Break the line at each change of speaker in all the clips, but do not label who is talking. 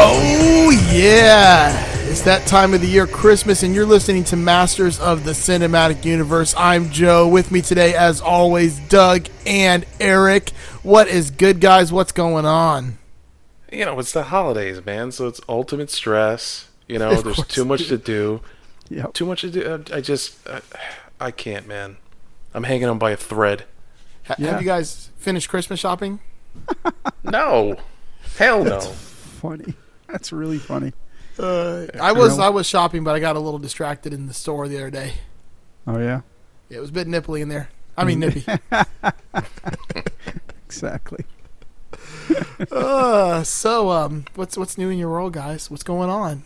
Oh, Yeah, it's that time of the year, Christmas, and you're listening to Masters of the Cinematic Universe. I'm Joe. With me today, as always, Doug and Eric. What is good, guys? What's going on?
You know, it's the holidays, man. So it's ultimate stress. You know,
Of
there's
course
too much to do.
Yep.
Too much to do. uh, I I just, I, I can't, man. I'm hanging on by a thread.
Ha-
Yeah.
Have you guys finished Christmas shopping?
No, hell no.
funny. That's really funny.
Uh, I was
No.
I was shopping, but I got a little distracted in the store the other day.
Oh yeah,
It was a bit nipply in there. I mean, nippy.
exactly.
uh, so, um, what's what's new in your world, guys? What's going on?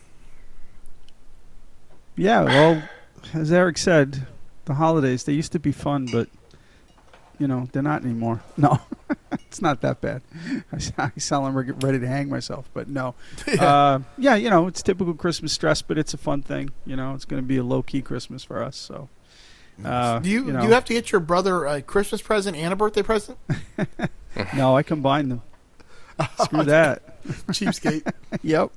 Yeah, well, as Eric said, the holidays they used to be fun, but you know they're not anymore. No, it's not that bad. I, s- I sound like I'm ready to hang myself, but no.
Yeah.
Uh, yeah, you know it's typical Christmas stress, but it's a fun thing. You know, it's going to be a low key Christmas for us. So, uh,
do you
you know,
do you have to get your brother a Christmas present and a birthday present?
no, I combine them. Screw that.
Cheapskate.
yep.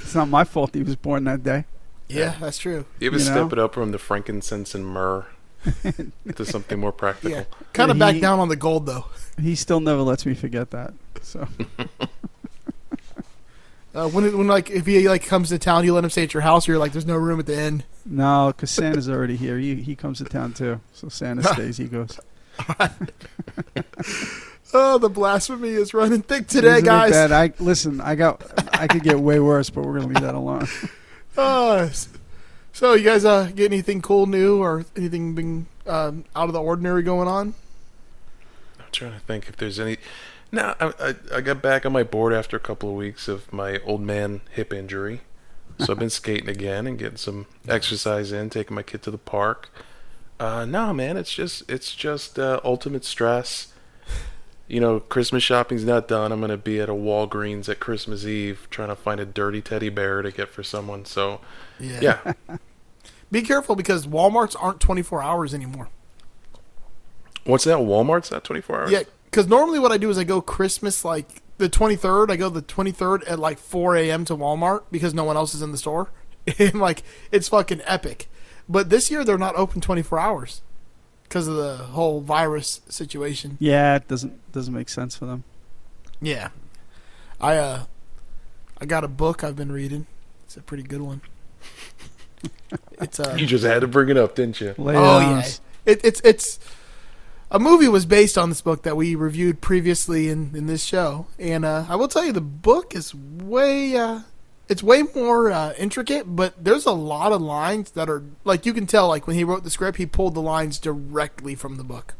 It's not my fault he was born that day.
yeah, that's true.
You ever
You know?
step it up from the frankincense and myrrh to something more practical?
Yeah, kind of back
He-
down on the gold though.
He still never lets me forget that. So.
Uh, when it- when like if he like comes to town, you let him stay at your house. You're like, there's no room at the inn.
No, because Santa's already here. He he comes to town too, so Santa stays. He goes.
Oh, the blasphemy is running thick today,
Isn't it
guys.
bad? I listen. I got. I could get way worse, but we're gonna leave that alone.
Uh, s- so you guys uh, get anything cool, new, or anything being um, out of the ordinary going on?
I'm trying to think if there's any. No, I, I I got back on my board after a couple of weeks of my old man hip injury, so I've been skating again and getting some exercise in, taking my kid to the park. Uh, no, man, it's just it's just uh, ultimate stress. You know, Christmas shopping's not done. I'm gonna be at a Walgreens at Christmas Eve trying to find a dirty teddy bear to get for someone. So yeah,
Be careful because WalMarts aren't 24 hours anymore.
what's that? Walmart's not 24 hours.
Yeah, because normally what I do is I go Christmas like the 23rd. I go the 23rd at like 4 a.m. to Walmart because no one else is in the store, and like it's fucking epic. But this year they're not open 24 hours because of the whole virus situation.
Yeah, it doesn't doesn't make sense for them.
Yeah, I uh, I got a book I've been reading. It's a pretty good one. It's uh,
you just had to bring it up, didn't you?
Lay
Oh
it on
yeah,
us.
it, it's it's a movie was based on this book that we reviewed previously in in this show, and uh, I will tell you the book is way uh, it's way more uh, intricate, but there's a lot of lines that are like you can tell like when he wrote the script, he pulled the lines directly from the book.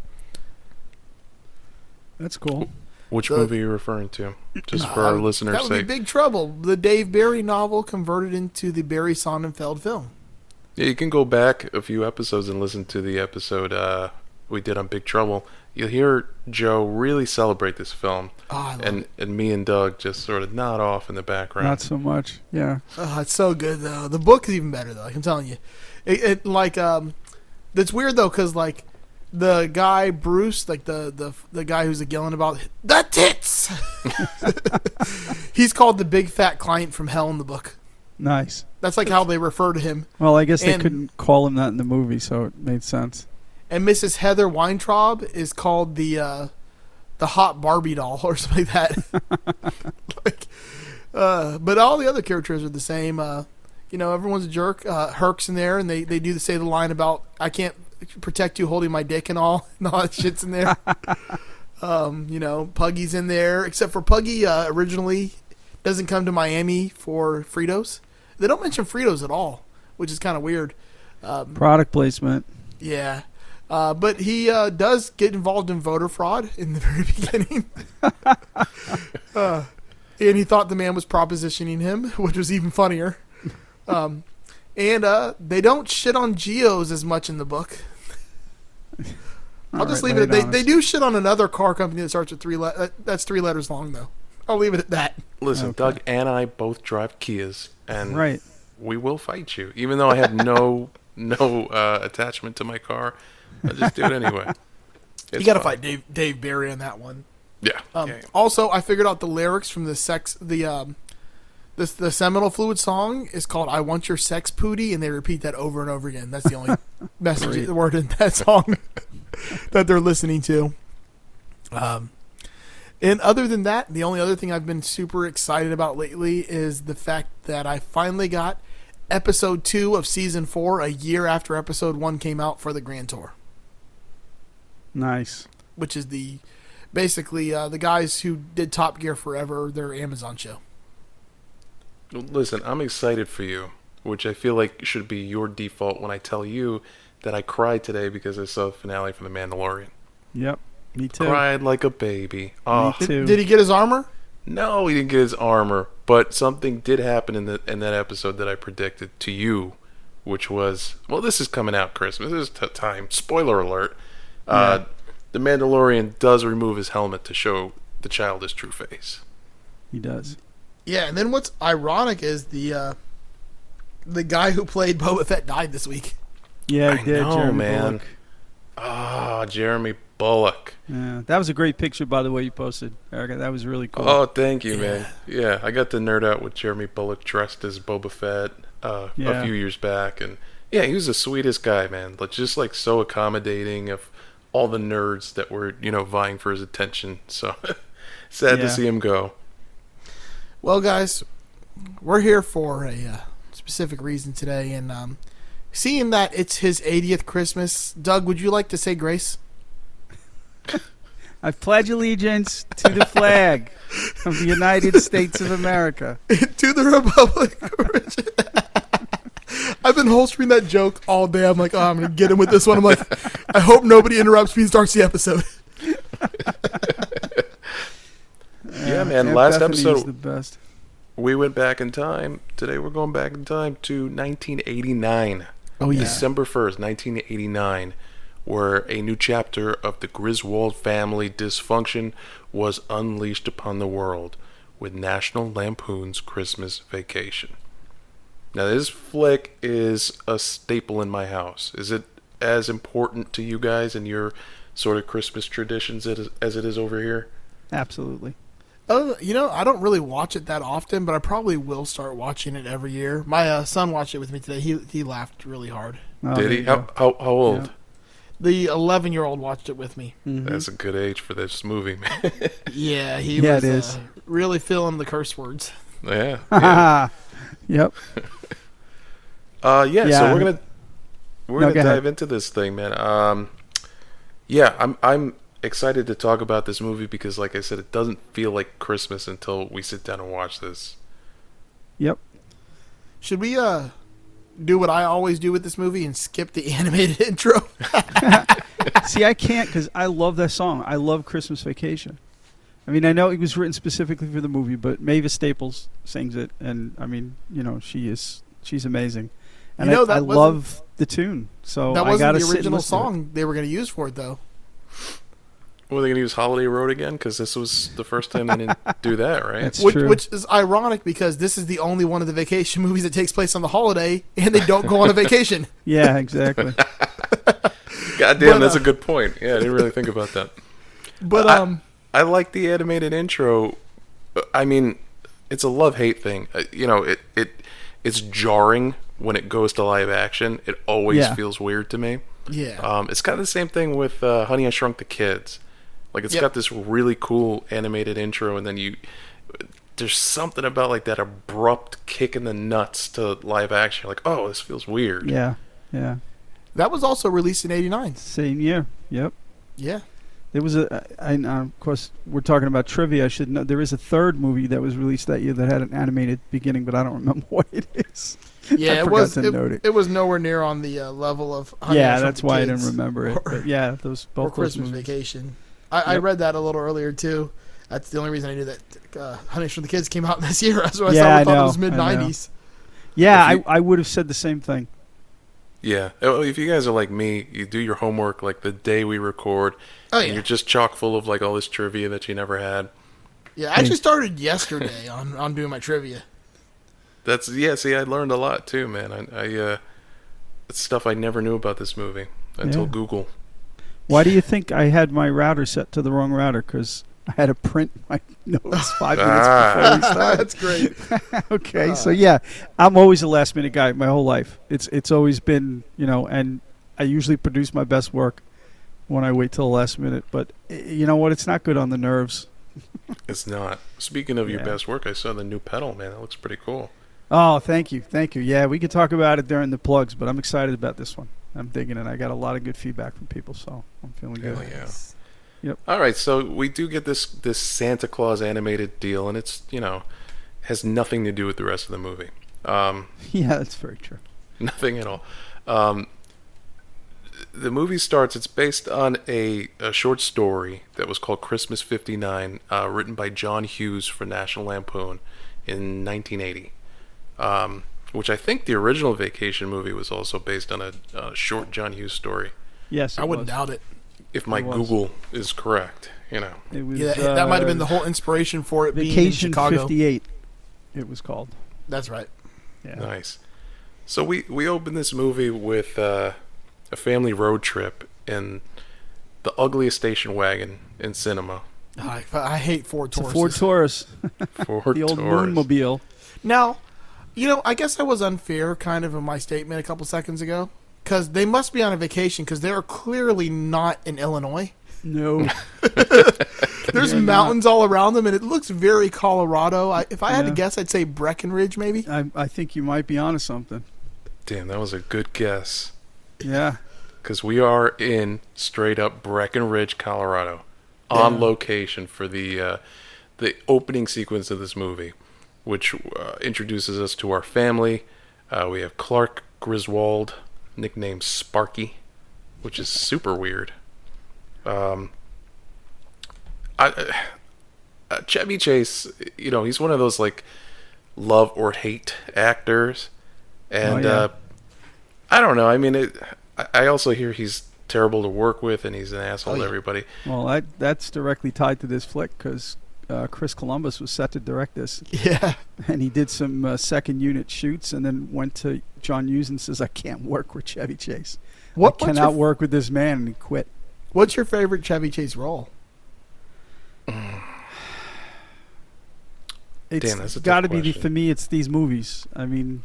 That's cool.
Which
The-
movie are you referring to? Just for our
Uh,
listeners'
that would
sake.
be Big Trouble, the Dave Barry novel converted into the Barry Sonnenfeld film.
Yeah, you can go back a few episodes and listen to the episode uh, we did on Big Trouble. You'll hear Joe really celebrate this film,
Oh, I love
and,
it.
and me and Doug just sort of nod off in the background.
Not so much. Yeah.
Oh, it's so good though. The book is even better though. I'm telling you, it, it like um, that's weird though because like the guy Bruce, like the the the guy who's yelling about the tits. He's called the big fat client from hell in the book.
Nice.
That's like how they refer to him.
Well, I guess they
And-
couldn't call him that in the movie, so it made sense.
And Mrs. Heather Weintraub is called the uh, the hot Barbie doll or something like that. like, uh, but all the other characters are the same. Uh, you know, everyone's a jerk. Uh, Herc's in there, and they, they do the, say the line about I can't protect you holding my dick and all, and all that shit's in there. um, you know, Puggy's in there, except for Puggy uh, originally doesn't come to Miami for Fritos. They don't mention Fritos at all, which is kind of weird. Um,
Product placement.
yeah. Uh, but he uh, does get involved in voter fraud in the very beginning. uh, and he thought the man was propositioning him, which was even funnier. Um, and uh, they don't shit on geos as much in the book. I'll
All
just
right,
leave it.
lay
They,
on
they
us.
do shit on another car company that starts with three. Le- that- that's three letters long, though. I'll leave it at that.
Listen,
Okay.
Doug and I both drive Kias, and
Right.
we will fight you, even though I have no no uh, attachment to my car. I'll just do it anyway. It's
you got to
fine.
fight Dave Dave Barry on that one.
Yeah.
Um,
yeah.
Also, I figured out the lyrics from the sex the um, This the seminal fluid song is called "I Want Your Sex Pootie," and they repeat that over and over again. That's the only message,
Great.
the word in that song that they're listening to. Um, and other than that, the only other thing I've been super excited about lately is the fact that I finally got episode two of season four a year after episode one came out for the Grand Tour
Nice.
which is the basically uh, the guys who did Top Gear Forever, their Amazon show.
Listen, I'm excited for you, which I feel like should be your default when I tell you that I cried today because I saw the finale for The Mandalorian.
Yep. Me too.
Cried like a baby. Oh,
Me too.
Did he get his armor?
no, he didn't get his armor, but something did happen in the in that episode that I predicted to you, which was well, this is coming out Christmas. This is t- time. Spoiler alert. Uh, the Mandalorian does remove his helmet to show the child his true face.
he does.
Yeah, and then what's ironic is the uh, the guy who played Boba Fett died this week.
Yeah,
I
he did.
know,
Jeremy
man.
Bullock.
Ah, Jeremy Bullock.
Yeah, that was a great picture, by the way, you posted, Erica. That was really cool.
Oh, thank you, man. Yeah, I got to nerd out with Jeremy Bullock dressed as Boba Fett uh,
Yeah.
a few years back, and yeah, he was the sweetest guy, man. Like just like so accommodating of all the nerds that were you know vying for his attention. So sad
Yeah.
to see him go.
Well, guys, we're here for a uh, specific reason today, and um, seeing that it's his 80th Christmas, Doug, would you like to say grace?
I pledge allegiance to the flag of the United States of America.
to the Republic. I've been holstering that joke all day. I'm like, oh, I'm gonna get him with this one. I'm like, I hope nobody interrupts me and starts the episode.
yeah, man.
Aunt
Last
Bethany is
episode
the best.
we went back in time. Today we're going back in time to 1989.
Oh
December 1st, 1989, where a new chapter of the Griswold family dysfunction was unleashed upon the world with National Lampoon's Christmas Vacation. Now, this flick is a staple in my house. Is it as important to you guys and your sort of Christmas traditions as as it is over here?
Absolutely.
Oh, you know, I don't really watch it that often, but I probably will start watching it every year. My uh, son watched it with me today. He he laughed really hard.
Oh, there
Did he?
you
How,
go.
how, how old?
The 11 year old watched it with me.
Mm-hmm.
That's a good age for this movie, man.
Yeah, he
Yeah,
was
it is.
Uh, really feeling the curse words.
yeah. yeah.
Ah, yep.
Uh, yeah,
Yeah,
So
I'm-
we're gonna we're
No, go
gonna
ahead.
dive into this thing, man. Um, yeah, I'm I'm excited to talk about this movie because, like I said, it doesn't feel like Christmas until we sit down and watch this.
Yep.
Should we uh do what I always do with this movie and skip the animated intro?
See, I can't because I love that song. I love Christmas Vacation. I mean, I know it was written specifically for the movie, but Mavis Staples sings it, and I mean, you know, she is she's amazing, and
You know,
I,
that
I
wasn't-
love the tune. So
that
I gotta
wasn't
sit
the
and
original
listen to it.
song they were going to use for it, though.
Were they gonna use Holiday Road again? Because this was the first time they didn't do that, right?
That's- It's
Which,
true.
which is ironic because this is the only one of the vacation movies that takes place on the holiday, and they don't go on a vacation.
Yeah, exactly.
God damn,
But,
that's
uh,
a good point. Yeah, I didn't really think about that.
But
I-
um,
I like the animated intro. I mean, it's a love hate thing. Uh, You know, it it it's jarring when it goes to live action. It always
Yeah.
feels weird to me.
yeah,
Um, it's kind of the same thing with uh, Honey I Shrunk the Kids. Like it's
Yep.
got this really cool animated intro, and then you there's something about like that abrupt kick in the nuts to live action. You're like, oh, this feels weird.
yeah, yeah.
that was also released in '89.
Same year. Yep.
Yeah,
There was a, I, I- of course, we're talking about trivia. I should know. There is a third movie that was released that year that had an animated beginning, but I don't remember what it is.
yeah,
I
it
forgot
was.
to
It,
note it.
it was nowhere near on the uh, level of. Honey, I
yeah,
Shrunk
that's
the
why I
Kids
didn't remember it.
or-
But yeah, those
Or
both those
Christmas
movies.
Vacation. I, I
Yep.
read that a little earlier too. That's the only reason I knew that uh, Honey I Shrunk the Kids came out this year. That's why I
Yeah,
saw
I
we thought
know,
it was
I know.
mid '90s.
Yeah,
If you-
I, I would have said the same thing.
Yeah. Oh, If you guys are like me, you do your homework like the day we record,
Oh
and
yeah,
you're just chock full of like all this trivia that you never had.
yeah. I actually started yesterday on on doing my trivia.
That's yeah. See, I learned a lot too, man. I, I uh, it's stuff I never knew about this movie until
Yeah.
Google.
Why do you think I had my router set to the wrong router? Because I had to print my notes five
Ah.
minutes before we started.
That's great.
Okay,
Uh.
so yeah, I'm always a last minute guy my whole life. It's it's always been you know, and I usually produce my best work when I wait till the last minute. But eh, you know what? It's not good on the nerves.
It's not. Speaking of your
Yeah.
best work, I saw the new pedal, man. It looks pretty cool.
Oh, thank you, thank you. Yeah, we could talk about it during the plugs, but I'm excited about this one. I'm digging it. I got a lot of good feedback from people, so I'm feeling good.
Hell yeah. All right, so we do get this this Santa Claus animated deal, and it's you know has nothing to do with the rest of the movie. Um,
Yeah, that's very true.
nothing at all. Um, the movie starts. It's based on a, a short story that was called Christmas '59, uh, written by John Hughes for National Lampoon in 1980. Um, which I think the original Vacation movie was also based on a, a short John Hughes story,
Yes,
I
it
wouldn't
was.
doubt it.
if my
It was.
Google is correct. You know,
It was,
Yeah, that, that might have been
uh,
the whole inspiration for it being in
Vacation
Chicago.
58. It was called.
That's right.
Yeah.
Nice. So we we open this movie with uh, a family road trip in the ugliest station wagon in cinema.
I, I hate Ford
It's a
Taurus.
Ford Taurus,
For
the old
Taurus.
Moonmobile.
Now, you know, I guess I was unfair kind of in my statement a couple seconds ago because they must be on a vacation because they are clearly not in Illinois.
No,
There's
They're not.
mountains all around them, and it looks very Colorado. I, if I had
Yeah.
to guess, I'd say Breckenridge, maybe.
I, I think you might be onto something.
Damn, that was a good guess.
Yeah,
Because we are in straight up Breckenridge, Colorado, on
Yeah.
location for the uh, the opening sequence of this movie, which uh, introduces us to our family. Uh, we have Clark Griswold, nicknamed Sparky, which is super weird. Um, I, uh, Chevy Chase, you know, he's one of those like love or hate actors, and
Oh, yeah.
uh, I don't know. I mean, it, I- I also hear he's terrible to work with, and he's an asshole
Oh,
to
yeah.
everybody.
well, that that's directly tied to this flick because uh, Chris Columbus was set to direct this,
Yeah.
and he did some uh, second unit shoots, and then went to John Hughes and says, "I can't work with Chevy Chase.
What,
I
what's,
cannot
your,
work with this man," and he quit.
what's your favorite Chevy Chase role?
It's
Damn, that's a tough
gotta be the,
question.
for me. It's these movies. I mean,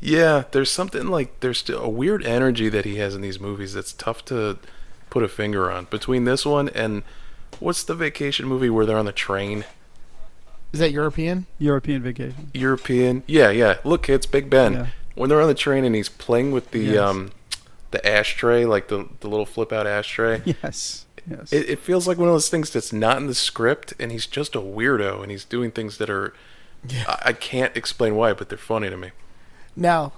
Yeah, there's something like there's still a weird energy that he has in these movies that's tough to put a finger on. Between this one and what's the vacation movie where they're on the train?
Is that European?
European Vacation.
European. Yeah, yeah. Look, it's Big Ben.
Yeah.
When they're on the train and he's playing with the
Yes.
um the ashtray, like the the little flip out ashtray.
Yes, yes.
It, it feels like one of those things that's not in the script, and he's just a weirdo, and he's doing things that are.
Yeah.
I, I can't explain why, but they're funny to me.
Now,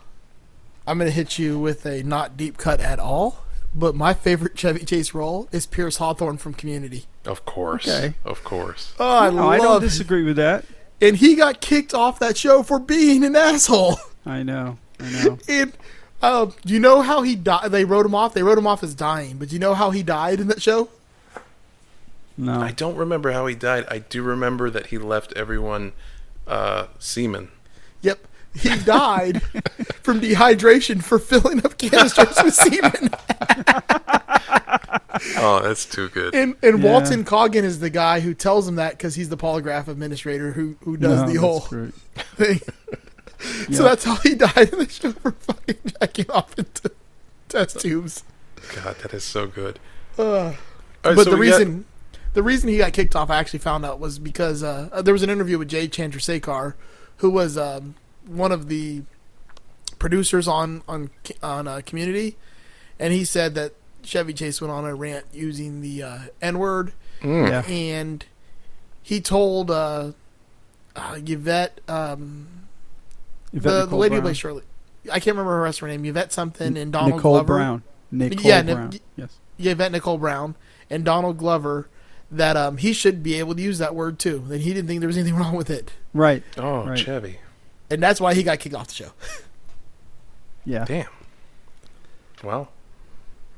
I'm going to hit you with a not deep cut at all, but my favorite Chevy Chase role is Pierce Hawthorne from Community.
Of course.
Okay.
Of course.
Oh, I
no,
love
I don't disagree with that.
and he got kicked off that show for being an asshole.
I know. I know.
And um, you know how he died? They wrote him off. They wrote him off as dying. But you know how he died in that show?
No.
I don't remember how he died. I do remember that he left everyone uh, semen.
Yep, he died from dehydration for filling up canisters with semen.
Oh, that's too good.
And, and
Yeah.
Walton Coggin is the guy who tells him that because he's the polygraph administrator who who does
No,
the
that's
whole
great.
thing. So
Yeah.
that's how he died in the show for fucking jacking off into test tubes.
God, that is so good.
Ugh.
All right,
but
so
the
we got-
reason the reason he got kicked off, I actually found out was because uh, uh, there was an interview with Jay Chandrasekhar, who was um, one of the producers on on K- on uh, Community, and he said that Chevy Chase went on a rant using the uh, N word,
Mm.
Yeah.
and he told uh, uh, Yvette, um,
Yvette
the, the
Nicole
lady who
Brown.
plays Shirley, I can't remember her restaurant name, Yvette something, and Donald
Nicole
Glover.
Brown. Nicole
Yeah, Nic-
Brown. yes.
Yvette Nicole Brown and Donald Glover that um, he should be able to use that word too. That he didn't think there was anything wrong with it,
Right.
Oh,
Right.
Chevy.
and that's why he got kicked off the show.
Yeah.
Damn. Well,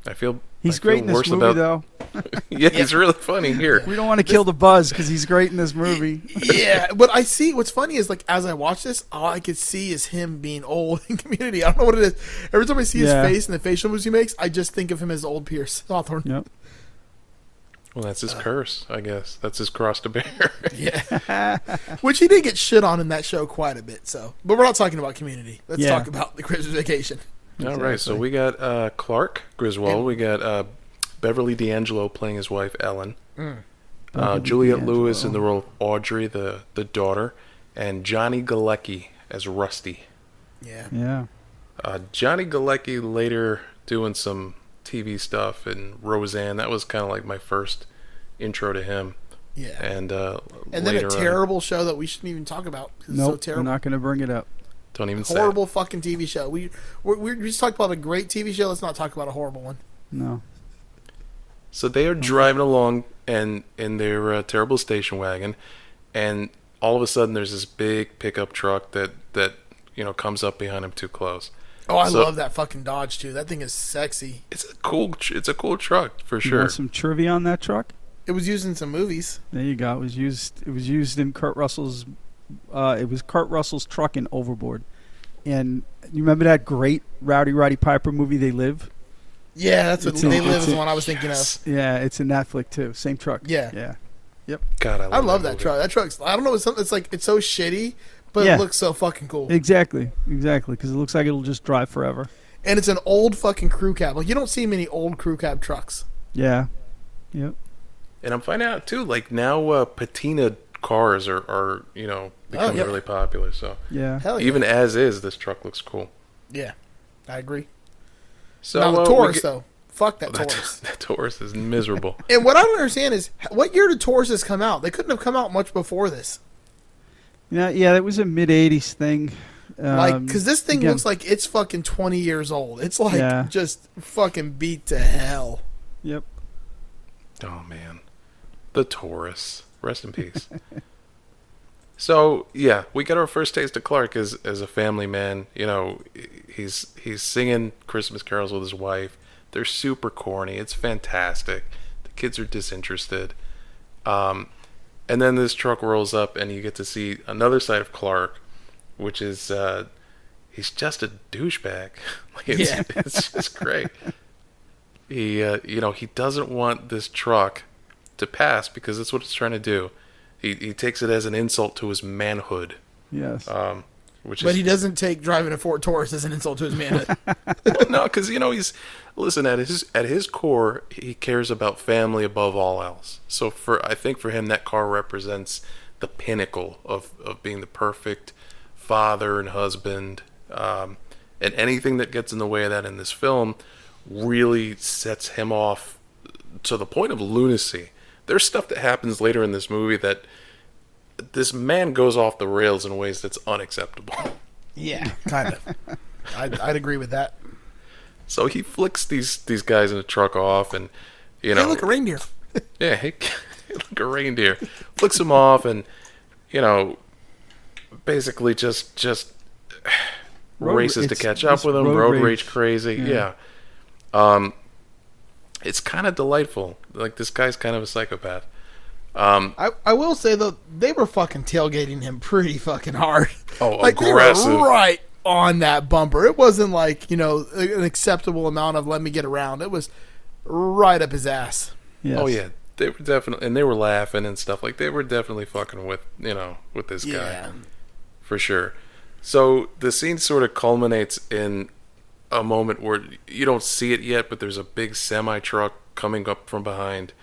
I feel. I
He's
feel
great in this
worse
movie,
about-
though.
Yeah, he's really funny here.
We don't want to kill the buzz because he's great in this movie.
yeah, but I see what's funny is like as I watch this, all I could see is him being old in Community. I don't know what it is. Every time I see
Yeah.
his face and the facial moves he makes, I just think of him as old Pierce Hawthorne.
Yep.
Well, that's his curse, I guess. That's his cross to bear.
Yeah. Which he did get shit on in that show quite a bit. So, but we're not talking about community. Let's
Yeah.
talk about the Christmas vacation.
All right, so
Exactly.
we got uh, Clark Griswold.
And-
we got uh, Beverly D'Angelo playing his wife Ellen.
Mm.
Uh,
Beverly
Juliet Lewis in the
D'Angelo.
role of Audrey, the the daughter, and Johnny Galecki as Rusty.
Yeah.
Yeah.
Uh, Johnny Galecki later doing some TV stuff and Roseanne. That was kind of like my first intro to him.
Yeah. And,
And uh,
then
later
a
on-
terrible show that we shouldn't even talk about. 'cause It's
Nope.
so
I'm
terrible.
not going to bring it up.
don't even say. it.
horrible fucking TV show. We we we just talked about a great TV show. Let's not talk about a horrible one.
No.
So they are driving along and in their uh, terrible station wagon, and all of a sudden there's this big pickup truck that that you know comes up behind them too close.
Oh, I
So-
love that fucking Dodge too. That thing is sexy.
It's a cool tr- it's a cool truck for
You
sure.
want some trivia on that truck?
It was used in some movies.
There you go. It was used. It was used in Kurt Russell's. Uh, it was Kurt Russell's truck in Overboard, and you remember that great Rowdy Roddy Piper movie, They Live.
Yeah, that's what
It's in-
they live
it's
is
in-
the one I was thinking
Yes.
of.
Yeah, it's in that flick too. Same truck.
Yeah.
yeah.
God, I love,
I love that
movie.
truck. That truck's I don't know. It's, something- it's like it's so shitty, but
Yeah.
it looks so fucking cool.
Exactly, exactly. Because it looks like it'll just drive forever.
and it's an old fucking crew cab. Like you don't see many old crew cab trucks.
Yeah,
And I'm finding out too, like now uh, patina cars are, are you know becoming
Oh, yeah.
really popular. So
yeah.
Hell yeah.
even as is, this truck looks cool.
yeah, I agree.
So
now the
uh, we
Taurus
get-
though, fuck that
that,
Taurus.
that Taurus is miserable.
and what I don't understand is h- what year did Tauruses come out? They couldn't have come out much before this.
Yeah, yeah. That was a mid '80s thing. Um,
Like, because this thing
again-
looks like it's fucking 20 years old. It's like
Yeah.
just fucking beat to hell.
Yep.
Oh man, the Taurus. Rest in peace. so yeah, we got our first taste of Clark as as a family man. You know, he's he's singing Christmas carols with his wife. They're super corny. It's fantastic. The kids are disinterested. Um, and then this truck rolls up, and you get to see another side of Clark, which is uh, he's just a douchebag. like it's,
Yeah.
it's just great. He, uh, you know, he doesn't want this truck to pass because that's what it's trying to do. He he takes it as an insult to his manhood,
Yes.
um, which
But
is
he doesn't take driving a Ford Taurus as an insult to his manhood.
no, because you know he's listen at his at his core he cares about family above all else. So for I think for him that car represents the pinnacle of of being the perfect father and husband, um, and anything that gets in the way of that in this film really sets him off to the point of lunacy. There's stuff that happens later in this movie that this man goes off the rails in ways that's unacceptable.
yeah, kind of. I'd, I'd agree with that.
So he flicks these these guys in the truck off, and you know,
Hey, look, a reindeer.
yeah, he, like a reindeer, flicks them off, and you know, basically just just
Road-
races to
it's-
catch up
it's
with him.
road
Road, rage.
rage.
crazy, yeah. Um, it's kind of delightful. Like this guy's kind of a psychopath. Um,
I, I will say, though, they were fucking tailgating him pretty fucking hard.
Oh,
like, They
aggressive.
were right on that bumper. It wasn't like, you know, an acceptable amount of let me get around. It was right up his ass.
yes.
Oh yeah, they were definitely, and they were laughing and stuff. Like they were definitely fucking with you know with this guy. for sure. So the scene sort of culminates in a moment where you don't see it yet, but there's a big semi truck coming up from behind,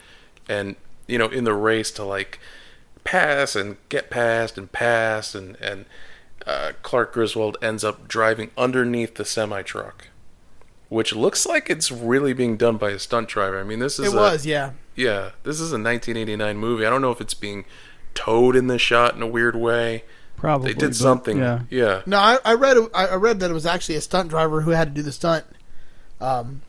and you know, in the race to like pass and get past and pass, and and uh, Clark Griswold ends up driving underneath the semi truck, which looks like it's really being done by a stunt driver. I mean, this is
It
a-
was, yeah.
yeah, this is a 1989 movie. I don't know if it's being towed in the shot in a weird way.
Probably.
They did
but-
something.
Yeah.
yeah.
No, I, I read I I read that it was actually a stunt driver who had to do the stunt. Um,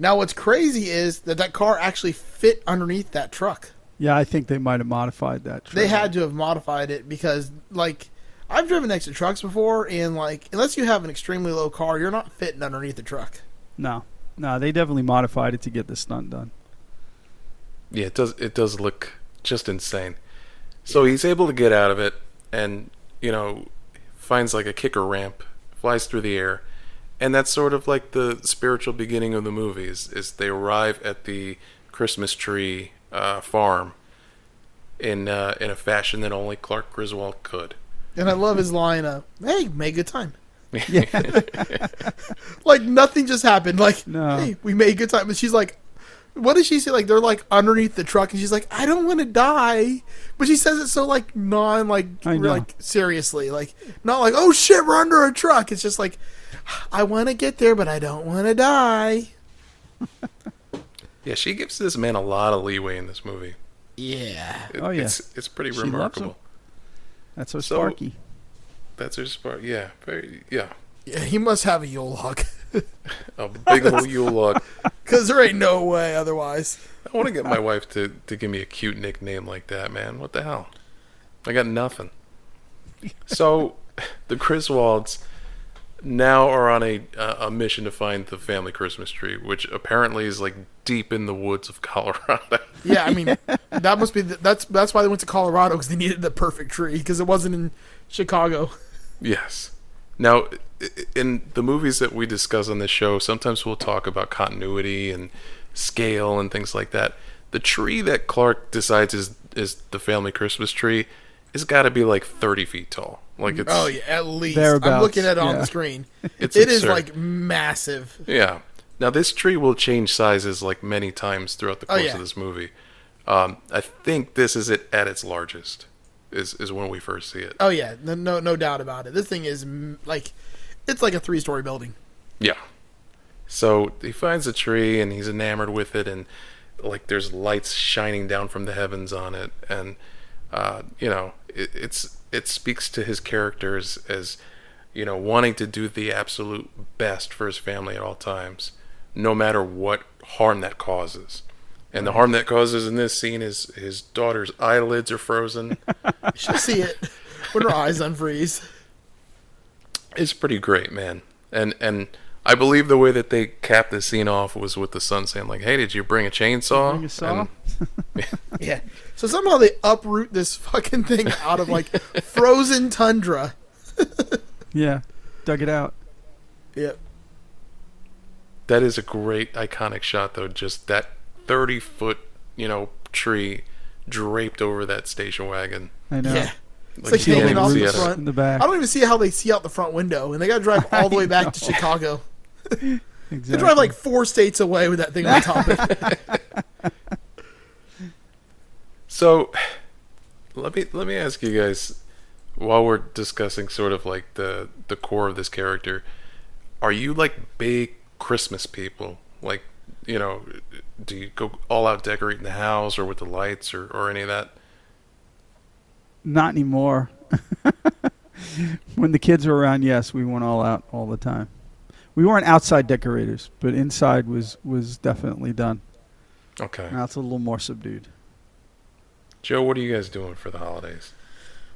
now what's crazy is that that car actually fit underneath that truck.
Yeah, I think they might have modified that. Truck.
They had to have modified it because like I've driven next to trucks before, and like unless you have an extremely low car, you're not fitting underneath the truck.
No, no, they definitely modified it to get the stunt done.
Yeah, it does it does look just insane. So he's able to get out of it and, you know, finds like a kicker ramp, flies through the air. And that's sort of like the spiritual beginning of the movie is, is they arrive at the Christmas tree uh, farm in uh, in a fashion that only Clark Griswold could.
And I love his line, uh, hey, made good time.
Yeah.
Like nothing just happened. Like,
No.
hey, we made good time. And she's like, what does she say? Like they're like underneath the truck, and she's like, I don't want to die. But she says it so like non like
I know.
like seriously, like not like oh shit, we're under a truck. It's just like I want to get there, but I don't want to die.
Yeah, she gives this man a lot of leeway in this movie.
Yeah,
It-
Oh, yeah.
it's it's pretty
She loves him.
remarkable.
That's so
So-
sparky.
That's her spark. Yeah, very yeah.
yeah. He must have a yule log,
A Oh, big ol' Yule log.
cause there ain't no way otherwise.
I want to get my wife to, to give me a cute nickname like that, man. What the hell? I got nothing. So, the Griswolds now are on a uh, a mission to find the family Christmas tree, which apparently is like deep in the woods of Colorado.
Yeah, I mean that must be the, that's that's why they went to Colorado because they needed the perfect tree because it wasn't in Chicago.
yes. Now, i- i- in the movies that we discuss on this show, sometimes we'll talk about continuity and scale and things like that. The tree that Clark decides is is the family Christmas tree has got to be like thirty feet tall. Like it's
Oh yeah, at least I'm
Thereabouts,
looking at it on
yeah.
the screen.
It's
It is
absurd.
like massive.
Yeah. Now this tree will change sizes like many times throughout the
Oh,
course
yeah.
of this movie. Um, I think this is it at its largest. Is is when we first see it.
Oh yeah, no no, no doubt about it. This thing is m- like it's like a three story building.
Yeah. So he finds a tree and he's enamored with it, and like there's lights shining down from the heavens on it, and uh, you know it, it's it speaks to his character as, as you know wanting to do the absolute best for his family at all times, no matter what harm that causes. And the harm that causes in this scene is his daughter's eyelids are frozen.
She'll see it when her eyes unfreeze.
It's pretty great, man. And and I believe the way that they capped the scene off was with the son saying, like, "Hey, did you bring a chainsaw?"
Bring a saw?
And-
Yeah. So somehow they uproot this fucking thing out of like frozen tundra.
Yeah. Dug it out.
Yep.
that is a great iconic shot, though. Just that thirty foot, you know, tree draped over that station wagon.
I know.
Yeah. It's like
you can't
hanging
even
off
see
the
it.
front.
In the back.
I don't even see how they see out the front window, and they got to drive all the way back to
I know.
Chicago. They
Exactly.
drive like four states away with that thing on top. of it.
So, let me let me ask you guys, while we're discussing sort of like the the core of this character, are you like big Christmas people? Like, you know, do you go all out decorating the house or with the lights or or any of that?
Not anymore. when the kids were around, yes, we went all out all the time. We weren't outside decorators, but inside was was definitely done.
Okay.
Now it's a little more subdued.
Joe, what are you guys doing for the holidays?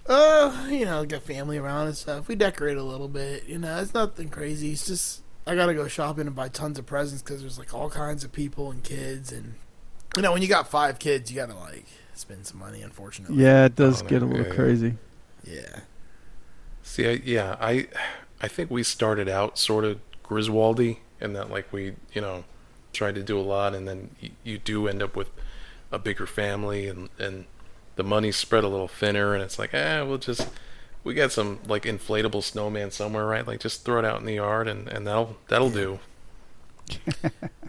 Uh, you know, got family around and stuff. We decorate a little bit. You know, it's nothing crazy. It's just I gotta go shopping and buy tons of presents because there's like all kinds of people and kids, and you know, when you got five kids, you gotta like spend some money. Unfortunately,
Yeah, it does
Oh,
get a little
yeah.
crazy.
yeah.
See, I, yeah, I, I think we started out sort of Griswoldy, and that like we, you know, tried to do a lot, and then y- you do end up with a bigger family, and and the money's spread a little thinner, and it's like, eh, we'll just we got some like inflatable snowman somewhere, right? Like just throw it out in the yard, and and that'll that'll do.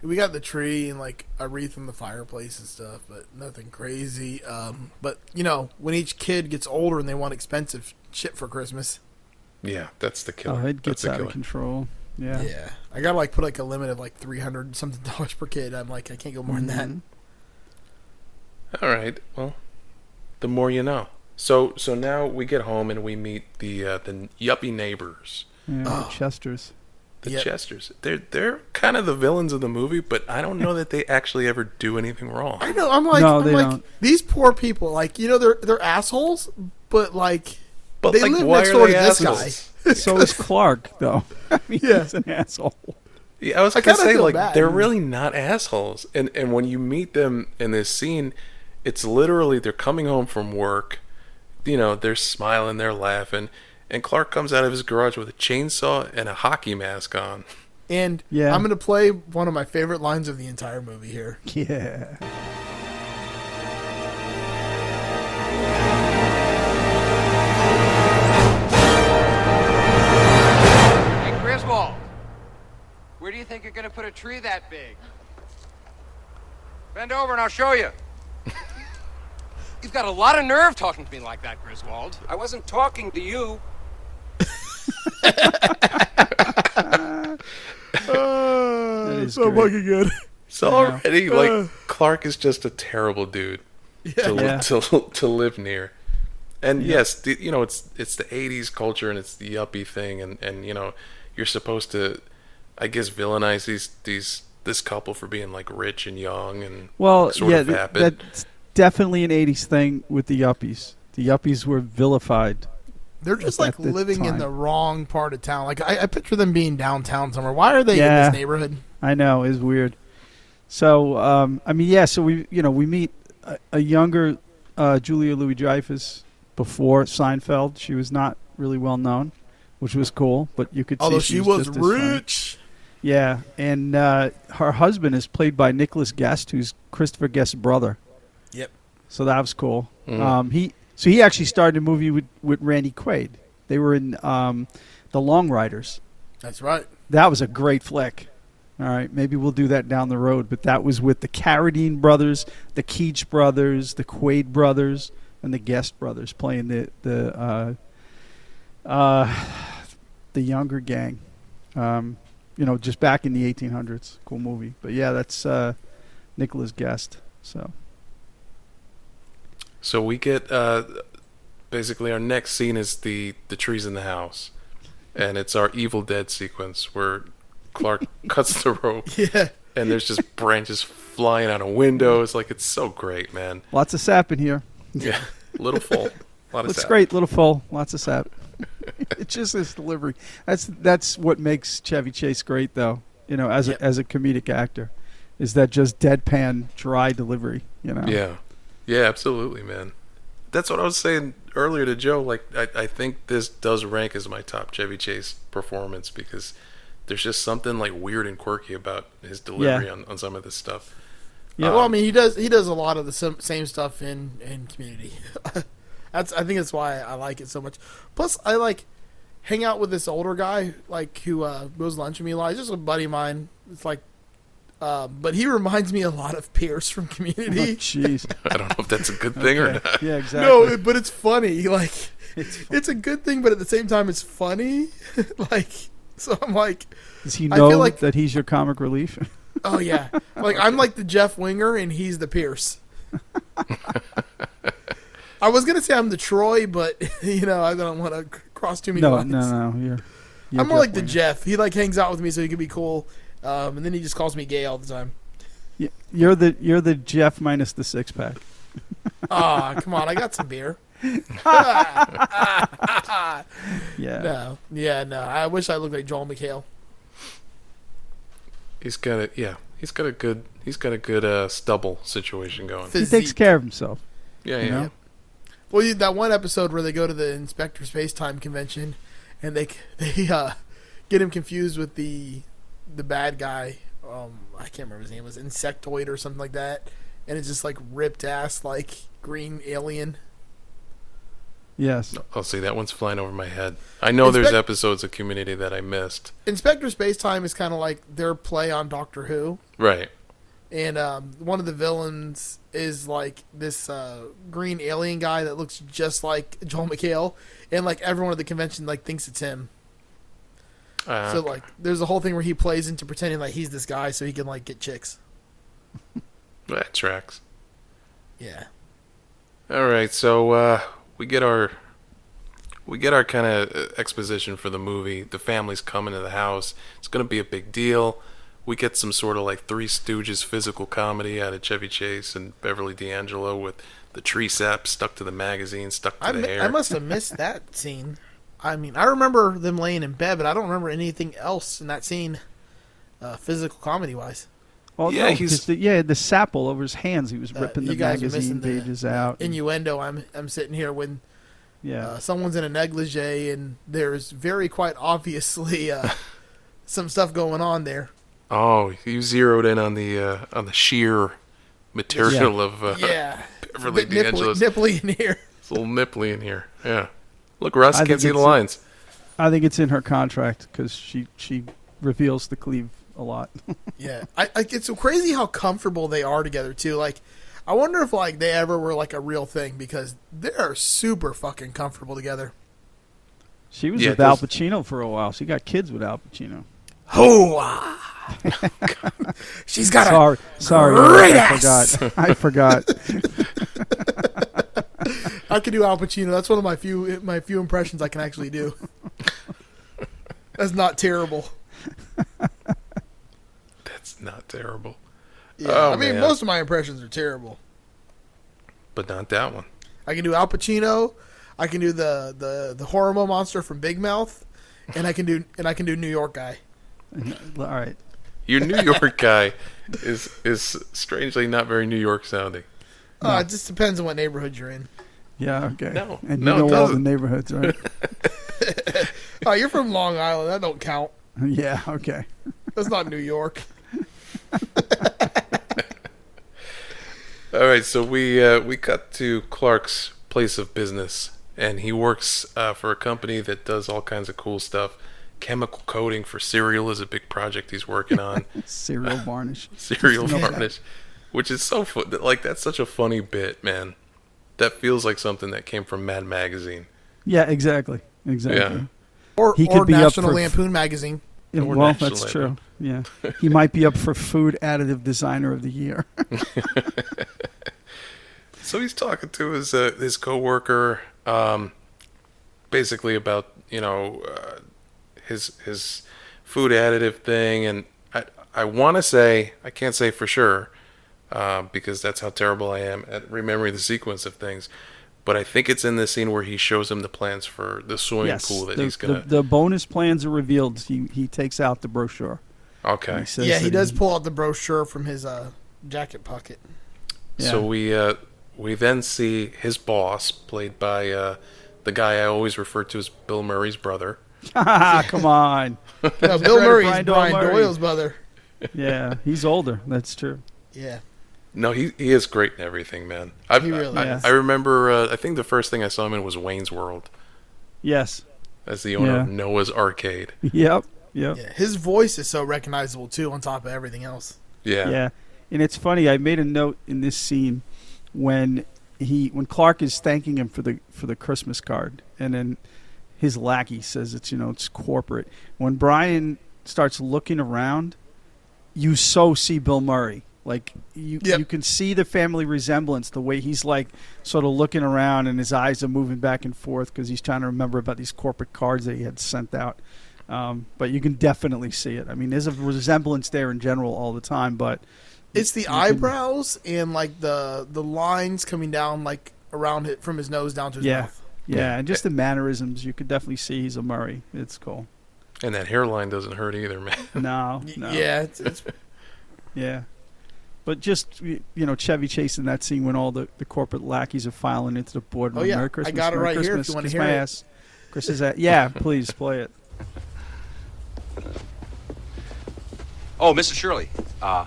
We got the tree and like a wreath in the fireplace and stuff, but nothing crazy. Um, but you know, when each kid gets older and they want expensive shit for Christmas,
Yeah, that's the killer.
Oh, it
that's
gets
the
out of
killer.
control. Yeah.
yeah, I gotta like put like a limit of like three hundred something dollars per kid. I'm like, I can't go more than that.
Mm-hmm.
Mhm.
All right. Well, the more you know. So so now we get home and we meet the uh, the yuppie neighbors,
Mm-hmm. Yeah, the
Oh.
Chester's.
the
Yep.
Chesters. They're they're kind of the villains of the movie, but I don't know that they actually ever do anything wrong.
I know. I'm like,
No,
I'm
they
like
don't.
these poor people. Like, you know, they're they're assholes, but like,
But
They
like,
live
why
next
are
door
they
to this guy.
assholes?
So is Clark, though. I mean,
Yeah.
he's an asshole.
Yeah, I was
I
gonna
kinda
say
feel
like
bad.
they're really not assholes, and and when you meet them in this scene, it's literally they're coming home from work, you know, they're smiling, they're laughing, and Clark comes out of his garage with a chainsaw and a hockey mask on.
and
Yeah.
I'm gonna play one of my favorite lines of the entire movie here.
Yeah.
you're gonna put a tree that big. Bend over and I'll show you. You've got a lot of nerve talking to me like that, Griswold. I wasn't talking to you.
Uh,
is
so
great.
fucking good.
So already, like
Uh.
Clark is just a terrible dude to li-
Yeah.
to to live near. And yes, the, you know it's it's the '80s culture and it's the yuppie thing, and and you know you're supposed to, I guess, villainize these these this couple for being like rich and young and
Well,
sort
yeah,
of
th-
vapid.
that's definitely an '80s thing with the yuppies. The yuppies were vilified.
They're just
At
like
the
living in
time.
the wrong part of town. Like I, I picture them being downtown somewhere. Why are they
Yeah.
in this neighborhood?
I know is weird. So um, I mean, yeah. So we you know we meet a, a younger uh, Julia Louis Dreyfus before Seinfeld. She was not really well known, which was cool. But you could
Although
see
she was
just as funny.
rich.
Yeah, and uh, her husband is played by Nicholas Guest, who's Christopher Guest's brother.
Yep.
So that was cool.
Mhm.
Um, he so he actually started a movie with, with Randy Quaid. They were in um, the Long Riders.
That's right.
That was a great flick. All right, maybe we'll do that down the road. But that was with the Carradine brothers, the Keach brothers, the Quaid brothers, and the Guest brothers playing the the uh, uh, the younger gang. Um, you know, just back in the 1800s. Cool movie. But yeah, that's uh, Nicholas Guest. So
So we get uh, basically our next scene is the the trees in the house, and it's our Evil Dead sequence where Clark cuts the rope
Yeah.
and there's just branches flying out of windows. Like it's so great, man.
lots of sap in here.
Yeah, little full, a lot of
Looks
sap.
great, little full, lots of sap. it's just his delivery. That's that's what makes Chevy Chase great, though. You know, as
Yep.
a, as a comedic actor, is that just deadpan, dry delivery. You know.
Yeah, yeah, absolutely, man. That's what I was saying earlier to Joe. Like, I, I think this does rank as my top Chevy Chase performance because there's just something like weird and quirky about his delivery on, on some of this stuff.
Yeah.
well, I mean, he does he does a lot of the sim- same stuff in in Community. that's I think that's why I like it so much. Plus, I like hang out with this older guy like who uh, goes to lunch with me a lot. He's just a buddy of mine. It's like, uh, but he reminds me a lot of Pierce from
Oh,
Community.
Jeez.
I don't know if that's a good thing or
yeah.
not.
yeah, exactly.
no, it- but it's funny. Like,
It's fu-
it's a good thing, but at the same time, it's funny. like, so I'm like,
Does he
I feel
know
like-
that he's your comic relief?
oh yeah, like I'm like the Jeff Winger, and he's the Pierce. I was gonna say I'm the Troy, but you know I don't want to cross too many
no,
lines.
no, no. You're, you're
I'm more like the
Winger.
Jeff. He like hangs out with me, so he can be cool, um, and then he just calls me gay all the time.
Y- You're the you're the Jeff minus the six pack.
Ah, come on, I got some beer.
Yeah.
No, yeah, no. I wish I looked like Joel McHale.
He's got a yeah. He's got a good. He's got a good uh, stubble situation going.
He
Physique.
takes care of himself.
Yeah,
You
yeah.
know?
Well, you- that one episode where they go to the Inspector Spacetime convention, and they they uh, get him confused with the the bad guy. Um, I can't remember his name it was Insectoid or something like that, and it's just like ripped ass like green alien.
Yes.
I'll Oh, see. That one's flying over my head. I know
Is
there's
that-
episodes of Community that I missed.
Inspector Spacetime is kind of like their play on Doctor Who,
Right.
and um, one of the villains is like this uh, green alien guy that looks just like Joel McHale, and like everyone at the convention like thinks it's him.
Uh,
So like, there's a whole thing where he plays into pretending like he's this guy so he can like get chicks.
that tracks.
Yeah.
All right, so uh, we get our we get our kind of exposition for the movie. The family's coming to the house. It's going to be a big deal. We get some sort of like Three Stooges physical comedy out of Chevy Chase and Beverly D'Angelo with the tree sap stuck to the magazine, stuck to
I,
the
mi-
hair.
I must have missed that scene. I mean, I remember them laying in bed, but I don't remember anything else in that scene, uh, physical comedy wise.
Well,
Yeah,
no,
he's-
'cause the, yeah, the sap all over his hands. He was
Uh,
ripping the
you guys are missing
magazine
the
pages out.
Mm.
and-
Innuendo. I'm I'm sitting here when
yeah,
uh, someone's in a negligee and there's very quite obviously uh, some stuff going on there.
oh, you zeroed in on the uh, on the sheer material of uh,
Yeah, It's a
Beverly
bit nipply,
D'Angelo's.
nipply in here.
It's a little nipply in here. Yeah, look, Russ
I
can't
think
see the
it's-
lines.
I think it's in her contract because she she reveals the cleave a lot.
Yeah, I, I, it's so crazy how comfortable they are together too. Like, I wonder if like they ever were like a real thing because they are super fucking comfortable together.
She was
Yeah,
with Al
those-
Pacino for a while. She got kids with Al Pacino.
Oh, ah. she's got a
Sorry, sorry,
great
I
ass.
forgot. I forgot.
I could do Al Pacino. That's one of my few my few impressions I can actually do. That's not terrible.
That's not terrible,
Yeah,
Oh,
I mean
man.
most of my impressions are terrible.
but not that one.
I can do Al Pacino. I can do the the the horrible monster from Big Mouth, and I can do and I can do New York guy.
All right.
Your New York guy is is strangely not very New York sounding.
Uh, it just depends on what neighborhood you're in.
Yeah. Okay.
No,
And you
no, it
know all the
doesn't.
neighborhoods, right?
Oh, you're from Long Island. That don't count.
yeah. Okay.
That's not New York.
All right, so we uh, we cut to Clark's place of business, and he works uh, for a company that does all kinds of cool stuff. Chemical coating for cereal is a big project he's working on.
Cereal varnish.
cereal
Just know that.
varnish, which is so fun. Like that's such a funny bit, man. That feels like something that came from Mad Magazine.
Yeah. Exactly. Exactly.
Yeah.
Or,
He
or
could be up
National
for-
Lampoon magazine.
Yeah,
Or
well,
National
that's true.
Lampoon.
Yeah. He might be up for Food Additive Designer of the Year.
So he's talking to his uh, his coworker, um, basically about you know uh, his his food additive thing, and I I want to say I can't say for sure uh, because that's how terrible I am at remembering the sequence of things. But I think it's in the scene where he shows him the plans for the swimming
yes.
pool that
the,
he's gonna.
the, the bonus plans are revealed. He, he takes out the brochure.
okay,
He says
yeah, he
that
does pull out the brochure from his uh, jacket pocket.
Yeah.
So we uh, we then see his boss, played by uh, the guy I always refer to as Bill Murray's brother.
Ah, come on.
No, Uh, Bill
right,
Murray's
Brian
Brian,
Doyle Murray.
Doyle's brother.
Yeah, he's older. That's true.
Yeah.
No, he he is great in everything, man. I,
He really
I,
is.
I remember. Uh, I think the first thing I saw him in was Wayne's World
Yes.
as the owner of
Yeah.
Noah's Arcade.
Yep. Yep.
Yeah. His voice is so recognizable too on top of everything else.
Yeah.
Yeah. And it's funny, I made a note in this scene when he when Clark is thanking him for the for the Christmas card and then his lackey says it's you know it's corporate. When Brian starts looking around, you so see Bill Murray. Like you
Yep.
you can see the family resemblance the way he's like sort of looking around and his eyes are moving back and forth cuz he's trying to remember about these corporate cards that he had sent out. Um, but you can definitely see it. I mean, there's a resemblance there in general all the time, but
It's the
Mm-hmm.
eyebrows and like the the lines coming down like around it from his nose down to his
Yeah.
mouth.
Yeah,
Yeah.
and just the mannerisms, you could definitely see he's a Murray. It's cool.
And that hairline doesn't hurt either, man.
No,
Y-
no.
Yeah, it's, it's
yeah. But just y- you know, Chevy Chase in that scene when all the, the corporate lackeys are filing into the boardroom.
Oh, yeah. I
Merry Christmas,
got it
Merry
right here if
Christmas,
you wanna
kiss
hear
my
it.
ass. Chris is at yeah. Please play it.
Oh, Mrs. Shirley, uh,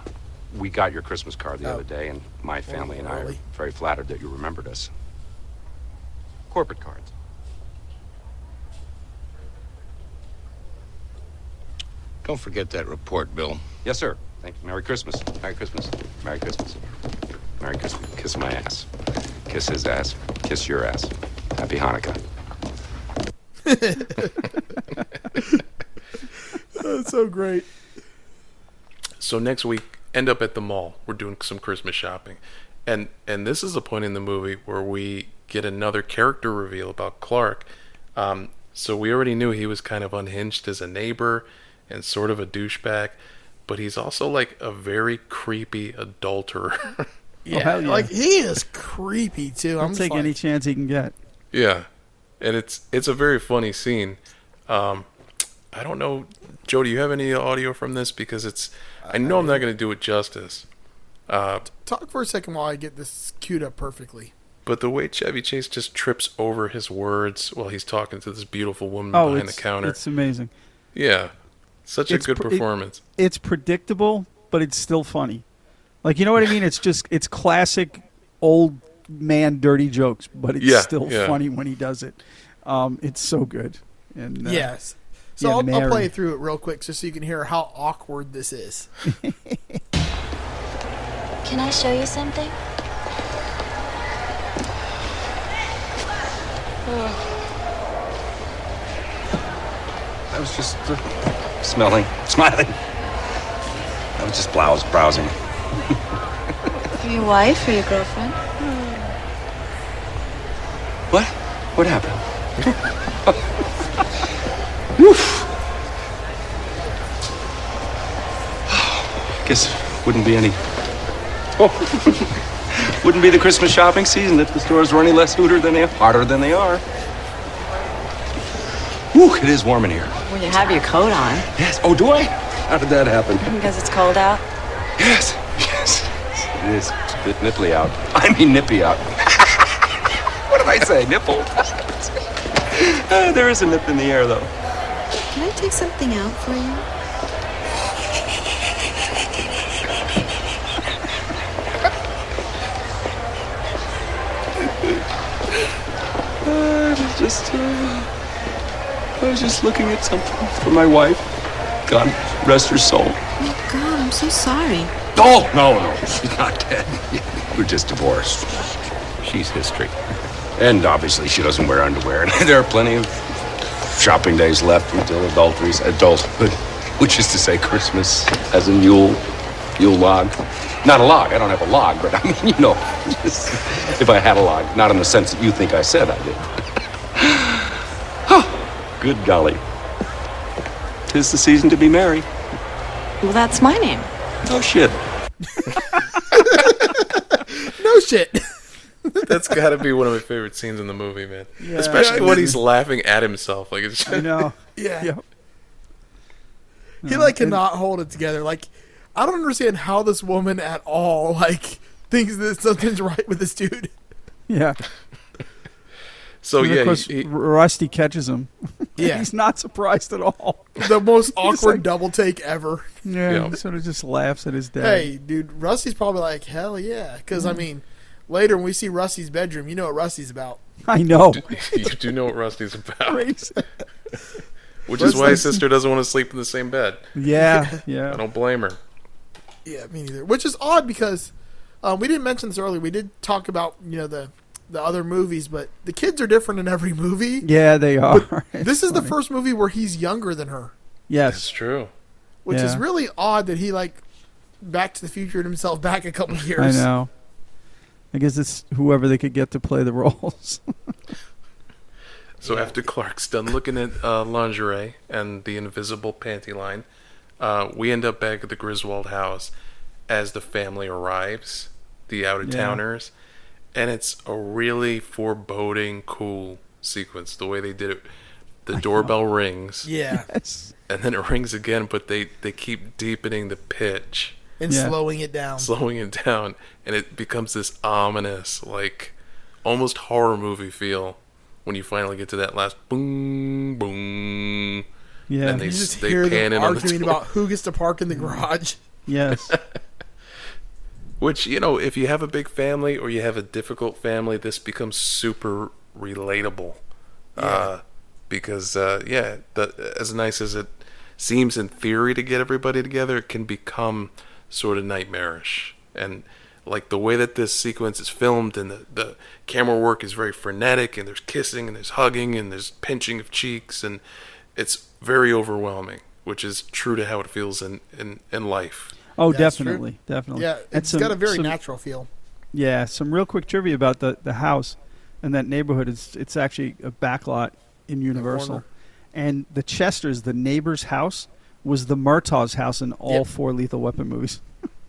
we got your Christmas card the
Oh.
other day, and my family and I are
really?
very flattered that you remembered us. Corporate cards.
Don't forget that report, Bill.
Yes, sir. Thank you. Merry Christmas. Merry Christmas. Merry Christmas. Merry Christmas. Kiss my ass. Kiss his ass. Kiss your ass. Happy Hanukkah.
it's so great.
So next week, end up at the mall. We're doing some Christmas shopping, and and this is a point in the movie where we get another character reveal about Clark. Um, so we already knew he was kind of unhinged as a neighbor and sort of a douchebag, but he's also like a very creepy adulterer.
Yeah,
Oh, hell yeah.
like he is creepy too.
I'll
I'm
take
just like,
any chance he can get.
yeah, and it's it's a very funny scene. Um, I don't know, Joe. Do you have any audio from this? Because it's I know I'm not going to do it justice. Uh,
talk for a second while I get this queued up perfectly.
But the way Chevy Chase just trips over his words while he's talking to this beautiful woman
Oh,
behind
it's,
the counter.
it's amazing.
yeah. Such a
it's
good
pr- it-
performance.
It's predictable, but it's still funny. Like you know what I mean? It's just it's classic old man dirty jokes, but it's
Yeah,
still
yeah.
funny when he does it. Um, it's so good. And uh,
yes. So
Yeah,
I'll, I'll
Mary.
play through it real quick just so you can hear how awkward this is.
Can I show you something?
I was just uh, smelling, smiling. I was just blouse browsing.
Your wife or your girlfriend?
What? What happened? Woof. Guess wouldn't be any. Oh. wouldn't be the Christmas shopping season if the stores were any less hooter than they hotter than they are. Whew, it is warm in here.
Well, you have your coat on
Yes. Oh, do I? How did that happen?
because it's cold out.
Yes. Yes. It is. It's a bit nipply out. I mean nippy out. what did I say? Nipple? Uh, there is a nip in the air, though.
Can I take something out for you?
Uh, I was just, uh, I was just looking at something for my wife. God rest her soul.
Oh, God, I'm so sorry.
Oh no, no, she's not dead. We're just divorced. She's history, and obviously she doesn't wear underwear. And there are plenty of shopping days left until adultery's adulthood, which is to say, Christmas as in Yule, Yule log. Not a log. I don't have a log, but I mean, you know, just, if I had a log, not in the sense that you think I said I did. Huh, Good golly, 'tis the season to be merry.
Well, that's my name.
Oh shit.
No shit.
That's got to be one of my favorite scenes in the movie, man. Especially when he's laughing at himself. Like it's
I know.
yeah.
Yep.
He like cannot hold it together. Like I don't understand how this woman at all like thinks that something's right with this dude.
Yeah.
Oh,
so
And
yeah.
of course,
he- he-
R- Rusty catches him.
Yeah.
He's not surprised at all.
the most awkward
like-
double take ever.
Yeah.
Yeah.
He sort of just laughs at his dad.
Hey, dude, Rusty's probably like, hell yeah. Because,
Mm-hmm.
I mean, later when we see Rusty's bedroom, you know what Rusty's about.
I know.
you do know what Rusty's about,
Crazy.
which is why his sister doesn't want to sleep in the same bed.
Yeah. Yeah.
I don't blame her.
Yeah, me neither. Which is odd because um, we didn't mention this earlier. We did talk about, you know, the, the other movies, but the kids are different in every movie.
Yeah, they are.
this is the first movie where he's younger than her,
It's
Yes.
true.
which is
Yeah.
really odd that he, like, Back to the Future himself back a couple
I
years.
know. I guess it's whoever they could get to play the roles.
So after Clark's done looking at uh, lingerie and the invisible panty line, uh, we end up back at the Griswold house as the family arrives, the out of towners, and it's a really foreboding, cool sequence. The way they did it, the doorbell rings,
Yeah.
yes.
and then it rings again, but they they keep deepening the pitch,
And
Yeah.
slowing it down.
slowing it down, and it becomes this ominous, like almost horror movie feel when you finally get to that last boom boom
Yeah.
And they-
you just
they
hear
pan
them
in on the
arguing
door.
about who gets to park in the garage.
yes.
Which, you know, if you have a big family or you have a difficult family, this becomes super relatable. Uh, because, uh, yeah, the, as nice as it seems in theory to get everybody together, it can become sort of nightmarish. And, like, the way that this sequence is filmed and the, the camera work is very frenetic, and there's kissing and there's hugging and there's pinching of cheeks, and it's very overwhelming, which is true to how it feels in, in, in life.
Oh,
Yeah, it's true.
definitely, definitely.
Yeah,
And
it's
some-
got a very
some-
natural feel.
Yeah, some real quick trivia about the, the house and that neighborhood. It's it's actually a backlot in Universal,
corner.
and the Chester's, the neighbor's house, was the Murtaugh's house in all
Yep.
four Lethal Weapon movies.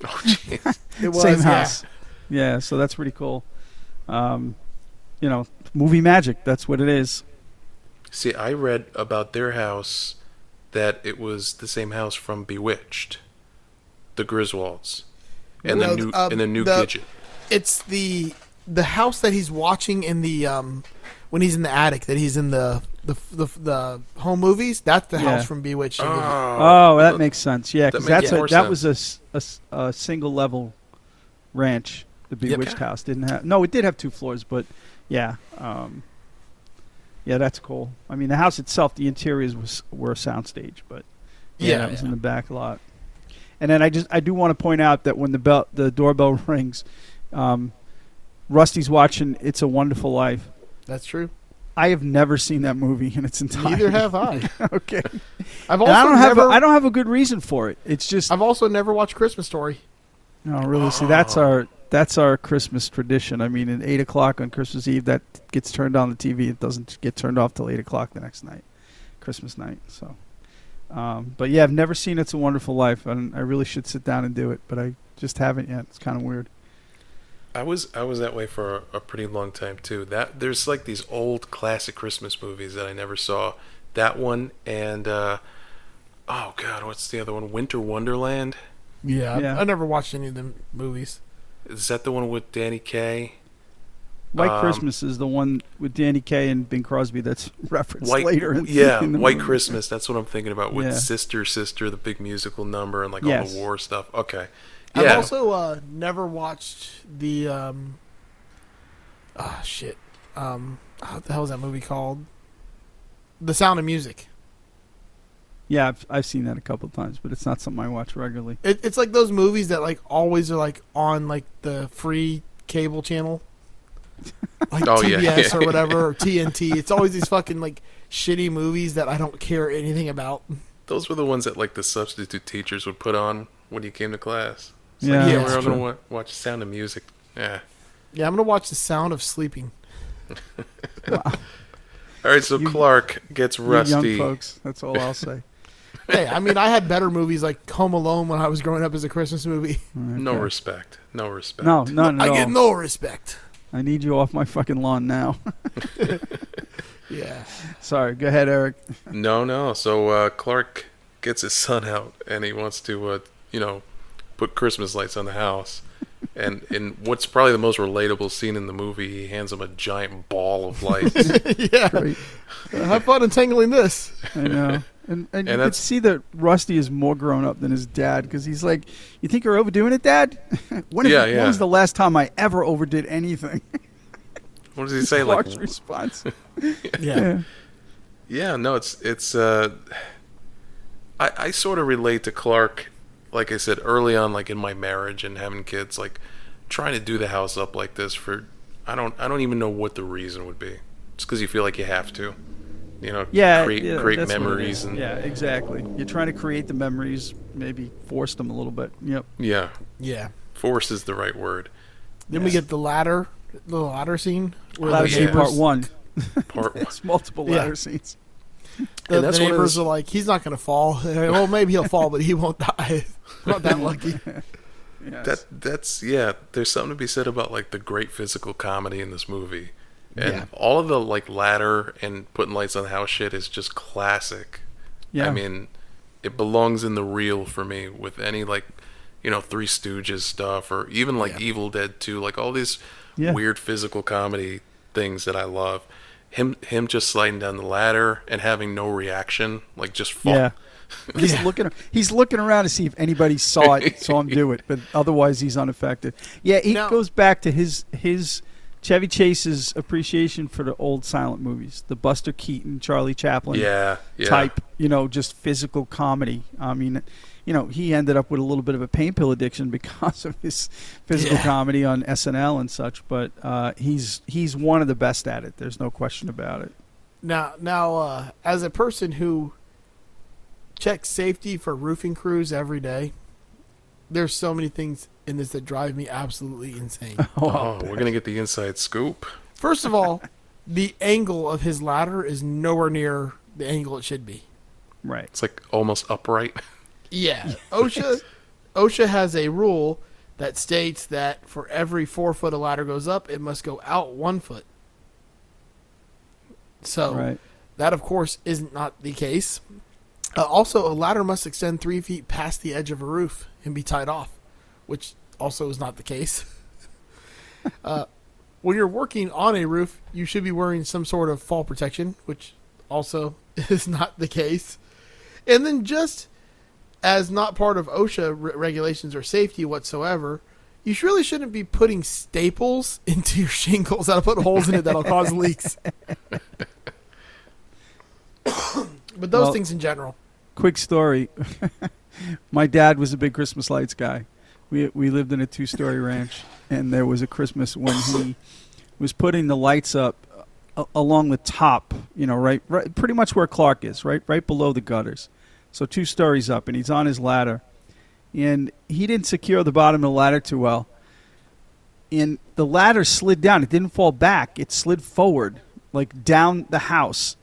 Oh, jeez.
It was,
Same
yeah.
house. Yeah. so that's pretty cool. Um, you know, movie magic. That's what it is.
See, I read about their house that it was the same house from Bewitched, the Griswolds, and
No,
the new
um,
and the new
the-
Gidget.
It's the the house that he's watching in the um when he's in the attic that he's in the the the, the home movies. That's the
Yeah.
house from Bewitched.
Ah.
Oh, that makes sense. Yeah, because
makes
that's a,
more
that was
sense.
a s- a, s- a single level ranch. The Bewitched
Okay.
House didn't have no, it did have two floors, but yeah, um, Yeah, that's cool. I mean, the house itself, the interiors was were a soundstage, but yeah,
Yeah,
it was in the back lot. And then I just I do want to point out that when the bell the doorbell rings, um, Rusty's watching "It's a Wonderful Life."
That's true.
I have never seen that movie in its entirety.
Neither have I.
okay, and
I've also
I don't have
never,
a, I don't have a good reason for it. It's just
I've Oh. also never watched Christmas Story.
No, really. See, that's our that's our Christmas tradition. I mean, at eight o'clock on Christmas Eve, that gets turned on the TV. It doesn't get turned off till eight o'clock the next night, Christmas night. So, um, but yeah, I've never seen It's a Wonderful Life, and I really should sit down and do it, but I just haven't yet. It's kind of weird.
I was I was that way for a, a pretty long time too. That there's like these old classic Christmas movies that I never saw. That one and uh, oh god, what's the other one? Winter Wonderland.
Yeah,
Yeah.
I never watched any of the movies.
Is that the one with Danny Kaye?
White
Um,
Christmas is the one with Danny Kaye and Bing Crosby that's referenced
White,
later. In,
yeah,
in the
White
movie.
Christmas. That's what I'm thinking about with
Yeah.
Sister, Sister, the big musical number, and like all
Yes.
the war stuff. Okay,
I've
yeah,
also uh, never watched the um, ah shit, um, what the hell is that movie called? The Sound of Music.
Yeah, I've, I've seen that a couple of times, but it's not something I watch regularly.
It, it's like those movies that like always are like on like the free cable channel, like
Oh, yeah,
TBS or
yeah.
whatever or TNT. It's always these fucking like shitty movies that I don't care anything about.
those were the ones that like the substitute teachers would put on when you came to class. It's
Yeah,
like, yeah,
that's
we're all
true.
gonna wa- watch Sound of Music. Yeah.
Yeah, I'm gonna watch The Sound of Sleeping.
All right, so
You-
Clark gets
You
rusty.
young folks, that's all I'll say.
Hey, I mean, I had better movies like Home Alone when I was growing up as a Christmas movie.
No
Okay.
respect. No respect.
No, none at
I
all.
get no respect.
I need you off my fucking lawn now.
Yeah.
Sorry, go ahead, Eric.
No, no. So uh, Clark gets his son out, and he wants to, uh, you know, put Christmas lights on the house. And in what's probably the most relatable scene in the movie, he hands him a giant ball of lights.
yeah. Have fun entangling this.
I know. And, and, you could
that's-
see that Rusty is more grown up than his dad because he's like, "You think you're overdoing it, Dad? when,
Yeah,
when
yeah.
was the last time I ever overdid anything?"
what does he say? Like,
Clark's response.
Yeah.
yeah, no, it's it's. Uh, I I sort of relate to Clark, like I said early on, like in my marriage and having kids, like trying to do the house up like this for. I don't I don't even know what the reason would be. It's because you feel like you have to, you know.
Yeah,
Create
yeah,
create
that's what it
memories
is.
and
yeah, exactly. You're trying to create the memories, maybe force them a little bit. Yep.
Yeah,
Yeah.
force is the right word.
Then we get the ladder, the ladder scene. Where
Ladder
the
scene
yeah.
part one.
Part one.
It's multiple
Yeah.
ladder scenes.
The,
And that's
the
one of
neighbors
those-
are like, he's not going to fall. well, maybe he'll fall, but he won't die. not that lucky.
Yes.
That that's yeah. There's something to be said about like the great physical comedy in this movie, and
Yeah.
all of the like ladder and putting lights on the house shit is just classic.
yeah.
I mean, it belongs in the reel for me with any like, you know, Three Stooges stuff or even like Evil Dead Two, like all these
Yeah.
weird physical comedy things that I love. Him him just sliding down the ladder and having no reaction, like just fall.
Yeah. He's looking. He's looking around to see if anybody saw it, saw him do it. But otherwise, he's unaffected. Yeah, it
Now-
goes back to his his Chevy Chase's appreciation for the old silent movies, the Buster Keaton, Charlie Chaplin
Yeah, yeah.
type. You know, just physical comedy. I mean, you know, he ended up with a little bit of a pain pill addiction because of his physical
Yeah.
comedy on SNL and such. But uh, he's he's one of the best at it. There's no question about it.
Now, now, uh, as a person who checks safety for roofing crews every day, there's so many things in this that drive me absolutely insane.
Oh, we're gonna get the inside scoop.
First of all, the angle of his ladder is nowhere near the angle it should be.
Right.
It's like almost upright.
Yeah, OSHA, OSHA has a rule that states that for every four foot a ladder goes up, it must go out one foot. So
Right.
that, of course, is not the case. Uh, also, a ladder must extend three feet past the edge of a roof and be tied off, which also is not the case. uh, when you're working on a roof, you should be wearing some sort of fall protection, which also is not the case. And then just as not part of OSHA re- regulations or safety whatsoever, you sh- really shouldn't be putting staples into your shingles that'll put holes in it that'll cause leaks. But those
Well-
things in general.
quick story. My dad was a big Christmas lights guy. We we lived in a two story ranch, and there was a Christmas when he was putting the lights up uh, a- along the top. You know, right, right, pretty much where Clark is, right, right below the gutters. So two stories up, and he's on his ladder, and he didn't secure the bottom of the ladder too well. And the ladder slid down. It didn't fall back. It slid forward, like down the house.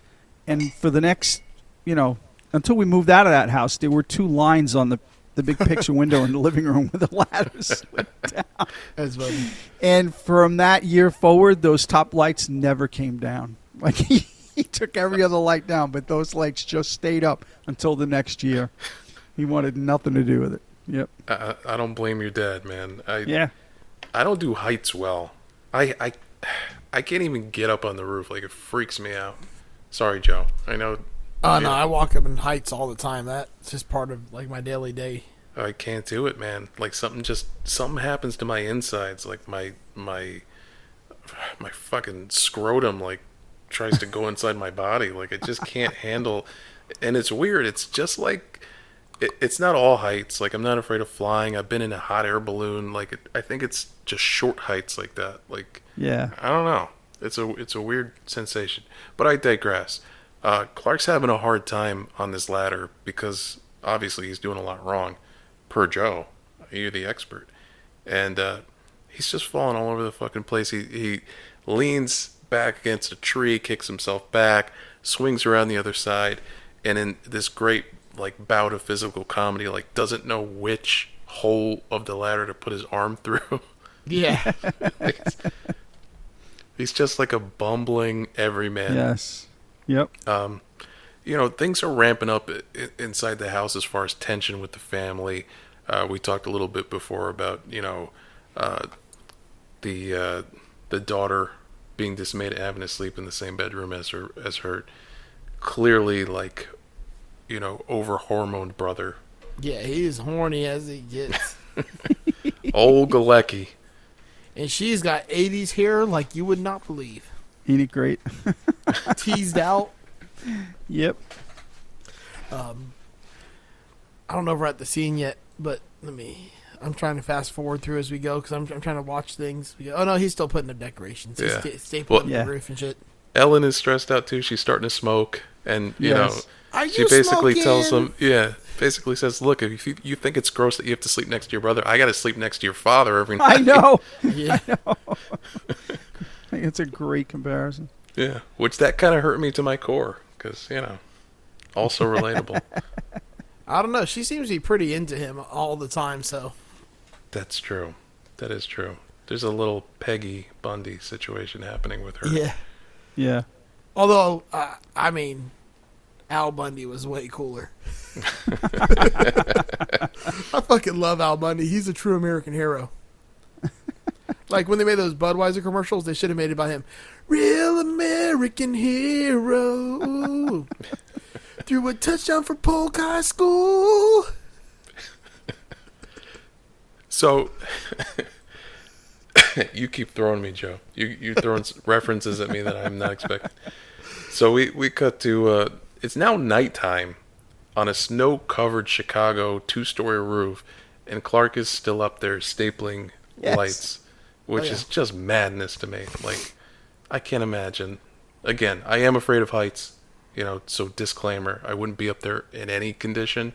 And for the next, you know, until we moved out of that house, there were two lines on the, the big picture window in the living room with the ladders.
That's funny.
And from that year forward, those top lights never came down. Like he, he took every other light down, but those lights just stayed up until the next year. He wanted nothing to do with it. Yep.
I, I I don't blame your dad, man. I,
Yeah.
I don't do heights well. I, I I can't even get up on the roof. Like it freaks me out. Sorry, Joe. I know
Oh no, I walk up in heights all the time. That's just part of like my daily day.
I can't do it, man. Like something just something happens to my insides. Like my my my fucking scrotum like tries to go inside my body. Like I just can't handle. And it's weird. It's just like it, it's not all heights. Like I'm not afraid of flying. I've been in a hot air balloon. Like it, I think it's just short heights like that. Like
Yeah.
I don't know. It's a it's a weird sensation, but I digress. Uh, Clark's having a hard time on this ladder because obviously he's doing a lot wrong. Per Joe, you're the expert, and uh, he's just falling all over the fucking place. He he leans back against a tree, kicks himself back, swings around the other side, and in this great like bout of physical comedy, like doesn't know which hole of the ladder to put his arm through.
Yeah.
He's just like a bumbling everyman.
Yes. Yep.
You know, things are ramping up i- i- inside the house as far as tension with the family. Uh, we talked a little bit before about you know uh, the uh, the daughter being dismayed at having to sleep in the same bedroom as her as her clearly like you know over hormoned brother
yeah, he is horny as he gets.
old Galecki.
And she's got 80s hair like you would not believe.
Ain't it great?
Teased out.
yep.
I don't know if we're at the scene yet, but let me. I'm trying to fast forward through as we go because I'm, I'm trying to watch things. We go, oh no, he's still putting up decorations. He's
Yeah.
sta- stapling up
Yeah.
the roof and shit.
Ellen is stressed out too. She's starting to smoke, and you
Yes.
know
Are
she
you
basically tells
smoking?
him, yeah, basically says, look, if you, you think it's gross that you have to sleep next to your brother, I got to sleep next to your father every night.
I know.
Yeah.
I think it's a great comparison.
Yeah, which that kind of hurt me to my core because you know, also relatable.
I don't know. She seems to be pretty into him all the time, so
That's true. That is true. There's a little Peggy Bundy situation happening with her.
yeah.
Yeah.
Although, uh, I mean, Al Bundy was way cooler. I fucking love Al Bundy. He's a true American hero. Like when they made those Budweiser commercials, they should have made it by him. Real American hero. Threw a touchdown for Polk High School.
So you keep throwing me, Joe. You you're throwing s- references at me that I'm not expecting. So we we cut to uh, it's now nighttime on a snow-covered Chicago two-story roof, and Clark is still up there stapling
Yes.
lights, which
Oh, yeah.
is just madness to me. Like I can't imagine. Again, I am afraid of heights. You know, so disclaimer: I wouldn't be up there in any condition.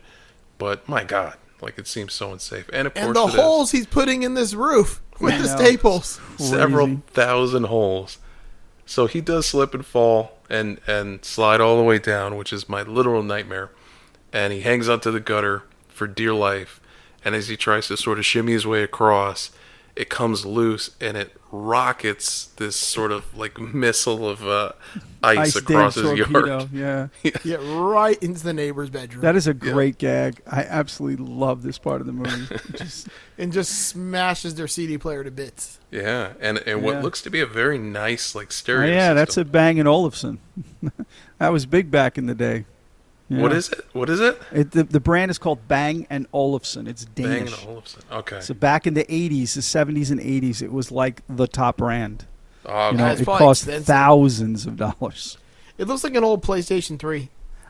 But my God, like it seems so unsafe. And of
And
course,
the
it is
holes he's putting in this roof with the
know.
staples.
several
Crazy.
thousand holes. So he does slip and fall and and slide all the way down, which is my literal nightmare. And he hangs onto the gutter for dear life. And as he tries to sort of shimmy his way across, it comes loose and it rockets this sort of like missile of uh, ice,
Ice-ding
across his
torpedo.
yard.
Yeah.
Yeah, right into the neighbor's bedroom.
That is a great gag. I absolutely love this part of the movie. Just
and just smashes their CD player to bits.
Yeah, and and what
Yeah.
looks to be a very nice like
Oh,
stereo.
yeah, that's a
system.
Bang and Olufsen. that was big back in the day.
What
Yeah.
is it? What is it?
it? The, the brand is called Bang and Olufsen. It's
Bang and
Danish.
Olufsen. Okay.
so back in the '80s, the '70s and '80s, it was like the top brand.
Oh,
You know,
That's
it
probably
cost
expensive.
thousands of dollars.
It looks like an old PlayStation 3.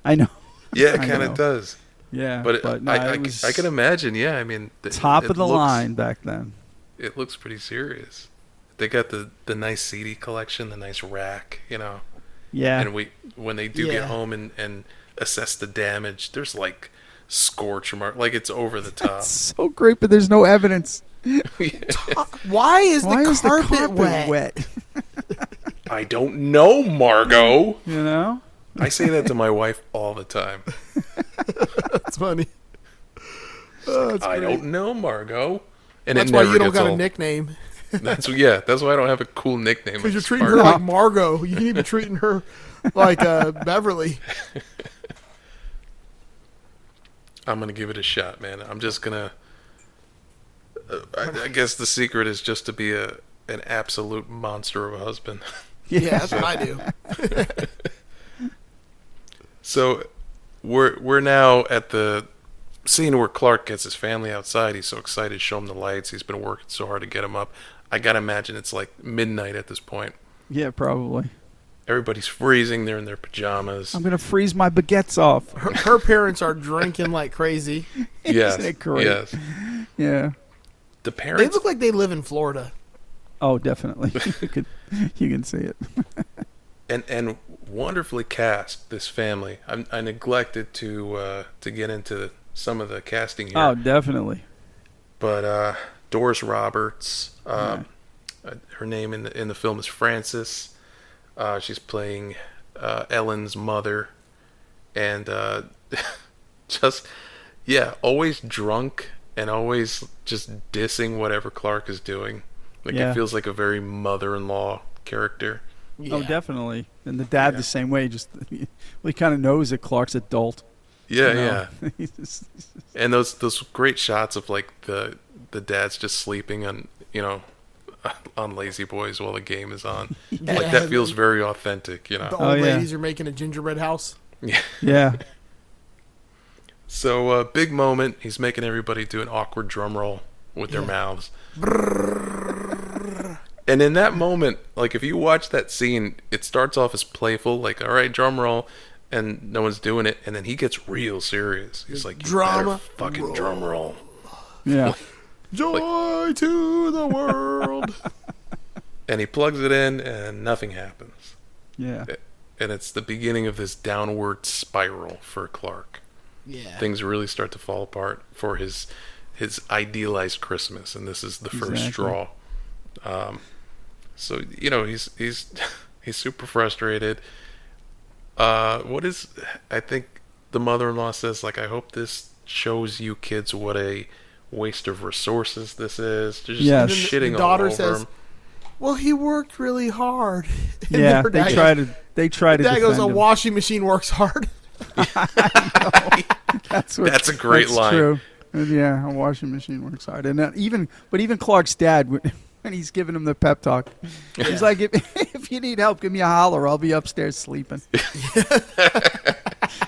I know.
Yeah, it
I
kind
know.
of does.
Yeah,
But, it,
no,
I,
it
I, c-
was
I can imagine. Yeah, I mean, th-
top
it
of the
looks-
line back then.
It looks pretty serious. They got the the nice CD collection, the nice rack, you know.
Yeah,
And we when they do
Yeah.
get home and and assess the damage, there's like scorch mark, like it's over the top.
it's so great, but there's no evidence.
Uh, Why is
Why
the
is
carpet,
the carpet
wet?
I don't know, Margot.
You know,
I say that to my wife all the time.
That's funny. Oh, that's
I
great.
don't know, Margot. And
That's
it
why
never
you don't
gets
got a
old.
nickname.
That's yeah. That's why I don't have a cool nickname.
Because you're
It's
treating her
Margot.
like Margot. You need to be treating her like uh, Beverly.
I'm gonna give it a shot, man. I'm just gonna. Uh, I, I guess the secret is just to be a an absolute monster of a husband.
Yeah, that's what I do.
So, we're we're now at the scene where Clark gets his family outside. He's so excited, to show him the lights. He's been working so hard to get him up. I gotta imagine it's like midnight at this point.
yeah, probably.
Everybody's freezing. They're in their pajamas.
I'm gonna freeze my baguettes off.
Her, her parents are drinking like crazy.
yes,
Isn't it great?
yes.
Yeah.
They
The parents
look like they live in Florida.
Oh, definitely. you can, you can see it.
and and wonderfully cast this family. I, I neglected to uh, to get into some of the casting here,
Oh, definitely.
but uh, Doris Roberts, um, uh, her name in the in the film is Frances. Uh, she's playing uh, Ellen's mother, and uh, just yeah, always drunk and always just dissing whatever Clark is doing. Like
Yeah.
it feels like a very mother-in-law character.
Oh,
Yeah.
definitely. And the dad the same way. Just well, he kind of knows that Clark's adult.
Yeah,
you
yeah.
know? He's just-
and those those great shots of like the the dad's just sleeping on you know on lazy boys while the game is on like that feels very authentic you
The
know
old
Oh, yeah.
ladies are making a gingerbread house.
yeah.
so uh big moment he's making everybody do an awkward drum roll with their mouths and in that moment like if you watch that scene it starts off as playful like all right drum roll and no one's doing it and then he gets real serious he's like you better
Drum
fucking drum roll
Yeah.
Joy to the world.
and he plugs it in and nothing happens
Yeah.
and it's the beginning of this downward spiral for Clark.
yeah.
Things really start to fall apart for his his idealized Christmas, and this is the first
Exactly.
straw. Um, so you know he's he's he's super frustrated. Uh, what is I think the mother-in-law says like I hope this shows you kids what a waste of resources this is. They're just
Yes. And then
the
shitting all
daughter
over
says,
him.
Well, he worked really hard. And
Yeah.
her
They
dad-
try to. They try to.
Dad goes,
defend
a
him.
washing machine works hard.
That's, what,
That's a great
that's
line.
True. And yeah, a washing machine works hard, and uh, even but even Clark's dad when when he's giving him the pep talk, he's like, if, "If you need help, give me a holler. I'll be upstairs sleeping."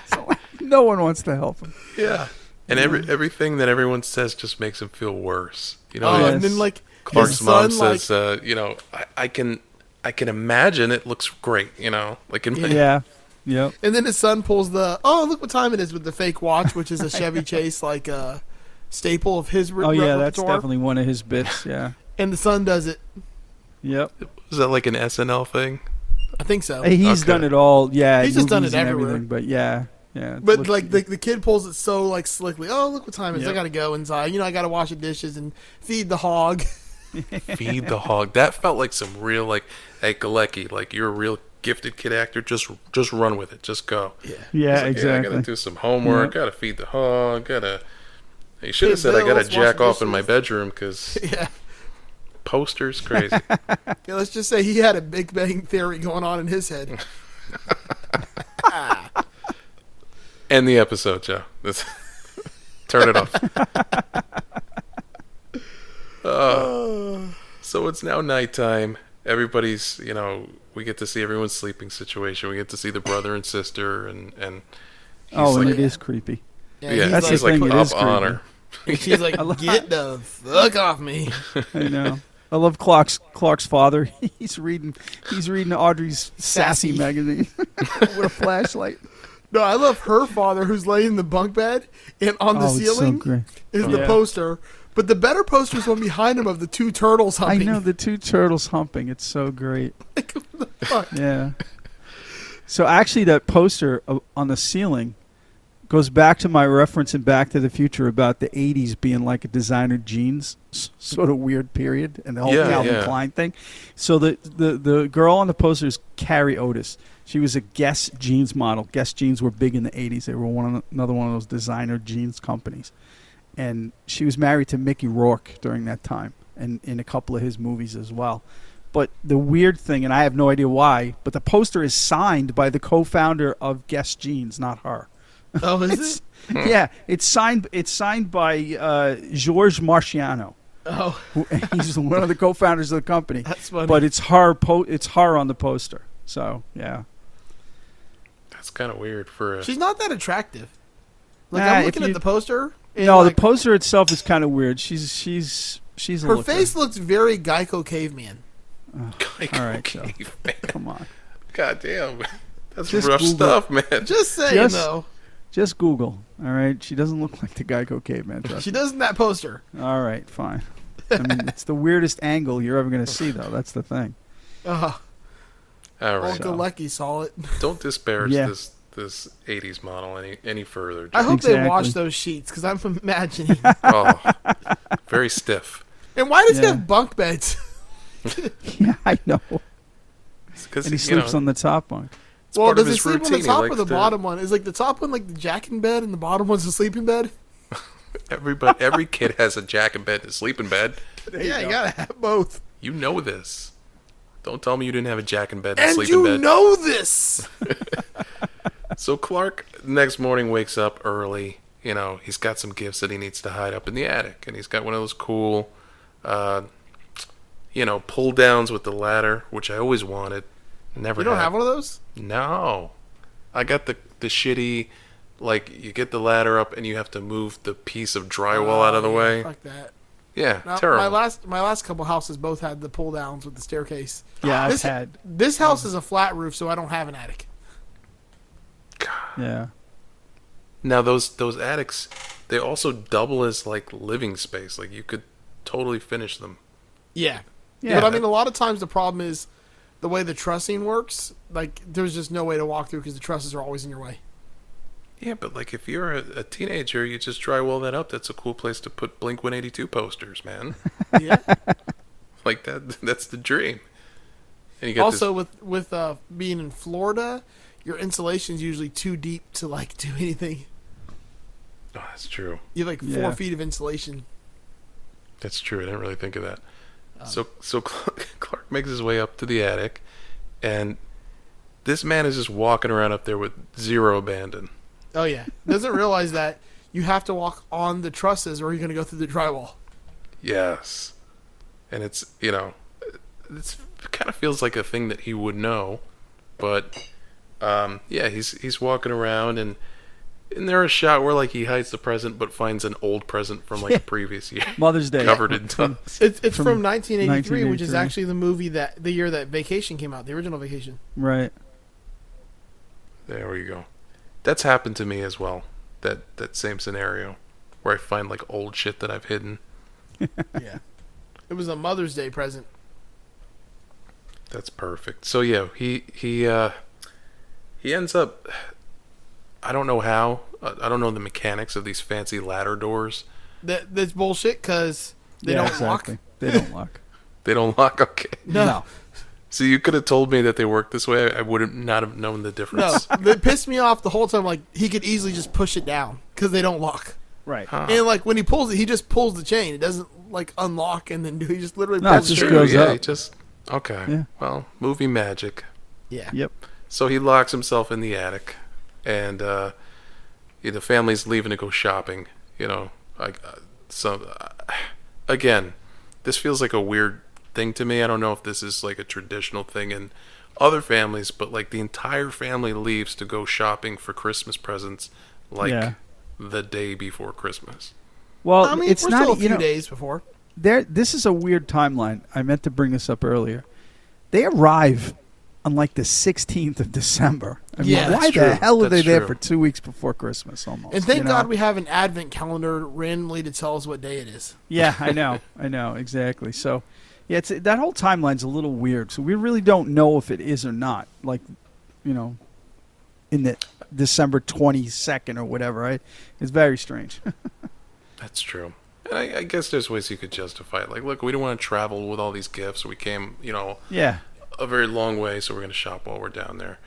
so, no one wants to help him.
Yeah. And every everything that everyone says just makes him feel worse. You know,
Oh,
yeah.
like,
and then like
Clark's
his
mom
son,
says, uh, you know, I, I can I can imagine it looks great, you know. Like in
Yeah. Yep.
like, and then his son pulls the oh look what time it is with the fake watch, which is a Chevy Chase like uh, staple of his re-
Oh yeah,
repertoire.
that's definitely one of his bits. Yeah.
And the son does it.
Yep.
is that like an SNL thing?
I think so.
He's
Okay.
done it all. Yeah.
He's just done
movies
it
and
everywhere.
Everything, but yeah. Yeah. it's
But
look-
like the, the kid pulls it so like slickly. Oh look what time it is!
Yep.
I gotta go inside. You know I gotta wash the dishes and feed the hog.
Feed the hog. That felt like some real like hey Galecki, like you're a real gifted kid actor, just just run with it. Just go. Yeah.
yeah,
I gotta
exactly.
do some homework, gotta feed the hog, gotta you should have
Pay
said I gotta
bills, wash
jack off in
dishes.
my bedroom because
Yeah.
posters crazy.
Yeah, let's just say he had a Big Bang Theory going on in his head.
End the episode, Joe. That's- turn it off. Uh, so it's now nighttime. Everybody's, you know, we get to see everyone's sleeping situation. We get to see the brother and sister, and and
oh, and
like-
it is creepy.
yeah,
he's
That's
he's
the
like
thing, it
up
is
on
creepy.
her.
like, she's like, get the fuck off me.
I know. I love Clark's Clark's father. He's reading he's reading Audrey's sassy,
Sassy.
magazine with a flashlight.
No, I love her father who's laying in the bunk bed and on the
Oh, it's so
ceiling
great.
is the
Yeah.
poster. But the better poster is one behind him of the two turtles
I
humping.
know the two turtles humping. It's so great.
Like, what the fuck?
Yeah. So actually, that poster o- on the ceiling goes back to my reference in Back to the Future about the '80s being like a designer jeans s- sort of weird period, and the whole
Yeah,
Calvin
yeah.
Klein thing. So the, the the girl on the poster is Carrie Otis. She was a Guess jeans model. Guess jeans were big in the '80s. They were one of the- another one of those designer jeans companies, and she was married to Mickey Rourke during that time, and in a couple of his movies as well. But the weird thing, and I have no idea why, but the poster is signed by the co-founder of Guess Jeans, not her.
Oh, is
It's-
it?
yeah, it's signed. It's signed by uh, George Marciano.
Oh,
who- He's one of the co-founders of the company.
That's funny.
But it's her. Po- it's her on the poster. So yeah,
That's kind of weird for a.
she's not that attractive. Like
Nah,
I'm
if
looking at
you-
the poster. And
no,
like,
the poster itself is kind of weird. She's she's she's a
her
looker.
face looks very Geico caveman.
Like,
All right,
okay, man.
Come on,
God damn. That's
Just
rough
Google
stuff, man.
Just saying
Yes.
though,
just Google. All right, she doesn't look like the Geico caveman. Trust
she does in that poster.
All right, fine. I mean, it's the weirdest angle you're ever going to see, though. That's the thing.
Uh,
All right.
Uncle Lucky saw it.
Don't disparage
Yeah.
this this 80s model any any further.
I hope they
Exactly.
wash those sheets because I'm imagining.
oh, very stiff.
and why does he
Yeah.
have bunk beds?
Yeah, I know.
Because
And he sleeps on the top bunk.
Well,
part
does
of
he
his
sleep on
routine.
the
He
top or
likes
the
to-
bottom one? Is like the top one like the jacking bed and the bottom one's the sleeping bed?
everybody. Every kid has a jack in bed and a sleeping bed.
yeah, you gotta have both.
You know this. Don't tell me you didn't have a jack in bed and, a
And
sleeping
you
bed.
know this.
So Clark next morning wakes up early. You know he's got some gifts that he needs to hide up in the attic, and he's got one of those cool, uh, you know, pull downs with the ladder, which I always wanted. Never.
You don't
had.
have one of those?
No. I got the the shitty like you get the ladder up and you have to move the piece of drywall out of the
Oh, Yeah,
way.
Fuck that.
Yeah,
Now,
terrible.
My last my last couple houses both had the pull downs with the staircase.
Yeah, I've
this,
had- um,
This house is a flat roof, so I don't have an attic.
Yeah.
now those those attics they also double as like living space. Like you could totally finish them.
Yeah.
Yeah.
But I mean, a lot of times the problem is the way the trussing works. Like, there's just no way to walk through because the trusses are always in your way.
Yeah, but like if you're a, a teenager, you just drywall that up. That's a cool place to put Blink 182 posters, man.
Yeah.
like that that's the dream. And you get
also, with with uh, being in Florida, your insulation's usually too deep to like do anything.
this, oh, that's true.
You have like four
Yeah.
feet of insulation.
That's true. I didn't really think of that. so so Clark, Clark makes his way up to the attic, and this man is just walking around up there with zero abandon.
Oh yeah. Doesn't realize that you have to walk on the trusses, or you're gonna go through the drywall.
Yes, and it's you know, it's, it kind of feels like a thing that he would know, but um, yeah, he's he's walking around and. And there a shot where like he hides the present but finds an old present from like the previous year
Mother's Day.
covered in dust.
It's, it's from,
From
1983, which is
1983.
actually the movie that the year that Vacation came out, the original Vacation.
Right.
There we go. That's happened to me as well. That that same scenario where I find like old shit that I've hidden.
Yeah. It was a Mother's Day present.
That's perfect. So yeah, he he uh he ends up I don't know how. I I don't know the mechanics of these fancy ladder doors.
That that's bullshit because they
yeah,
don't
exactly.
walk.
They don't lock.
They don't lock. Okay.
No. no.
So you could have told me that they work this way. I would have not have known the difference.
that pissed me off the whole time. Like he could easily just push it down because they don't lock.
Right.
And like when he pulls it, he just pulls the chain. It doesn't like unlock and then do. He just literally
No,
pulls the
it just
chain.
goes
yeah,
up.
he just okay.
Yeah.
Well, movie magic.
Yeah.
Yep.
So he locks himself in the attic, and uh, yeah, the family's leaving to go shopping. You know, like uh, some uh, again, this feels like a weird thing to me. I don't know if this is like a traditional thing in other families, but like the entire family leaves to go shopping for Christmas presents, like
Yeah.
the day before Christmas.
Well,
I mean,
it's
we're
not. e,
still a
you
few
know,
days before.
there. This is a weird timeline. I meant to bring this up earlier. They arrive on like the 16th of December. I mean,
Yeah,
why
that's
the
true.
hell are they
That's
there
true.
for two weeks before Christmas almost?
And thank
you know?
God we have an advent calendar randomly to tell us what day it is.
Yeah, I know. I know exactly. So, yeah, it's that whole timeline's a little weird. So we really don't know if it is or not. Like, you know, in the December twenty second or whatever. Right? It's very strange.
That's true. And I, I guess there's ways you could justify it. Like, look, we don't want to travel with all these gifts. We came, you know,
yeah.
a very long way, so we're going to shop while we're down there.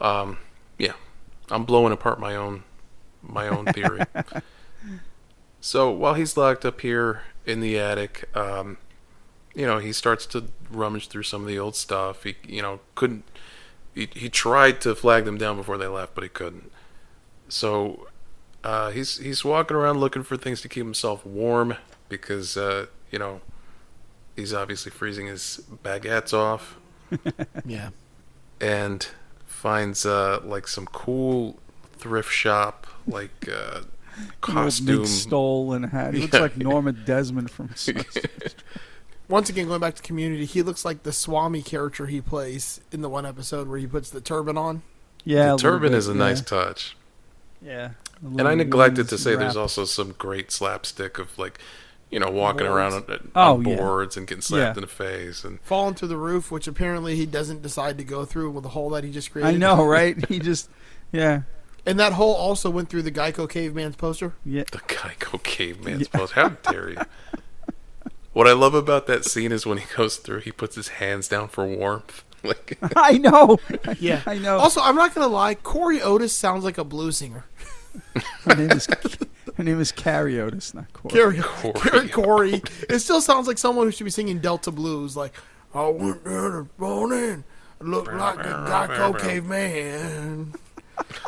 Um, yeah, I'm blowing apart my own my own theory. so while he's locked up here in the attic, um, you know, he starts to rummage through some of the old stuff. He, you know, couldn't. He, he tried to flag them down before they left, but he couldn't. So uh, he's he's walking around looking for things to keep himself warm because uh, you know he's obviously freezing his baguettes off
Yeah.
and finds uh like some cool thrift shop like uh costume
Big stole and hat. He looks
Yeah.
like Norman Desmond from.
Once again, going back to Community, he looks like the Swami character he plays in the one episode where he puts the turban on.
yeah,
the
a little
turban
bit,
is a
yeah.
nice touch
Yeah.
and i neglected to say there's also some great slapstick of like you know walking around on, uh,
Oh,
on
yeah.
boards and getting slapped
Yeah.
in the face and
Falling through the roof, which apparently he doesn't decide to go through with the hole that he just created.
I know, right? He just, yeah,
And that hole also went through the Geico caveman's poster.
yeah.
the Geico caveman's yeah. How dare you? What I love about that scene is when he goes through, he puts his hands down for warmth. Like,
I know.
Yeah.
I know.
Also, I'm not going to lie, Corey Otis sounds like a blues singer.
her name is her name is Carrie Otis, not Corey.
Gary
Corey
Corey. Corey. It still sounds like someone who should be singing Delta Blues. Like, I went there to phone in. Look like a Geico caveman.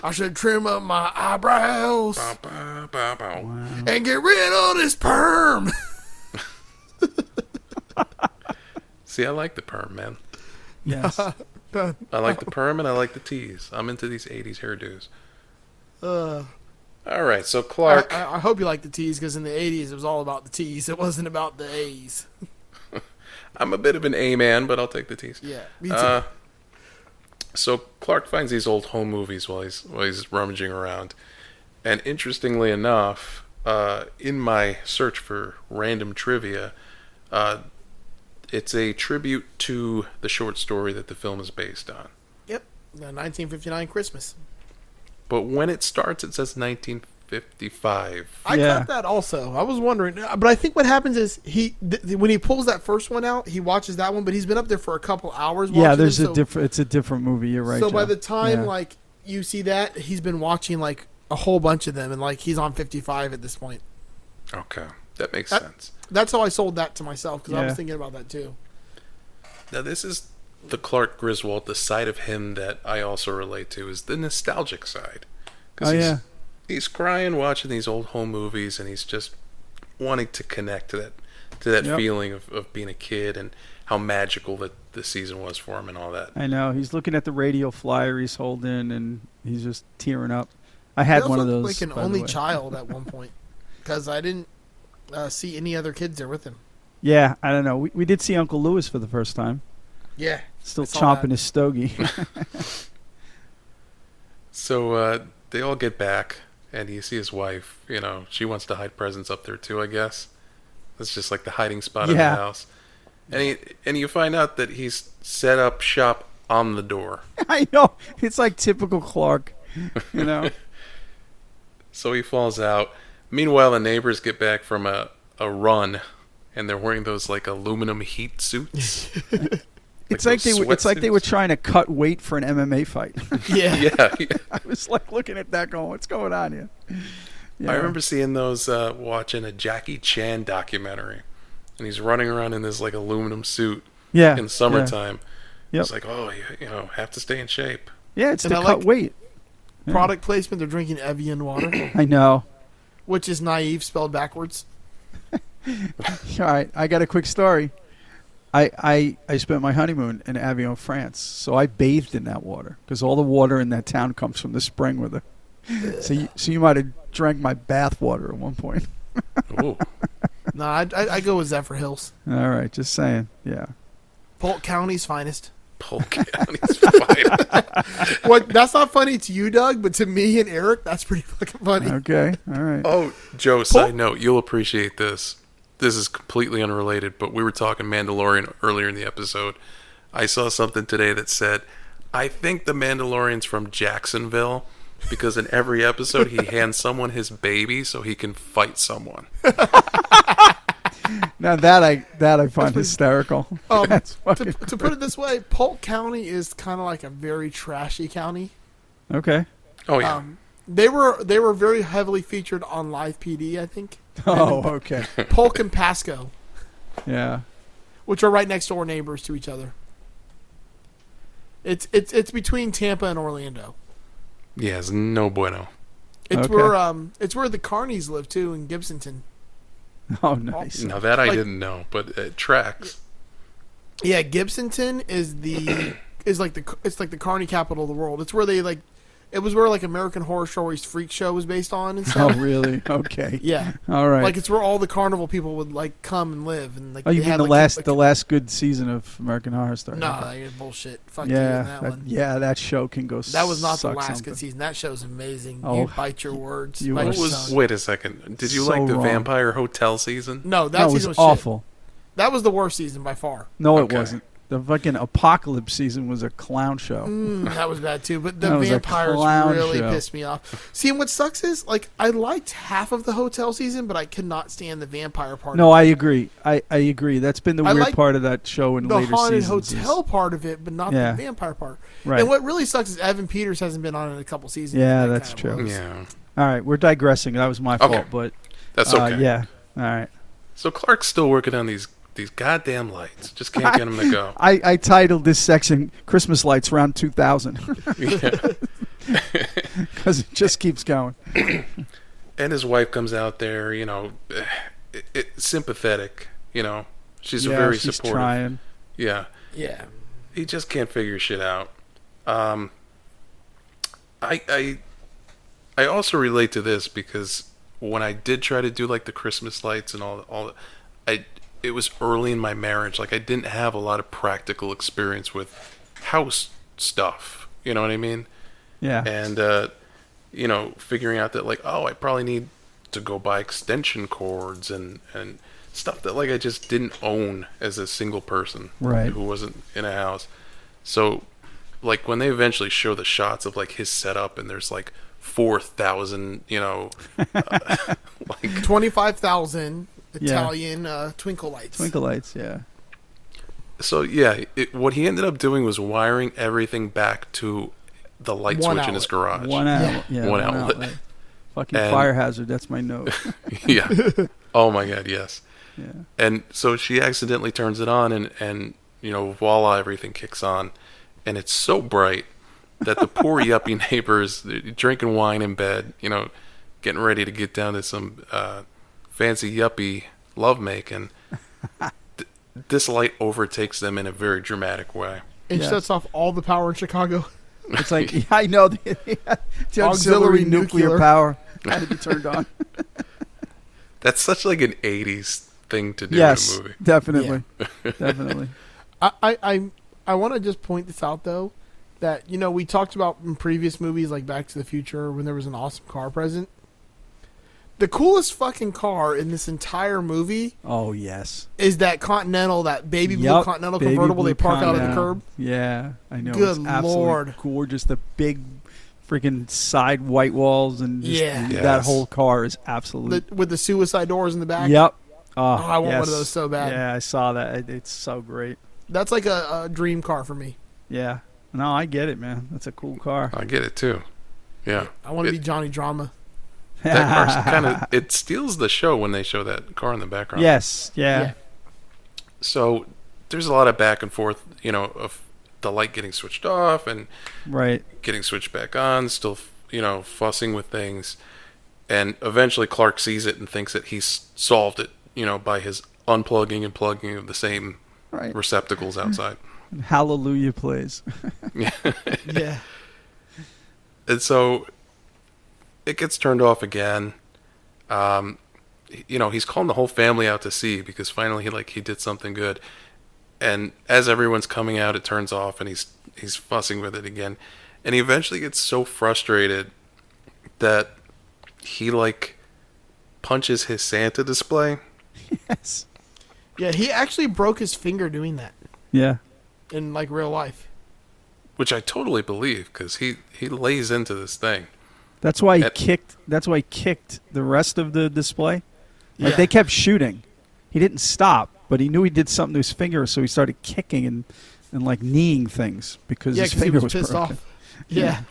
I should trim up my eyebrows
"Bow, bow, bow."
and get rid of this perm.
see, I like the perm, man.
Yes.
I like the perm and I like the tees. I'm into these 80s hairdos.
Uh,
All right, so
I,
Clark,
I- I hope you like the tees because in the 80s it was all about the tees. It wasn't about the A's.
I'm a bit of an A man, but I'll take the tees.
Yeah, me too.
Uh, so Clark finds these old home movies while he's while he's rummaging around, and interestingly enough, uh, in my search for random trivia, uh, it's a tribute to the short story that the film is based on.
Yep. The 1959 Christmas.
But when it starts, it says 1955.
I
Yeah.
caught that also. I was wondering, uh, but I think what happens is he th- th- when he pulls that first one out, he watches that one, but he's been up there for a couple hours.
yeah,
watching
there's
it,
a
so,
different. It's a different movie. You're right.
So by
Joe.
the time
Yeah.
like you see that, he's been watching like a whole bunch of them, and like he's on 55 at this point.
Okay, that makes
That-
sense.
That's how I sold that to myself because I was
Yeah.
thinking about that too.
Now this is the Clark Griswold, the side of him that I also relate to is the nostalgic side. 'Cause
Oh,
he's-
yeah.
He's crying watching these old home movies and he's just wanting to connect to that to that
Yep.
feeling of, of being a kid and how magical that the season was for him and all that.
I know he's looking at the radio flyer he's holding, and he's just tearing up. I had
I
one
also
of those.
like an
by the
only
way.
child at one point because I didn't uh, see any other kids there with him.
Yeah, I don't know. We, we did see Uncle Lewis for the first time.
Yeah,
Still
I saw
chomping
that.
his stogie.
So uh, they all get back and you see his wife, you know, she wants to hide presents up there too, I guess. That's just like the hiding spot in the
Yeah.
house. And he, and you find out that he's set up shop on the door.
I know. It's like typical Clark. You know.
So he falls out. Meanwhile, the neighbors get back from a, a run, and they're wearing those like aluminum heat suits.
It's like,
those
they were, it's like they were
sweatsuits.
trying to cut weight for an MMA fight.
yeah.
yeah, yeah.
I was like looking at that, going, "What's going on here?" Yeah.
I remember seeing those uh, watching a Jackie Chan documentary, and he's running around in this like aluminum suit
Yeah, yeah.
in summertime.
Yep.
It's like, oh, you, you know, have to stay in shape.
Yeah, it's
And
to
I
cut
like-
weight.
Product placement. They're drinking Evian water,
I know.
which is naive spelled backwards.
All right, I got a quick story. I I, I spent my honeymoon in Avion, France, so I bathed in that water because all the water in that town comes from the spring with it. So you, so you might have drank my bath water at one point.
Ooh,
No, I, I, I go with Zephyr Hills.
All right, just saying. Yeah.
Polk County's finest.
Polk out. He's fine.
What? That's not funny to you, Doug, but to me and Eric, that's pretty fucking funny.
Okay, all right.
oh, Joe, side note, you'll appreciate this. This is completely unrelated, but we were talking Mandalorian earlier in the episode. I saw something today that said, I think the Mandalorian's from Jacksonville because in every episode he hands someone his baby so he can fight someone.
Now that I that I find hysterical.
Um,
That's
to,
fucking
to put it this way, Polk County is kind of like a very trashy county.
okay.
Oh, yeah.
Um, they were they were very heavily featured on Live PD, I think.
Oh, okay.
Polk and Pasco,
Yeah.
which are right next door neighbors to each other. It's it's it's between Tampa and Orlando.
yeah, it's no bueno.
It's
Okay.
where um it's where the Carneys live too in Gibsonton.
Oh, nice.
Now that I
Like-
didn't know, but it tracks.
Yeah, Gibsonton is the is like the it's like the Carney capital of the world. It's where they like it was where like American Horror Stories Freak Show was based on and
Oh,
stuff.
really? Okay.
Yeah.
All right.
Like it's where all the carnival people would like come and live and like.
oh, you
they
mean
had,
the
like,
last
like-
the last good season of American Horror Story?
No,
Okay.
like, bullshit. Fuck you
Yeah.
on that,
that-
one.
yeah, that show can go.
That was not the
suck
last
something.
good season. That show's amazing.
Oh,
you bite your words.
you
bite
are
your
What was,
tongue.
wait a second. Did you
So
like the
wrong.
Vampire Hotel season?
No, that
That was
season was, awful.
awful.
That was the worst season by far.
No, it
Okay.
wasn't. The fucking apocalypse season was a clown show.
Mm, that was bad too. But the
That was a
vampires
clown
really
show.
pissed me off. See, and what sucks is like I liked half of the hotel season, but I could not stand the vampire part.
No,
of
I agree. I, I agree. That's been the
I
weird
like
part of that show in
it. the
later
haunted
seasons. is-
hotel part of it, but not
Yeah.
the vampire part.
Right.
And what really sucks is Evan Peters hasn't been on in a couple seasons.
Yeah,
and that
that's
kinda
true.
blows.
Yeah.
All right, we're digressing. That was my fault,
Okay.
but
That's
uh,
okay.
yeah. All right.
So Clark's still working on these these goddamn lights. Just can't get them to go.
I, I titled this section "Christmas Lights Round 2000"
Yeah.
because it just keeps going.
And his wife comes out there, you know, it, it, sympathetic. You know, she's
yeah,
very
she's
supportive.
trying.
Yeah,
Yeah.
he just can't figure shit out. Um, I I I also relate to this because when I did try to do like the Christmas lights and all all, I it was early in my marriage. Like I didn't have a lot of practical experience with house stuff. You know what I mean?
Yeah.
and uh, you know figuring out that like oh i probably need to go buy extension cords and and stuff that like i just didn't own as a single person
Right.
who wasn't in a house so like when they eventually show the shots of like his setup and there's like 4000 you know uh, like
Twenty-five thousand Italian uh, twinkle lights.
Twinkle lights. Yeah.
so yeah it, what he ended up doing was wiring everything back to the light
One
switch in his
outlet.
garage
One outlet. Yeah.
One outlet.
Fucking
And-
fire hazard. That's my note.
yeah oh my god yes
Yeah.
And so she accidentally turns it on, and and you know, voila, everything kicks on, and it's so bright that the poor yuppie neighbors they're drinking wine in bed, you know, getting ready to get down to some uh, fancy yuppie lovemaking. Th- this light overtakes them in a very dramatic way.
It
Yeah.
shuts off all the power in Chicago.
It's like yeah, I know the, the auxiliary
Auxiliary
nuclear,
nuclear.
power had to be turned on.
That's such like an '80s thing to do
yes,
in a movie.
definitely, definitely.
I I I, I want to just point this out though, that you know we talked about in previous movies like Back to the Future when there was an awesome car present. The coolest fucking car in this entire movie
Oh yes,
is that Continental, that baby blue
Yup,
Continental
baby
convertible
blue
they park out on the
Continental.
curb.
Yeah, I know.
Good
it's absolutely
Lord.
gorgeous. The big, freaking side white walls and just-
Yeah.
that
Yes.
whole car is absolutely.
The, with the suicide doors in the back.
yep. Oh,
I want one of
yes.
those so bad.
Yeah, I saw that. It, it's so great.
That's like a, a dream car for me.
Yeah. No, I get it, man. That's a cool car.
I get it too. Yeah,
I want to be
It-
Johnny Drama.
that car's kind of it steals the show when they show that car in the background.
yes. Yeah.
Yeah.
so there's a lot of back and forth, you know, of the light getting switched off and
Right.
getting switched back on, still, you know, fussing with things. And eventually Clark sees it and thinks that he's solved it, you know, by his unplugging and plugging of the same
Right.
receptacles outside.
And Hallelujah plays.
Yeah.
and so it gets turned off again. Um, you know, he's calling the whole family out to see because finally he like he did something good. and as everyone's coming out, it turns off, and he's he's fussing with it again, and he eventually gets so frustrated that he like punches his Santa display.
Yes.
Yeah, he actually broke his finger doing that
Yeah.
in like real life.
which I totally believe because he he lays into this thing.
That's why he
That-
kicked. That's why he kicked the rest of the display. Like
Yeah.
they kept shooting. He didn't stop, but he knew he did something to his finger, so he started kicking and, and like kneeing things because
Yeah,
his
because he
finger
was,
was,
pissed
broken.
off. Yeah.
Yeah.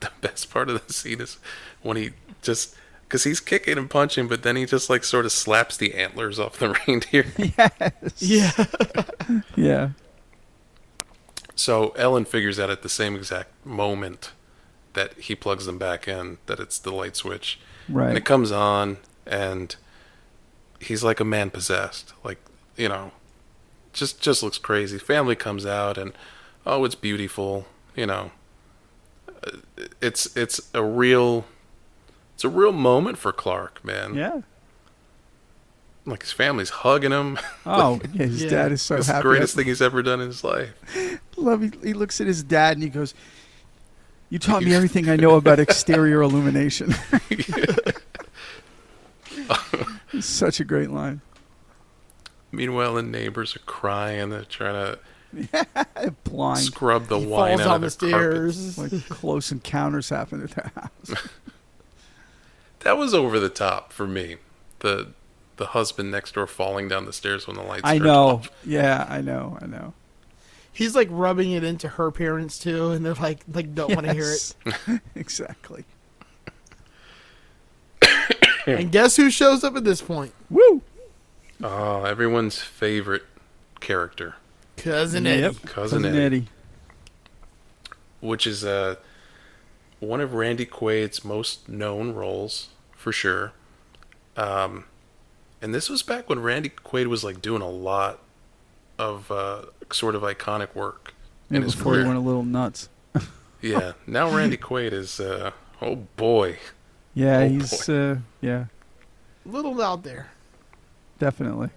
The best part of the scene is when he just because he's kicking and punching, but then he just like sort of slaps the antlers off the reindeer.
Yeah.
Yeah.
so Ellen figures out at the same exact moment that he plugs them back in that it's the light switch, and
Right.
it comes on, and he's like a man possessed, like you know, just just looks crazy. Family comes out, and oh, it's beautiful, you know. Uh, It's it's a real, it's a real moment for Clark, man.
Yeah.
like his family's hugging him.
Oh, yeah, his
Yeah.
dad is so
it's the
happy.
greatest thing he's ever done in his life.
Love, he, he looks at his dad and he goes, "You taught me everything I know about exterior illumination." Such a great line.
Meanwhile, the neighbors are crying. They're trying to
Blind,
scrub the
He
wine
falls
out
on
of
the
the stairs.
stairs.
like close encounters happen at their house.
That was over the top for me. The the husband next door falling down the stairs when the lights.
I
turned
know.
off.
Yeah, I know. I know.
He's like rubbing it into her parents too, and they're like, like don't want to hear it.
Yes. exactly.
And guess who shows up at this point?
Woo.
Oh, everyone's favorite character,
Cousin
Yep.
Eddie.
cousin, Eddie, which is uh, one of Randy Quaid's most known roles for sure. Um, and this was back when Randy Quaid was like doing a lot of uh, sort of iconic work.
Yeah,
in his
before he
career.
went a little nuts.
Yeah. Now Randy Quaid is uh oh boy.
Yeah,
Oh,
he's uh, yeah,
Little out there.
definitely.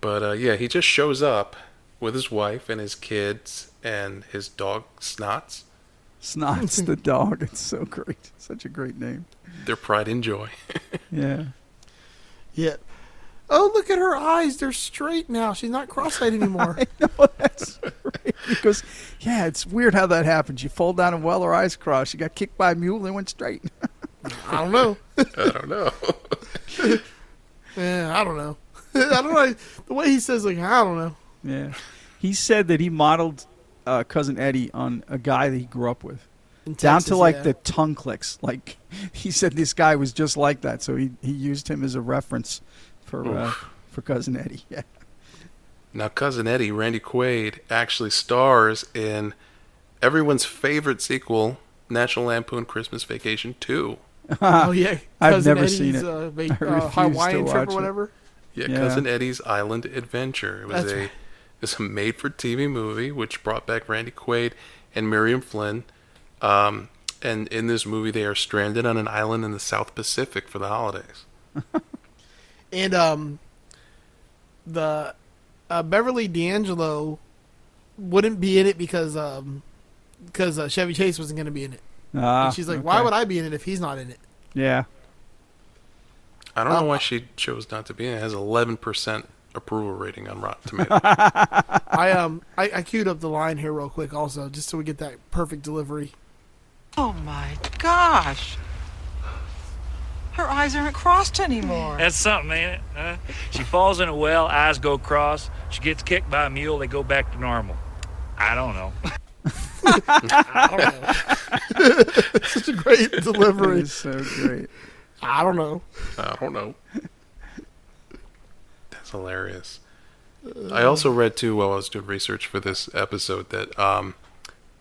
But uh yeah, he just shows up with his wife and his kids and his dog Snots,
Snots the dog. It's so great. Such a great name.
their pride and joy.
Yeah.
Yeah. Oh, look at her eyes. They're straight now. She's not cross-eyed anymore.
That's right. Because, yeah, it's weird how that happens. You fall down and well, her eyes crossed. She got kicked by a mule and went straight.
I don't know.
I don't know.
Yeah, I don't know. I don't know. The way he says, like, I don't know.
Yeah. He said that he modeled uh, cousin Eddie on a guy that he grew up with.
In
down to
Texas,
like
yeah.
the tongue clicks. Like he said, this guy was just like that, so he, he used him as a reference for uh, for cousin Eddie. Yeah,
now cousin Eddie, Randy Quaid, actually stars in everyone's favorite sequel, National Lampoon Christmas Vacation two.
Oh yeah,
I've
Cousin
never seen
Eddie's,
it.
Uh, va-
I
uh,
refuse to
Hawaiian
watch
trip
it.
or whatever.
Yeah,
Yeah.
Cousin Eddie's Island Adventure. It was
That's
a
right.
it's a made for TV movie which brought back Randy Quaid and Miriam Flynn. Um, and in this movie they are stranded on an island in the South Pacific for the holidays.
And um, the uh, Beverly D'Angelo wouldn't be in it because um, because uh, Chevy Chase wasn't going to be in it.
ah,
and she's like, why would I be in it if he's not in it?
Yeah,
I don't know why she chose not to be in it. It has eleven percent approval rating on Rotten Tomatoes.
I um, I, I queued up the line here real quick, also, just so we get that perfect delivery.
Oh my gosh. Her eyes aren't crossed anymore.
That's something, ain't it? Huh? She falls in a well, eyes go cross. She gets kicked by a mule, they go back to normal. I don't know.
Such a great
it
delivery.
is so great.
I don't know.
I don't know. That's hilarious. I also read too while I was doing research for this episode that um,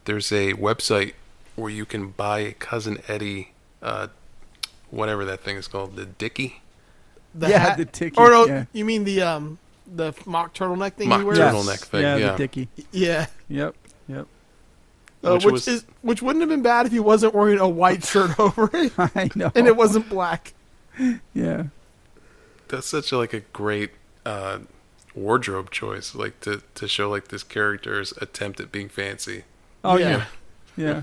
there's a website where you can buy a cousin Eddie, uh, whatever that thing is called, the Dicky
The
Yeah,
hat.
the ticky,
Or no,
yeah.
you mean the um, the mock turtleneck thing
mock
he wears?
turtleneck
Yes.
thing. Yeah,
the dicky.
Yeah.
Yep, yep.
Uh,
Which
which
was-
is which wouldn't have been bad if he wasn't wearing a white shirt over it
I know.
and it wasn't black.
yeah,
that's such a, like a great uh, wardrobe choice, like to to show like this character's attempt at being fancy.
Oh yeah, yeah.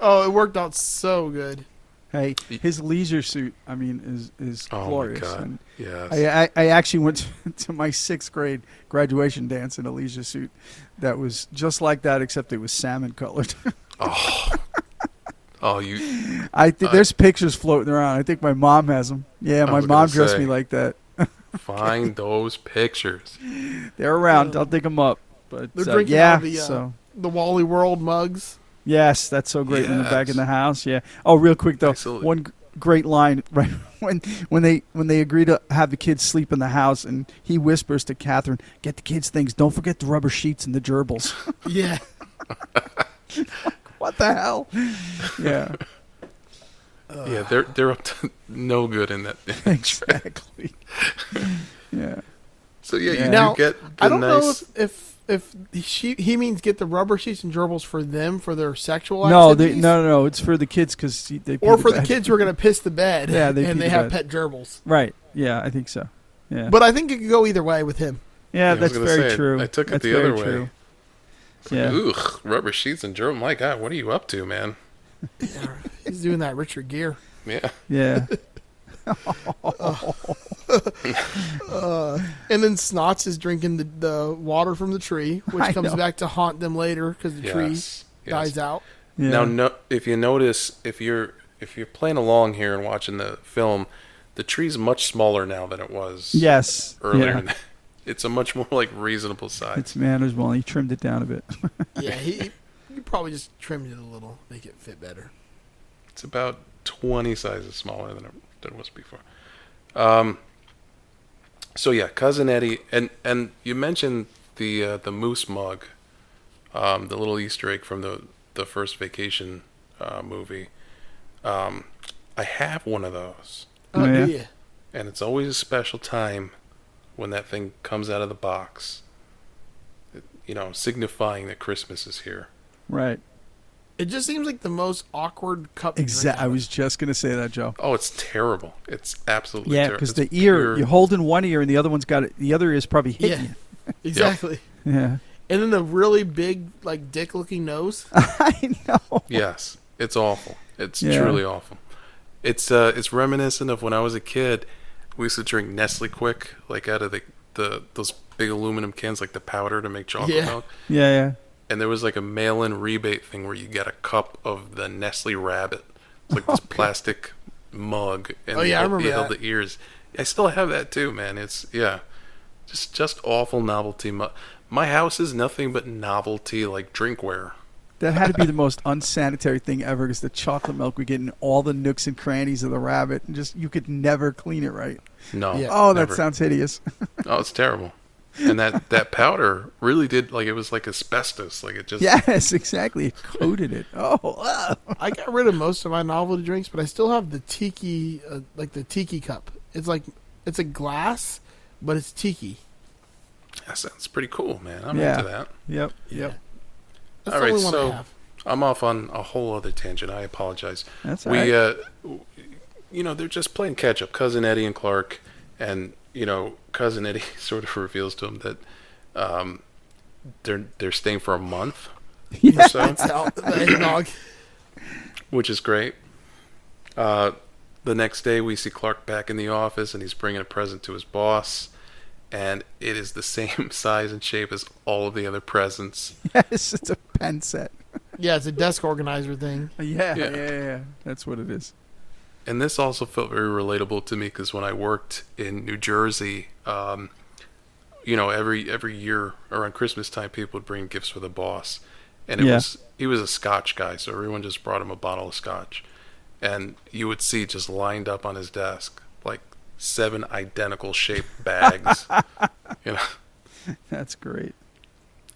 Oh, it worked out so good.
Hey, his leisure suit, I mean, is is
Oh my
glorious.
God,
And
yes.
I, I I actually went to, to my sixth grade graduation dance in a leisure suit that was just like that, except it was salmon colored.
Oh, oh, you.
I think there's pictures floating around. I think my mom has them. Yeah,
I
my
was
mom
gonna
dressed
say.
me like that.
Find those pictures.
They're around. I'll dig them up. But
They're
uh,
drinking
yeah,
out of the, uh,
so
the Wally World mugs.
Yes, that's so great when they're back in
Yes.
the house. Yeah. Oh, real quick though,
Absolutely.
one g- great line right when when they when they agree to have the kids sleep in the house, and he whispers to Catherine, "Get the kids things. Don't forget the rubber sheets and the gerbils."
Yeah.
what the hell? yeah.
yeah, they're they're up to no good in that.
exactly. yeah.
So yeah, you
now,
do get the
I don't know
nice.
if, if if she he means get the rubber sheets and gerbils for them for their sexual
No, they,
activities,
no, no, no. It's for the kids because they. pee
or for the
bed.
kids who are going to piss the bed.
Yeah, they pee
and they
the
have pet
bed.
gerbils.
Right. Yeah, I think so. Yeah.
But I think it could go either way with him.
yeah,
I was
that's
gonna
very
say,
true.
I took it
That's
the other
very
way.
true.
It's like,
Yeah.
Ugh, rubber sheets and gerbil. My God, what are you up to, man?
He's doing that Richard Gere.
Yeah.
Yeah.
Uh, and then Snots is drinking the, the water from the tree, which
I
comes
know.
back to haunt them later because the tree
Yes, yes.
dies out.
Now, no, if you notice, if you're if you're playing along here and watching the film, the tree's much smaller now than it was.
Yes,
Earlier,
yeah.
in the- it's a much more like reasonable size.
It's manageable. He trimmed it down a bit.
Yeah, he, he probably just trimmed it a little, make it fit better.
It's about 20 sizes smaller than it, than it was before. Um, so yeah, cousin Eddie, and and you mentioned the uh, the moose mug, um, the little Easter egg from the the first vacation uh, movie. Um, I have one of those.
Oh, do ya?
And it's always a special time when that thing comes out of the box. It- you know, signifying that Christmas is here.
Right.
It just seems like the most awkward cup. to drink
Exactly.
out
I
of.
was just gonna say that, Joe.
Oh, it's terrible. It's absolutely
Yeah,
terrible.
because the ear you're holding one ear and the other one's got it. The other ear's probably
Yeah,
hitting
exactly.
you. Yeah.
And then the really big, like dick-looking nose.
I know.
Yes, it's awful. It's
Yeah.
truly awful. It's uh, it's reminiscent of when I was a kid. We used to drink Nestle Quick, like out of the, the those big aluminum cans, like the powder to make chocolate
Yeah.
milk.
Yeah, yeah.
And there was like a mail-in rebate thing where you get a cup of the Nestle Rabbit, it's like this plastic mug, and
Oh, yeah, I
you held- you
remember
held
that.
the ears. I still have that too, man. It's yeah, just just awful novelty. My, my house is nothing but novelty, like drinkware.
That had to be the most unsanitary thing ever because the chocolate milk we get in all the nooks and crannies of the rabbit and just you could never clean it right.
No.
oh, that
never.
sounds hideous.
Oh, it's terrible. And that that powder really did like it was like asbestos. Like it just
yes, exactly. It coated it. Oh, ah.
I got rid of most of my novelty drinks, but I still have the tiki, uh, like the tiki cup. It's like it's a glass, but it's tiki.
that sounds pretty cool, man. I'm
Yeah.
into that.
Yep. Yep.
That's
All
the
right,
only one I
so
have.
I'm off on a whole other tangent. I apologize.
That's all
we
right.
uh w- you know, they're just playing catch up. Cousin Eddie and Clark and you know, cousin Eddie sort of reveals to him that um they're they're staying for a month or so.
It's out the eggnog.
which is great. Uh, the next day, we see Clark back in the office, and he's bringing a present to his boss, and it is the same size and shape as all of the other presents.
Yes, it's a pen set.
Yeah, it's a desk organizer thing.
Uh, Yeah,
Yeah.
yeah, yeah, yeah. That's what it is.
And this also felt very relatable to me because when I worked in New Jersey, um, you know, every every year around Christmas time, people would bring gifts for the boss, and it
Yeah.
was he was a Scotch guy, so everyone just brought him a bottle of Scotch, and you would see just lined up on his desk like seven identical shaped bags, you know.
That's great.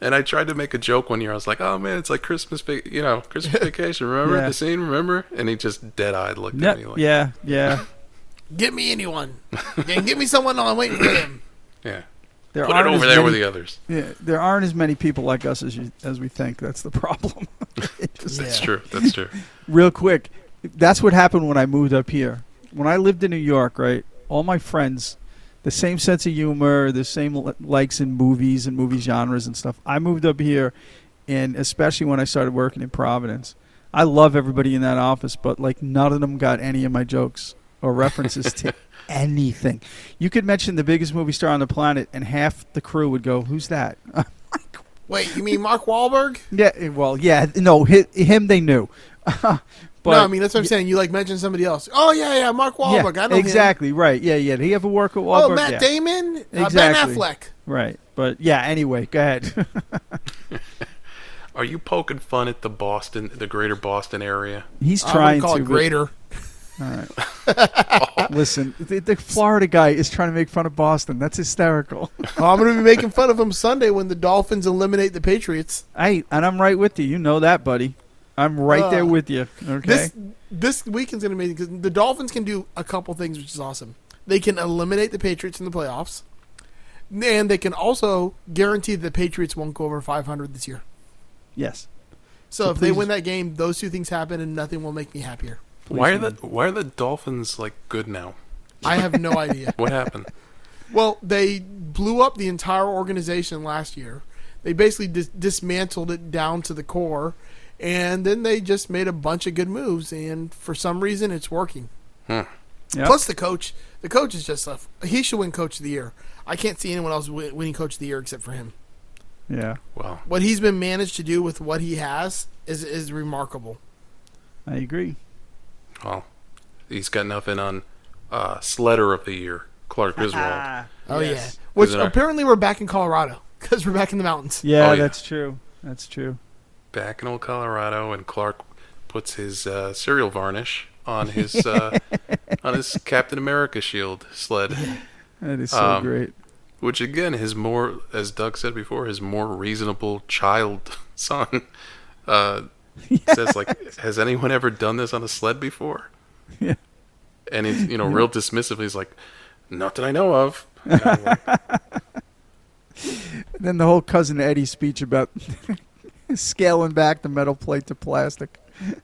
And I tried to make a joke one year. I was like, "Oh man, it's like Christmas, vac- you know, Christmas vacation. Remember
Yeah.
the scene? Remember?" And he just dead eyed looked
No,
at me like,
yeah, yeah.
Get me anyone. and get me someone I'm waiting for them.
yeah.
There
Put it
aren't
over
as
there with
many-
the others."
Yeah, there aren't as many people like us as you, as we think. That's the problem. It just-
That's true. That's true.
Real quick, that's what happened when I moved up here. When I lived in New York, right? All my friends the same sense of humor, the same li- likes in movies and movie genres and stuff. I moved up here, and especially when I started working in Providence, I love everybody in that office, but like none of them got any of my jokes or references to anything. You could mention the biggest movie star on the planet, and half the crew would go, "Who's that?"
Wait, you mean Mark Wahlberg?
yeah, eh, well, yeah, no, hi- him they knew. but
no, I mean that's what I'm saying. You like mentioned somebody else. Oh yeah, yeah, Mark Wahlberg.
yeah,
I know him.
exactly right. Yeah, yeah. Did he ever work with Wahlberg?
Oh, Matt
yeah.
Damon, uh, Ben
Exactly.
Affleck.
Right. But yeah, anyway, go ahead.
Are you poking fun at the Boston, the greater Boston area?
He's
I wouldn't
trying
call
to
it
but-
greater.
All right. Listen, the, the Florida guy is trying to make fun of Boston. That's hysterical.
Oh, I'm going to be making fun of him Sunday when the Dolphins eliminate the Patriots.
hey, and I'm right with you. You know that, buddy. I'm right
Uh,
there with you. Okay.
This this weekend's going to be because the Dolphins can do a couple things, which is awesome. They can eliminate the Patriots in the playoffs, and they can also guarantee the Patriots won't go over 500 this year.
yes.
So,
So
if they
please-
win that game, those two things happen, and nothing will make me happier.
Why are the Why are the Dolphins like good now?
I have no idea.
What happened?
Well, they blew up the entire organization last year. They basically dis- dismantled it down to the core, and then they just made a bunch of good moves. And for some reason, it's working.
Yep.
Plus, the coach, the coach is just left. He should win coach of the year. I can't see anyone else wi- winning coach of the year except for him.
Yeah.
Well,
What he's been managed to do with what he has is is remarkable.
I agree.
well, he's got nothing on uh, Sledder of the Year, Clark Griswold.
Ah.
Oh
Yes.
yeah. Which
Isn't it?
apparently we're back in Colorado because we're back in the mountains.
Yeah,
Oh, yeah.
that's true. That's true.
back in old Colorado, and Clark puts his uh, cereal varnish on his uh, on his Captain America shield sled,
That is so
Um,
great.
which again his more, as Doug said before, his more reasonable child son uh, says like, "Has anyone ever done this on a sled before?"
Yeah.
and he's you know real dismissively, he's like, "Not that I know of." And I'm like,
And then the whole cousin Eddie speech about scaling back the metal plate to plastic.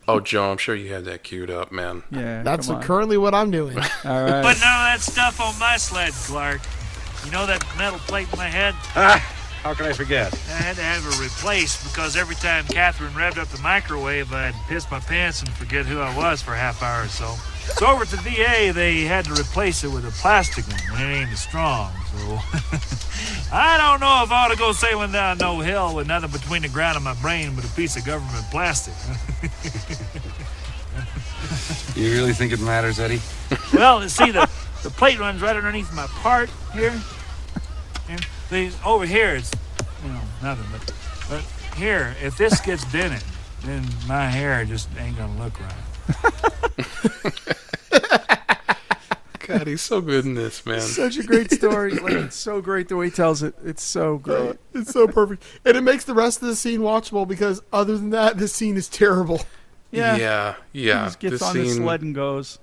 oh, Joe, I'm sure you had that queued up, man.
Yeah.
That's
come
what-
on.
currently what I'm doing.
All right.
But none of that stuff on my sled, Clark. You know that metal plate in my head?
How can I forget?
I had to have it replaced because every time Catherine revved up the microwave, I'd piss my pants and forget who I was for a half hour or so. So over at the VA, they had to replace it with a plastic one, and it ain't as strong. So I don't know if I ought to go sailing down no hill with nothing between the ground and my brain but a piece of government plastic.
You really think it matters, Eddie?
Well, see the the plate runs right underneath my part here, and these over here it's you know nothing but but here if this gets dented, then my hair just ain't gonna look right.
God, he's so good in this, man.
Such a great story. Like it's so great the way he tells it. It's so great.
It's so perfect. And it makes the rest of the scene watchable because other than that, this scene is terrible.
Yeah.
yeah,
He
yeah.
just gets
This
on the
scene-
sled and goes.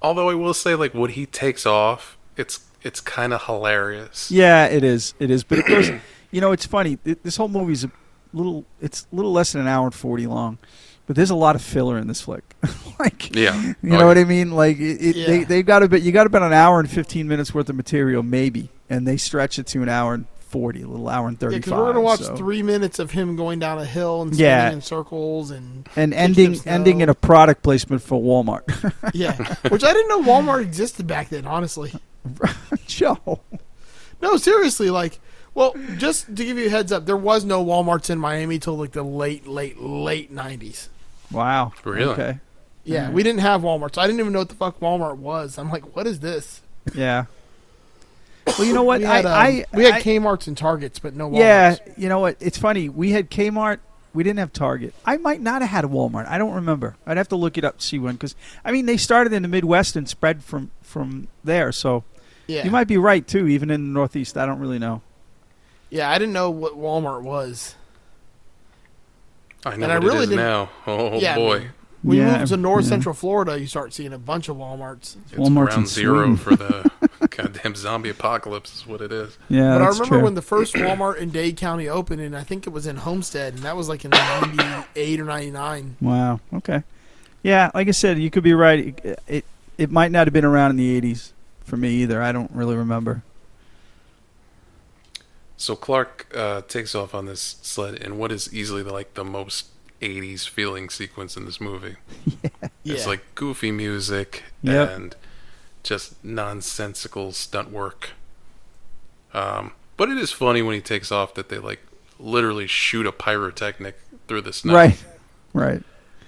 Although I will say, like when he takes off, it's it's kind of hilarious.
Yeah, it is. It is. But it goes. you know, it's funny. Th- This whole movie's a little. It's a little less than an hour and forty long, but there's a lot of filler in this flick. like,
Yeah.
you
Oh,
know what I mean? Like, it, it, they
Yeah.
they got a bit. You got about an hour and fifteen minutes worth of material, maybe, and they stretch it to an hour and forty, a little hour and
Yeah,
thirty-five.
because we're going to watch
so-
three minutes of him going down a hill and spinning
Yeah.
in circles and
and
kicking
ending
up snow.
ending in a product placement for Walmart.
yeah, which I didn't know Walmart existed back then. Honestly,
Joe.
no, seriously. Like, well, just to give you a heads up, there was no WalMarts in Miami till like the late, late, late nineties.
Wow.
Really?
Okay.
Yeah,
Mm-hmm.
we didn't have Walmarts. I didn't even know what the fuck Walmart was. I'm like, what is this?
Yeah. Well, you know what?
We had,
I,
um,
I
we had
I-
Kmart's and Targets, but no Walmarts.
Yeah, you know what? It's funny. We had Kmart. We didn't have Target. I might not have had a Walmart. I don't remember. I'd have to look it up to see when. Because I mean, they started in the Midwest and spread from from there. So
yeah.
you might be right too. Even in the Northeast, I don't really know.
yeah, I didn't know what Walmart was.
I know
And I
what
really
it is
didn't-
now. Oh
Yeah, I
boy,
mean, When
Yeah,
you move to
I'm-
North
yeah.
Central Florida, you start seeing a bunch of WalMarts.
it's
Walmart's in
ground zero
Sweden.
for the goddamn zombie apocalypse. Is what it is.
Yeah,
But I
that's
remember
true.
when the first Walmart in Dade County opened, and I think it was in Homestead, and that was like in '98 or '99.
wow. Okay. Yeah, like I said, you could be right. It it, it might not have been around in the '80s for me either. I don't really remember.
So Clark uh, takes off on this sled in what is easily the, like the most 80s feeling sequence in this movie. It's
Yeah.
like goofy music
Yep.
and just nonsensical stunt work. Um, but it is funny when he takes off that they like literally shoot a pyrotechnic through the snow.
Right. Right.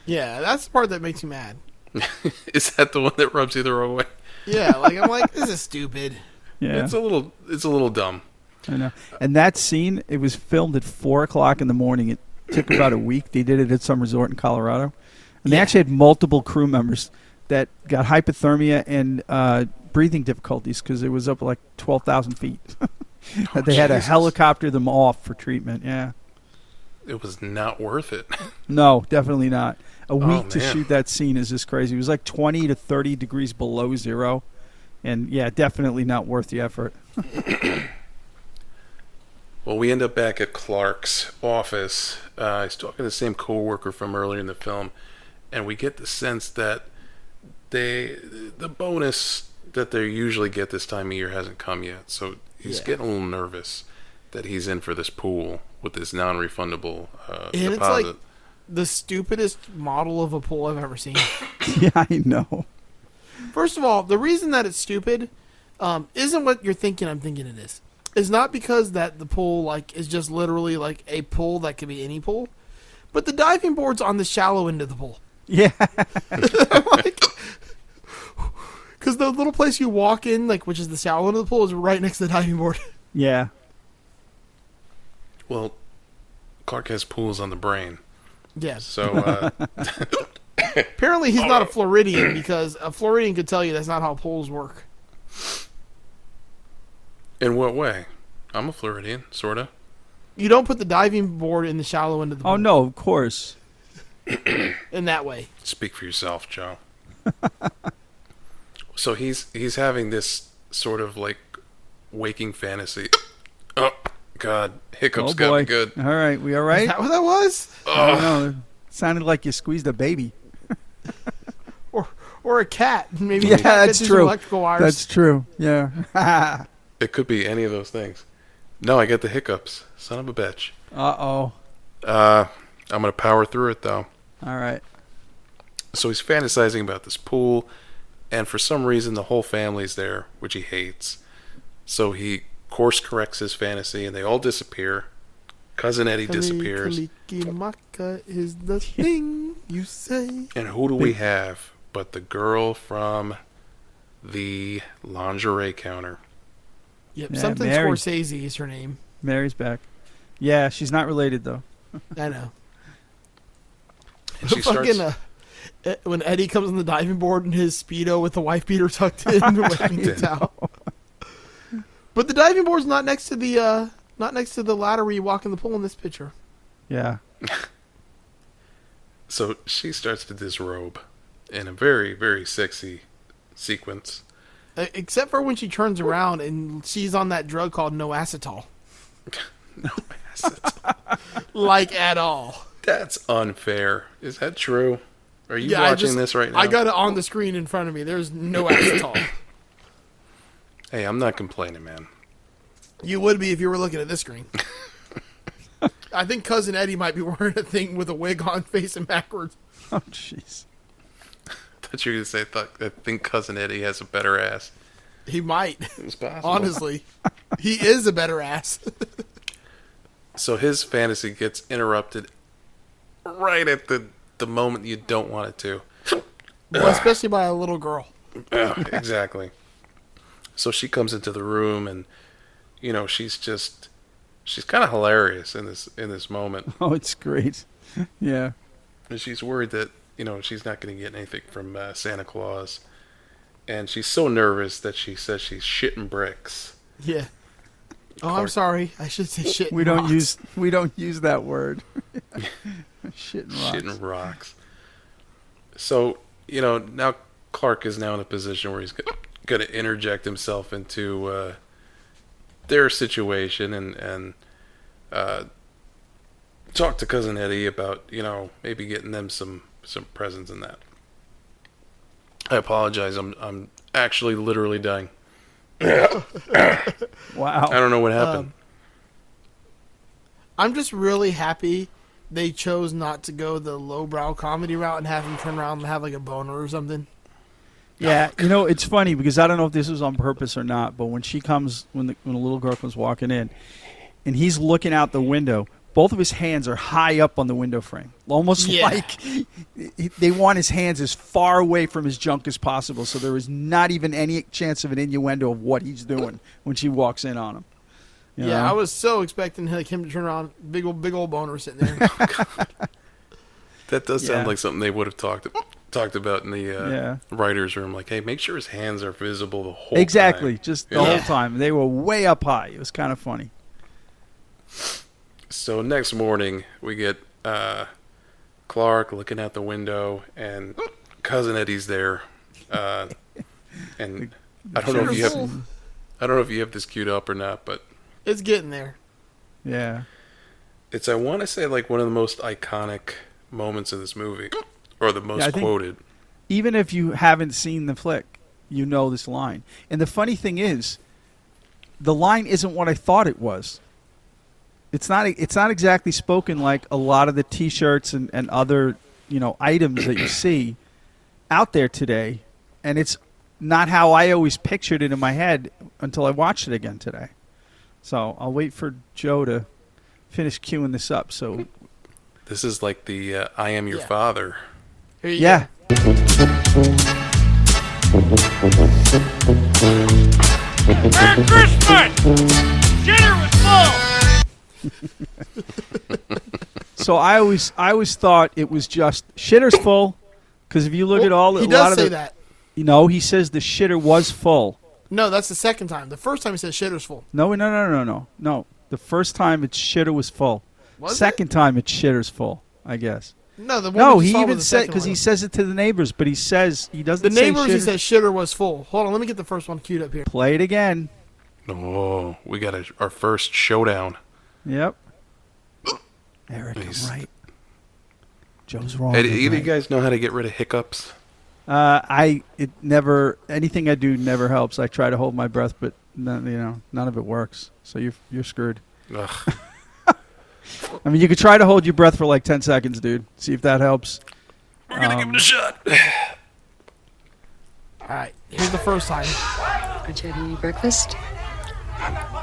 Yeah, that's the part that makes you mad.
is that the one that rubs you the wrong way?
Yeah, like I'm like, this is stupid.
Yeah.
It's a little it's a little dumb.
I know. And that scene, it was filmed at four o'clock in the morning. It took about a week. They did it at some resort in Colorado, and they actually had multiple crew members that got hypothermia and uh, breathing difficulties because it was up like twelve thousand feet. That they had to
Jesus.
helicopter them off for treatment. Yeah.
It was not worth it.
No, definitely not. A week to
man.
shoot that scene is just crazy. It was like twenty to thirty degrees below zero, and yeah, definitely not worth the effort.
Well, we end up back at Clark's office. Uh, he's talking to the same coworker from earlier in the film, and we get the sense that they the bonus that they usually get this time of year hasn't come yet. So he's
Yeah.
getting a little nervous that he's in for this pool with this non-refundable uh,
And it's
deposit.
like the stupidest model of a pool I've ever seen.
yeah, I know.
First of all, the reason that it's stupid um, isn't what you're thinking. I'm thinking it is. It's not because that the pool like is just literally like a pool that could be any pool, but the diving board's on the shallow end of the pool.
Yeah.
Because the little place you walk in, like which is the shallow end of the pool, is right next to the diving board.
Yeah.
well, Clark has pools on the brain,
yes.
so uh,
Apparently, he's not a Floridian because a Floridian could tell you that's not how pools work.
in what way? I'm a Floridian, sorta.
You don't put the diving board in the shallow end of the pool
Oh no, of course.
in that way.
Speak for yourself, Joe. so he's he's having this sort of like waking fantasy. Oh God, hiccups
oh
got
boy.
me good.
All right, we all
Is
right?
that what that was?
I don't know. Sounded like you squeezed a baby.
Or or a cat? Maybe
Yeah,
a cat
that's
gets his
true.
Electrical wires.
That's true. Yeah. uh
It could be any of those things. No, I get the hiccups. Son of a bitch.
oh.
Uh, I'm gonna power through it though.
All right.
So he's fantasizing about this pool, and for some reason the whole family's there, which he hates. So he course corrects his fantasy, and they all disappear. Cousin Eddie disappears.
Kalikimaka is the thing you say.
And who do we have but the girl from the lingerie counter?
Yep,
Yeah,
something
Mary.
Scorsese is her name.
Mary's back. Yeah, she's not related though.
I know.
And she
Fucking
starts.
uh, eh, when Eddie comes on the diving board in his speedo with the wife beater tucked in, waving the
didn't.
towel. But the diving board's not next to the uh, not next to the ladder where you walk in the pool in this picture.
Yeah.
So she starts to disrobe in a very, very sexy sequence.
Uh, Except for when she turns around and she's on that drug called noacetol.
No, that's-
Like at all.
that's unfair. Is that true? Are you
I
watching
just-
this right now?
I got it on the screen in front of me. There's noacetol.
Hey, I'm not complaining, man.
You would be if you were looking at this screen. I think cousin Eddie might be wearing a thing with a wig on, facing backwards.
Oh jeez.
thought you were gonna say th- I think cousin Eddie has a better ass.
He might.
It's possible.
Honestly, he is a better ass.
So his fantasy gets interrupted right at the the moment you don't want it to.
well, especially by a little girl.
Yeah, Oh, exactly. So she comes into the room and you know, she's just she's kind of hilarious in this in this moment.
Oh, it's great. Yeah.
And she's worried that, you know, she's not going to get anything from uh, Santa Claus. And she's so nervous that she says she's shitting bricks.
Yeah. Oh, I'm
Clark.
sorry. I should say shit.
We don't
rocks.
use we don't use that word. Shit and rocks.
Shitting rocks. So, you know, now Clark is now in a position where he's going to interject himself into uh, their situation and and uh, talk to cousin Eddie about you know maybe getting them some some presents and that. I apologize. I'm I'm actually literally dying.
wow.
I don't know what happened.
Um, I'm just really happy they chose not to go the lowbrow comedy route and have him turn around and have like a boner or something.
Yeah, you know it's funny because I don't know if this was on purpose or not, but when she comes, when the when the little girl comes walking in, and he's looking out the window, both of his hands are high up on the window frame, almost
Yeah.
like he- they want his hands as far away from his junk as possible, so there is not even any chance of an innuendo of what he's doing when she walks in on him.
Yeah,
You know?
I was so expecting like him to turn around, big old big old boner sitting there.
That does sound
Yeah.
like something they would have talked talked about in the uh,
Yeah.
writers' room. Like, hey, make sure his hands are visible the whole
exactly
time.
just the
Yeah.
whole time they were way up high. It was kind of funny.
So next morning we get uh, Clark looking out the window, and cousin Eddie's there, uh, and I don't know if you have
Beautiful.
I don't know if you have this queued up or not, but
It's getting there.
Yeah.
it's I want to say like one of the most iconic moments in this movie, or the most
I think-
quoted.
even if you haven't seen the flick, you know this line. And the funny thing is, the line isn't what I thought it was. It's not. It's not exactly spoken like a lot of the T-shirts and, and other you know items that you see out there today, and it's not how I always pictured it in my head until I watched it again today. So I'll wait for Joe to finish queuing this up. So
This is like the uh, "I am your
Yeah.
father."
Here you
yeah,
Merry Christmas! Dinner was full!
So I always I always thought it was just shitter's full because if you look at all
he
a lot
does
of
say
the,
that.
you know he says the shitter was full.
No, that's the second time. The first time he said shitter's full.
No, no, no, no, no, no. The first time it's shitter was full.
Was it?
second time it's shitter's full. I guess.
No, the one
No,
we just
he
saw
even
was the
said
second
because
one.
he says it to the neighbors, but he says he doesn't.
the
say
neighbors. He
shitter-
said shitter was full. Hold on, let me get the first one queued up here.
"Play it again."
Oh, we got a, our first showdown.
Yep. Eric, I'm
He's-
right. Joe's wrong.
Hey, do
I'm
either
right.
you guys know how to get rid of hiccups?
Uh, I it never anything I do never helps. I try to hold my breath, but none, you know none of it works. So you're you're screwed.
Ugh.
I mean, you could try to hold your breath for like ten seconds, dude. See if that helps.
We're gonna give him a shot.
All right, here's the first time.
Aren't you having any breakfast?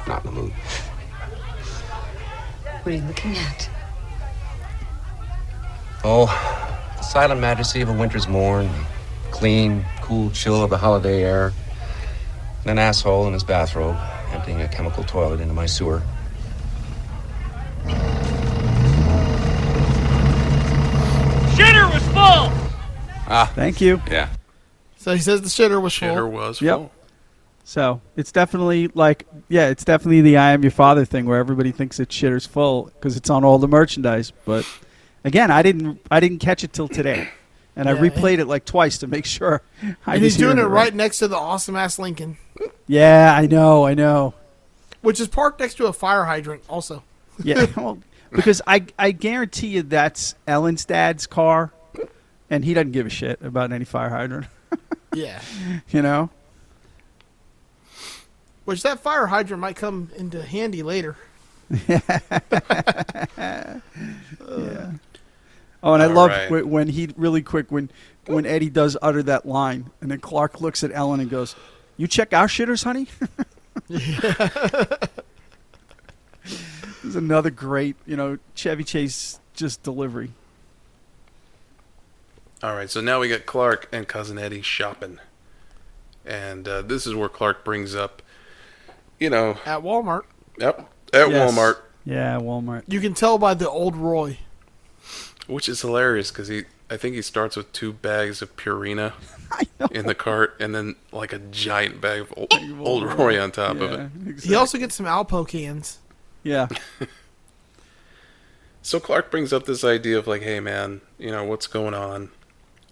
Not in the mood.
What are you looking at?
Oh, the silent majesty of a winter's morn, the clean, cool chill of the holiday air, and an asshole in his bathrobe emptying a chemical toilet into my sewer.
Dinner was full!
Thank you.
Yeah.
So he says the shitter was
Shitter
full.
was
Yep.
full.
So it's definitely like yeah, it's definitely the "I am your father" thing where everybody thinks it's shitter's full because it's on all the merchandise. But again, I didn't I didn't catch it till today, and I
Yeah.
replayed it like twice to make sure. I
And
was
he's doing it
hearing
right next to the awesome ass Lincoln,
Yeah, I know, I know.
which is parked next to a fire hydrant. Also,
Yeah, well, because I I guarantee you that's Ellen's dad's car, and he doesn't give a shit about any fire hydrant.
yeah.
You know?
Which that fire hydrant might come into handy later.
Yeah. Oh, and I
All
love
right.
wh- when he really quick when when Eddie does utter that line, and then Clark looks at Ellen and goes, "You check our shitters, honey." There's another great, you know, Chevy Chase just delivery.
All right, so now we got Clark and cousin Eddie shopping, and uh, this is where Clark brings up, you know,
at Walmart.
yep, at
Yes.
Walmart,
Yeah, Walmart.
You can tell by the old Roy.
which is hilarious because he, I think he starts with two bags of Purina
I know.
in the cart, and then like a giant bag of old, old Roy on top of it.
Yeah,
He also gets some Alpo cans.
Yeah.
So Clark brings up this idea of like, hey man, you know what's going on?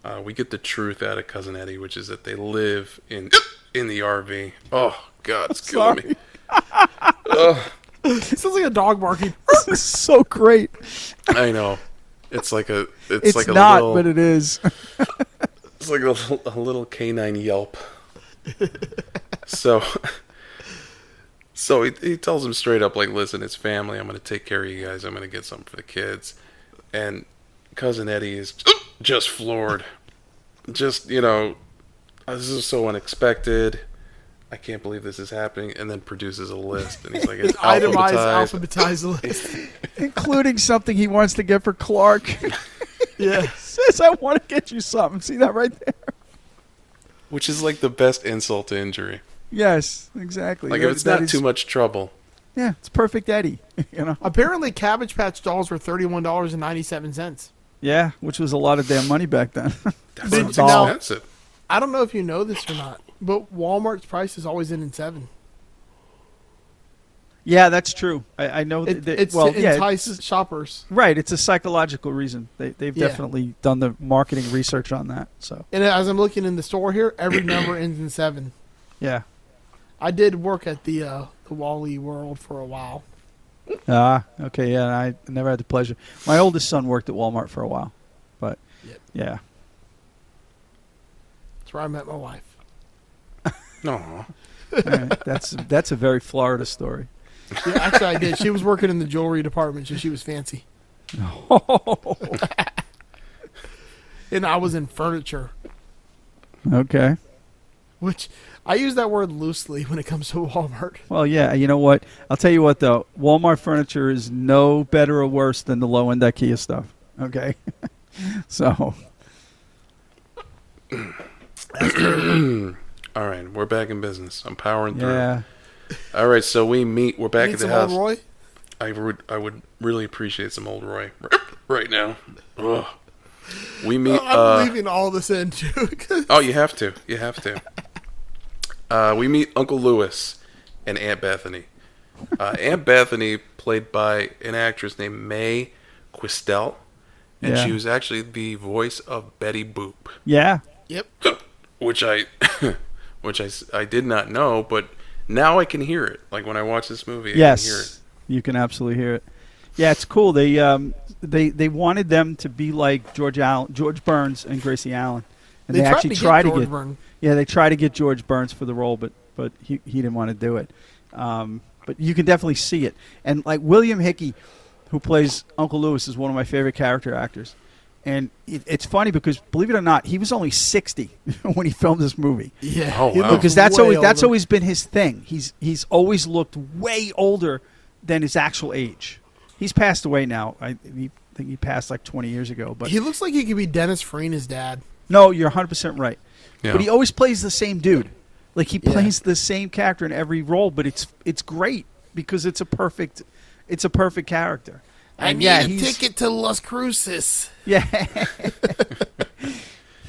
Uh, we get the truth out of cousin Eddie, which is that they live in in the RV. Oh God, it's killing me.
It sounds like a dog barking.
this is so great.
I know. It's like a. It's,
It's,
like a
not,
little.
but it is.
it's like a, little- a little canine yelp. so, So he, he tells him straight up, like, listen, it's family. I'm going to take care of you guys. I'm going to get something for the kids. And cousin Eddie is just floored. just, you know, uh, this is so unexpected. I can't believe this is happening. And then produces a list. And he's like, it's
Itemized,
alphabetized.
alphabetized list.
including something he wants to get for Clark.
Yeah.
Says I want to get you something. See that right there?
Which is like the best insult to injury.
Yes, exactly.
Like,
That-
if it's
that
not
is-
too much trouble.
Yeah, it's perfect, Eddie. You know.
Apparently, Cabbage Patch dolls were thirty-one dollars and ninety-seven cents.
Yeah, which was a lot of damn money back then.
That's
Did- now-
expensive.
I don't know if you know this or not, but Walmart's price is always in in seven.
yeah, that's true. I, I know.
It,
that,
it's
well,
to
yeah,
entice shoppers,
right. It's a psychological reason. They they've
Yeah.
definitely done the marketing research on that. So
and as I'm looking in the store here, every number ends in seven.
yeah.
I did work at the uh, the Wally World for a while.
Ah, okay. Yeah, I never had the pleasure. My oldest son worked at Walmart for a while, but
Yep.
yeah,
That's where I met my wife.
No.
All right. that's that's a very Florida story.
Yeah, actually, I did. She was working in the jewelry department, so she was fancy, and I was in furniture.
okay.
Which I use that word loosely when it comes to Walmart.
Well, yeah. You know what? I'll tell you what though. Walmart furniture is no better or worse than the low end IKEA stuff. Okay. so
All right, we're back in business. I'm powering
yeah,
through. All right, so we meet. We're back
Need
at the
some
house.
old Roy?
I would I would really appreciate some old Roy r- right now. Ugh. We meet.
I'm
uh,
leaving all this in too. 'cause-
oh, you have to. You have to. Uh, we meet Uncle Lewis and Aunt Bethany. Uh, Aunt Bethany, played by an actress named May Quistel, and
Yeah.
she was actually the voice of Betty Boop.
yeah.
yep.
which I, which I, s- I did not know, but now I can hear it. Like when I watch this movie, I
yes,
can hear it.
you can absolutely hear it. Yeah, it's cool. They um, they they wanted them to be like George Allen, George Burns, and Gracie Allen, and
They
they,
tried
actually
to get
tried to
George
get
Burns.
yeah they tried to get George Burns for the role, but but he he didn't want to do it. Um, but you can definitely see it, and like William Hickey, who plays Uncle Lewis, is one of my favorite character actors. And it, it's funny because, believe it or not, he was only sixty when he filmed this movie
Yeah.
Oh,
He
wow.
looks
because that's
way
always that's
older.
always been his thing. He's he's always looked way older than his actual age. He's passed away now. I he, think he passed like 20 years ago. But
He looks like he could be Dennis Farina's dad.
no, you're 100 percent right.
Yeah.
But he always plays the same dude. Like he
Yeah.
plays the same character in every role. But it's it's great because it's a perfect it's a perfect character. And yeah, he's-
to Las Cruces.
yeah.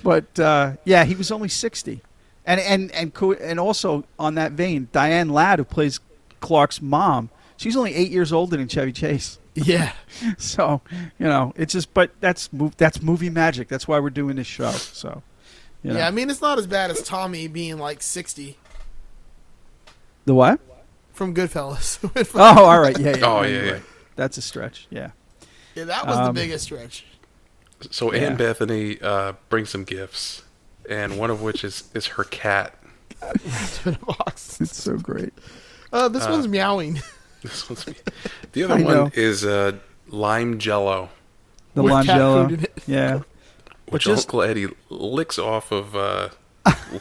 but uh, yeah, he was only sixty, and and and co- and also on that vein, Diane Ladd, who plays Clark's mom, she's only eight years older than Chevy Chase.
Yeah.
So you know, it's just but that's mov- that's movie magic. That's why we're doing this show. So you know.
Yeah, I mean, it's not as bad as Tommy being like 60
the what?
from Goodfellas.
Oh, all right, yeah, yeah.
Oh,
no,
yeah,
you're
yeah.
right. That's a stretch. Yeah.
yeah, that was the
Um,
biggest stretch.
So
Yeah.
Aunt Bethany uh, brings some gifts, and one of which is is her cat.
Box.
It's so great.
Uh, this one's meowing.
This one's me. The other
I
one
know.
is uh, lime jello,
The
With cat
Longello.
food in it.
Yeah.
which
just-
Uncle Eddie licks off of uh,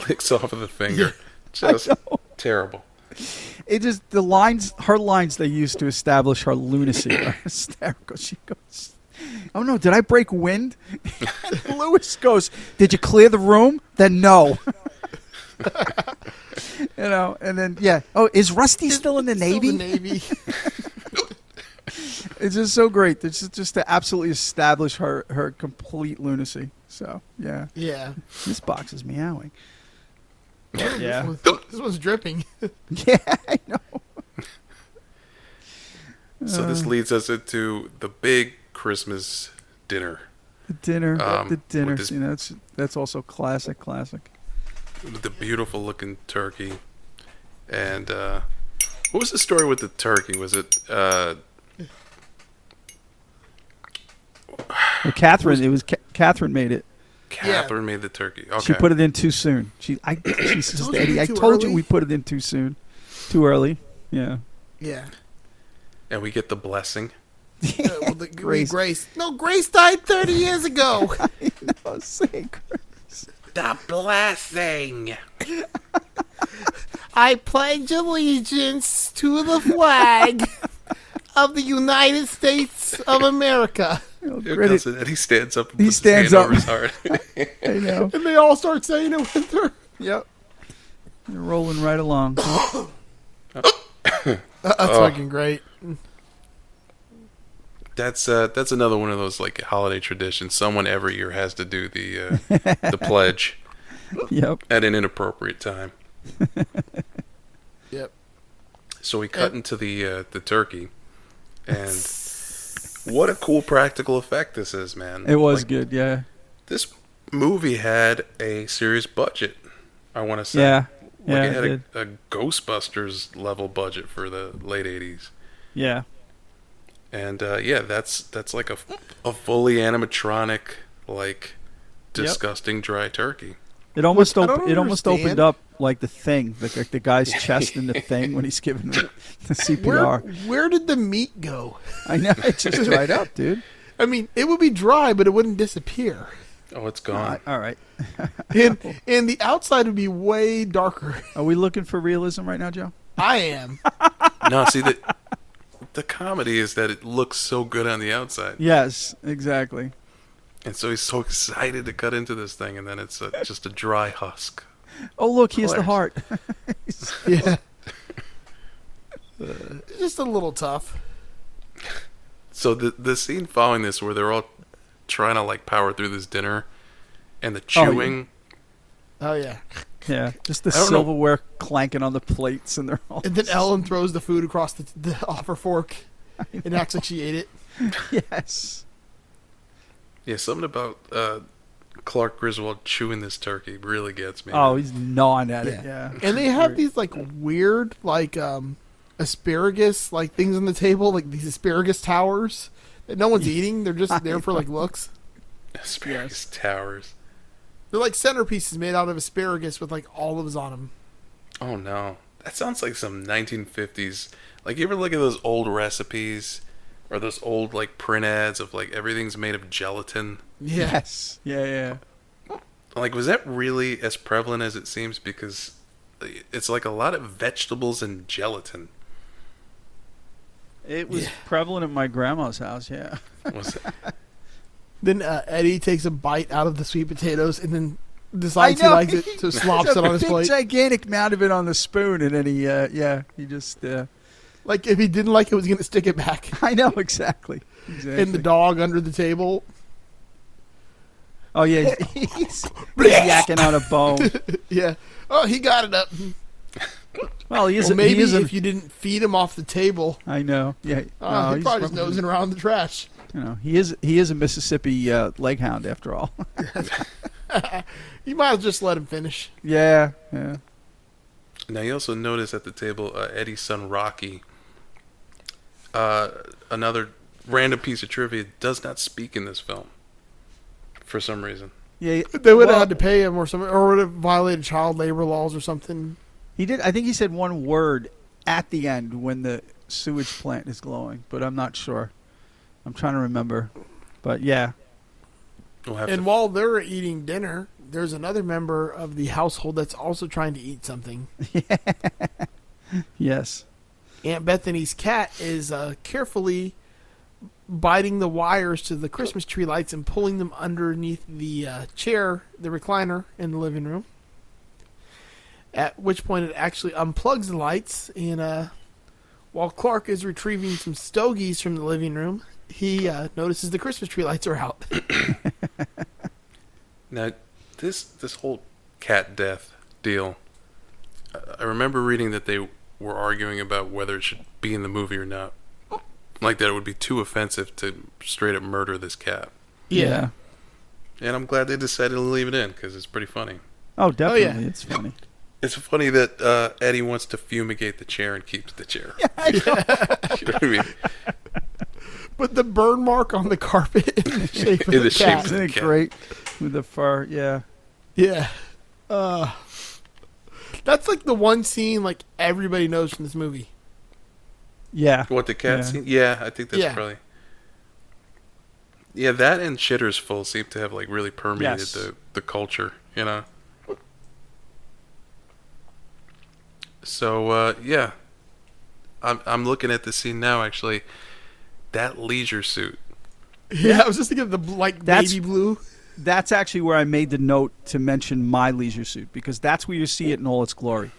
licks off of the finger. Just terrible.
It is the lines, her lines they used to establish her lunacy are hysterical. She goes, Oh no, did I break wind? And Lewis goes, Did you clear the room? Then no. you know, and then, yeah. Oh, is Rusty still in the Navy?
Still the Navy.
It's just so great. This is just to absolutely establish her, her complete lunacy. So, yeah.
yeah.
This box is meowing. yeah.
This one's, this one's dripping.
Yeah, I know.
So
Uh.
this leads us into the big Christmas dinner.
The dinner.
Um,
the dinner.
with this-
You know, that's, that's also classic, classic.
with the beautiful looking turkey. And uh, what was the story with the turkey? Was it uh,
Well, Catherine, it was Ca- Catherine made it.
Catherine made the turkey? Okay.
She put it in too soon. She, I, she says
Told
to
you
Eddie, I
too
told you
early."
we put it in too soon, too early. Yeah.
Yeah.
And we get the blessing.
Uh, well, the, Grace.
Grace.
Grace. No, Grace died 30 years ago.
Oh, say Grace.
The blessing.
I pledge allegiance to the flag of the United States of America.
Here
Ready-
comes it. And he stands up. And
He
puts his
stands
hand
up.
Over his heart.
I know.
And they all start saying it with her.
Yep. You're rolling right along.
That's fucking great.
that's uh, that's another one of those like holiday traditions. Someone every year has to do the uh, the pledge
yep.
at an inappropriate time.
Yep.
So we cut into the uh, the turkey, and what a cool practical effect this is, man!
It was
Like,
good. Yeah.
This movie had a serious budget. I want to say,
Yeah.
like
Yeah.
it
it
had
did.
a, a Ghostbusters level budget for the late '80s,
Yeah.
and uh, yeah, that's that's like a a fully animatronic, like disgusting dry turkey.
It almost
Which I
op-
don't
it almost opened
understand.
up like the thing, the, like the guy's chest in the thing when he's giving the, the
Where,
CPR.
where did the meat go?
I know it just dried up, dude.
I mean, it would be dry, but it wouldn't disappear.
Oh, it's
Uh,
gone.
all right.
And, and the outside would be way darker.
Are we looking for realism right now, Joe?
I am.
no, see the the comedy is that it looks so good on the outside.
Yes, exactly.
And so he's so excited to cut into this thing, and then it's a, just a dry husk.
Oh, look, here's the
Hilarious.
heart.
Yeah. Just a little tough.
So the the scene following this, where they're all trying to like power through this dinner, and the
yeah.
chewing.
Oh, yeah.
yeah, just the
I don't know.
silverware clanking on the plates, and they're all.
And then Ellen throws the food across the, the offer fork and acts like she ate it.
yes.
yeah, something about uh, Clark Griswold chewing this turkey really gets me.
Oh, he's gnawing at it.
Yeah.
Yeah.
And they have these like weird like um asparagus like things on the table, like these asparagus towers that no one's eating. They're just there for like looks.
asparagus towers.
They're like centerpieces made out of asparagus with like olives on them.
Oh no, that sounds like some 1950s. Like you ever look at those old recipes, or those old like print ads of like everything's made of gelatin.
Yeah.
Yes. Yeah, yeah.
like was that really as prevalent as it seems because uh, it's like a lot of vegetables and gelatin
It was prevalent at my grandma's house. Yeah.
was it?
Then uh, Eddie takes a bite out of the sweet potatoes and then decides he
know.
likes it, so slops it
There's a
on his
big
plate.
gigantic mound of it on the spoon, and then he, uh, yeah, he just. Uh,
Like if he didn't like it, he was gonna stick it back.
I know exactly. exactly.
And the dog under the table.
oh yeah, he's, he's yakking on a bone.
Yeah. Oh, he got it up.
Well, he is.
Well, maybe
he is a-
if you didn't feed him off the table,
I know. Yeah.
uh,
no,
he
he's
probably just
from-
nosing around the trash.
You know, he is. He is a Mississippi uh, leghound after all.
You might as well just let him finish.
yeah. Yeah.
now you also notice at the table uh, eddie's son rocky uh, another random piece of trivia does not speak in this film for some reason
Yeah.
They would have
well,
had to pay him or something, or would have violated child labor laws or something.
He did. I think he said one word at the end when the sewage plant is glowing, but I'm not sure. I'm trying to remember. But yeah,
we'll have
And
to
while they're eating dinner, there's another member of the household that's also trying to eat something.
yes,
Aunt Bethany's cat is uh, carefully biting the wires to the Christmas tree lights and pulling them underneath the uh, chair, the recliner in the living room. At which point, it actually unplugs the lights, and uh, while Clark is retrieving some stogies from the living room, he uh, notices the Christmas tree lights are out.
now this this whole cat death deal I- i remember reading that they were arguing about whether it should be in the movie or not like that it would be too offensive to straight up murder this cat
yeah.
And I'm glad they decided to leave it in because it's pretty funny.
Oh, definitely,
yeah.
it's funny.
It's funny that uh, Eddie wants to fumigate the chair and keeps the chair. You know what I mean?
But the burn mark on the carpet in the shape of
In
the,
the shape
cat.
of
Isn't it
Yeah.
great with the fur? Yeah.
Yeah. Uh, that's like the one scene like everybody knows from this movie.
Yeah.
What the cat
Yeah.
scene? Yeah, I think that's
Yeah.
probably. Yeah, that and Shitter's Full seem to have like really permeated
Yes.
the the culture, you know. So uh, yeah, I'm I'm looking at the scene now. Actually, that leisure suit.
Yeah, I was just thinking of the bl- like
That's-
baby blue.
That's actually where I made the note to mention my leisure suit because that's where you see it in all its glory.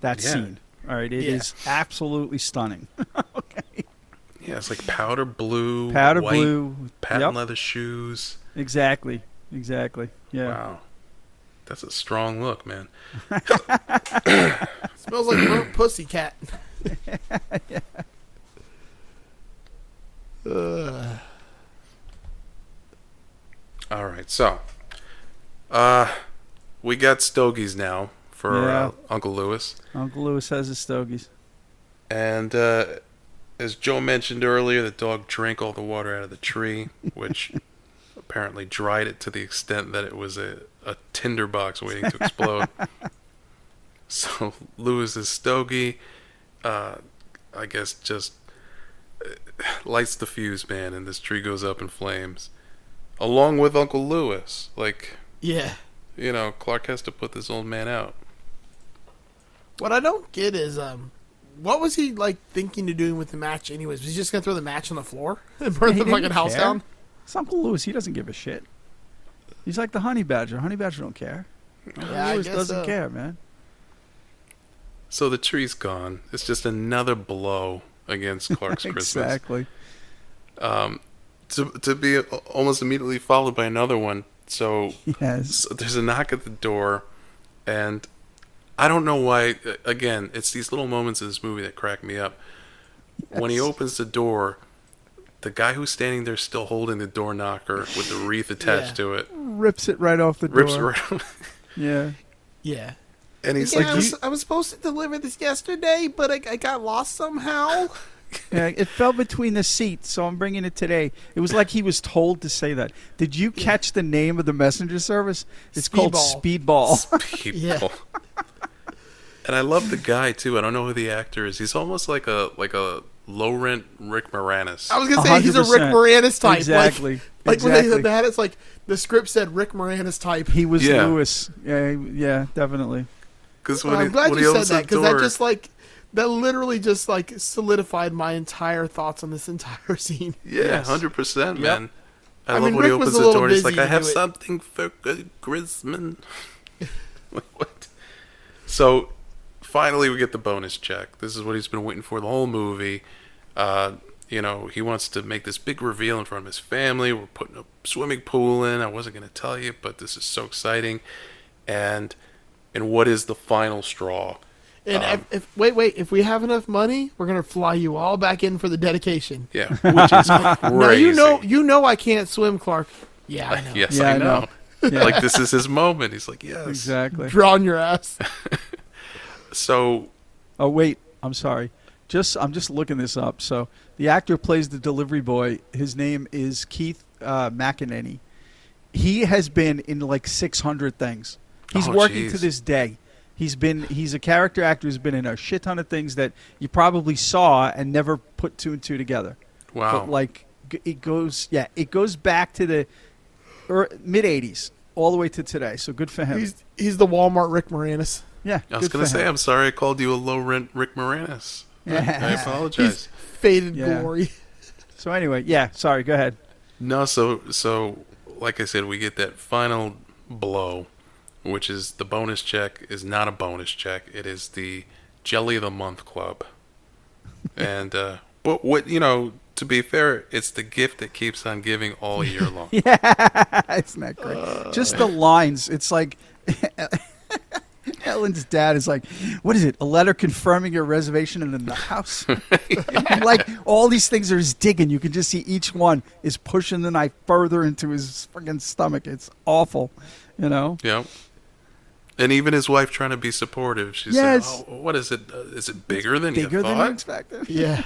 That
Yeah.
scene. All right. it is
Yeah.
absolutely stunning.
Yeah, it's like powder blue,
Powder
white,
blue.
patent
Yep.
leather shoes.
Exactly. Exactly. Yeah.
Wow, that's a strong look, man.
Smells like burnt pussy cat. Ugh.
All right, so uh, we got stogies now for
Yeah.
uh, Uncle Lewis,
Uncle Lewis has his stogies.
and uh, as Joe mentioned earlier, the dog drank all the water out of the tree, which apparently dried it to the extent that it was a, a tinderbox waiting to explode. so Lewis's stogie, uh, I guess, just uh, lights the fuse, man, and this tree goes up in flames, along with Uncle Lewis, like.
Yeah.
you know, Clark has to put this old man out.
What I don't get is um, what was he like thinking of doing with the match? Anyways, was he just gonna throw the match on the floor and burn
He
the
didn't
fucking house
care.
down?
It's Uncle Lewis. He doesn't give a shit. He's like the honey badger. Honey badger don't care. Uncle
Yeah, I
Lewis
guess
doesn't
so.
care, man.
So the tree's gone. It's just another blow against Clark's Christmas.
exactly.
Um, to to be a- almost immediately followed by another one. So,
Yes.
so there's a knock at the door, and I don't know why. uh, Again, it's these little moments in this movie that crack me up. When he
Yes.
opens the door, the guy who's standing there still holding the door knocker with the wreath attached
Yeah.
to it
Rips it right off the
rips
door.
around,
Yeah.
Yeah.
and he's
yeah,
like,
I, was,
"You-
I was supposed to deliver this yesterday, but I, I got lost somehow.
Yeah, it fell between the seats, so I'm bringing it today. It was like he was told to say that. Did you catch the name of the messenger service? It's called
Speedball.
Speedball.
people.
Yeah.
And I love the guy too. I don't know who the actor is. He's almost like a like a low rent Rick Moranis.
I was gonna say he's a Rick
100%.
Moranis type.
Exactly.
Like, like when they
Exactly.
had that, it's like the script said Rick Moranis type.
He was
Yeah.
Lewis. Yeah, he- yeah, definitely.
Because
Well,
when,
I'm
he-
glad
when
you
he
said
opens
that
the
because that
door,
just like that literally just like solidified my entire thoughts on this entire scene.
yeah, hundred percent,
Yep.
man. I,
I
love
mean,
when he
Rick was
opens
a
the
little
door. and He's like,
busy
"I
to
have
do it."
something for good Grisman." like, what? So finally, we get the bonus check. This is what he's been waiting for the whole movie. Uh, you know, he wants to make this big reveal in front of his family. We're putting a swimming pool in. I wasn't going to tell you, but this is so exciting. And and what is the final straw?
And
Um,
if, if wait, wait, if we have enough money, we're gonna fly you all back in for the dedication.
Yeah, which is crazy.
Now you know, you know, I can't swim, Clark. Yeah, I know.
yes,
Yeah,
I
I
know.
know. Yeah.
Like this is his moment. He's like, yes.
Exactly.
Draw on your ass.
So
Oh wait, I'm sorry. Just I'm just looking this up. So the actor plays the delivery boy. His name is Keith uh, McEnany. He has been in like 600 things. He's
Oh,
working to
jeez.
this day. He's been he's a character actor who's been in a shit ton of things that you probably saw and never put two and two together.
wow,
But like g- it goes yeah, it goes back to the er, mid 80s all the way to today. So good for him.
He's he's the Walmart Rick Moranis.
yeah.
I was
good
gonna
for
say,
him.
I'm sorry, I called you a low rent Rick Moranis. I
Yeah.
apologize.
Faded
Yeah.
glory.
So anyway, yeah, sorry, go ahead.
No, so so like I said, we get that final blow, which is the bonus check is not a bonus check. It is the Jelly of the Month Club, and uh, but what you know, to be fair, it's the gift that keeps on giving all year long.
it's not great. Just the lines. It's like Ellen's dad is like, what is it? A letter confirming your reservation in the house. like all these things are just digging. You can just see each one is pushing the knife further into his freaking stomach. It's awful, you know.
Yeah. And even his wife trying to be supportive. She said,
Yeah, it's-
"Oh, what is it? Uh, is it bigger than
Bigger
you
than
thought?"
expected.
Yeah.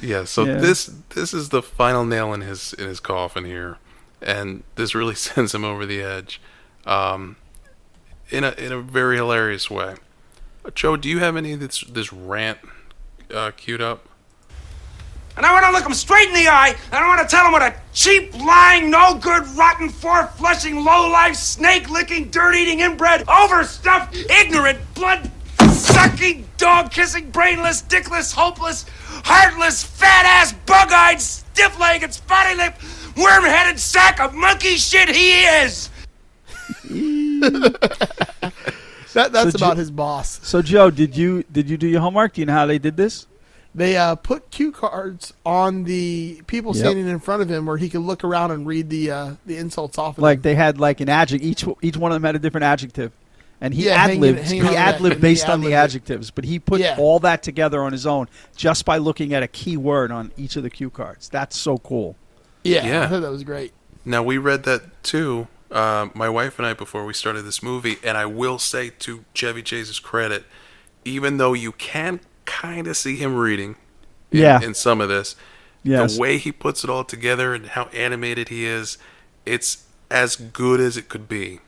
Yeah, so
Yeah.
this this is the final nail in his in his coffin here, and this really sends him over the edge, um, in a in a very hilarious way. Joe, do you have any of this this rant uh, queued up.
And I want to look him straight in the eye, and I want to tell him what a cheap, lying, no good, rotten, four flushing, low life, snake licking, dirt eating, inbred, overstuffed, ignorant, blood sucking, dog kissing, brainless, dickless, hopeless, heartless, fat ass, bug eyed, stiff legged, spotty lipped, worm headed sack of monkey shit he is!
That, that's
So Ju-
about his boss.
So Joe, did you did you do your homework? Do you know how they did this?
They uh, put cue cards on the people
Yep.
standing in front of him, where he could look around and read the uh, the insults off. Of
Like
them.
they had like an adjective. Each each one of them had a different adjective, and he
Yeah,
ad
hanging-
libbed.
hanging
He
on that,
ad libbed
and he
based on the
ad-libbed it.
adjectives, but he put
Yeah.
all that together on his own just by looking at a key word on each of the cue cards. That's so cool.
yeah,
Yeah.
I thought that was great.
Now we read that too. Uh, my wife and I before we started this movie, and I will say to Chevy Chase's credit, even though you can kind of see him reading, in,
Yeah.
in some of this,
Yes.
the way he puts it all together and how animated he is, it's as good as it could be.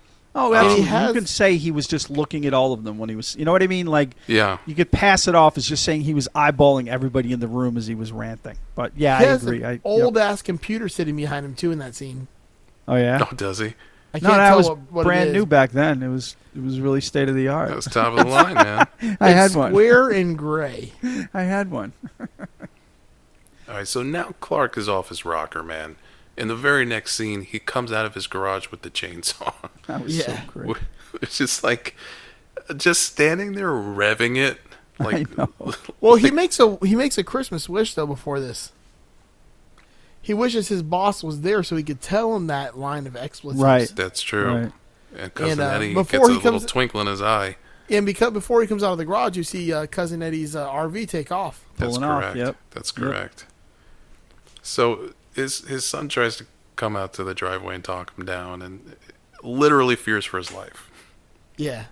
And
Oh,
he
absolutely.
has-
you can say he was just looking at all of them when he was. You know what I mean? Like
Yeah,
you could pass it off as just saying he was eyeballing everybody in the room as he was ranting. But yeah,
He
I
has
agree. I,
an
yep.
old ass computer sitting behind him too in that scene.
Oh yeah.
oh, does he?
I can't
No, that
tell
was
what, what
brand
it is.
new back then. It was it was really state of the art.
That was top of the line, man.
I had
It's
one.
Square and gray.
I had one.
All right, so now Clark is off his rocker, man. In the very next scene, he comes out of his garage with the chainsaw.
That was
Yeah.
so great.
It's just like just standing there revving it. Like
know.
Well, he makes a he makes a Christmas wish though before this. He wishes his boss was there so he could tell him that line of expletives.
Right.
that's true.
Right.
And cousin
And, uh,
Eddie gets a
before he
little
comes-
twinkle in his eye.
And because before he comes out of the garage, you see uh, cousin Eddie's uh, RV take off.
That's
Pulling off,
correct.
yep.
That's
Yep.
correct. So his his son tries to come out to the driveway and talk him down, and uh, literally fears for his life.
Yeah.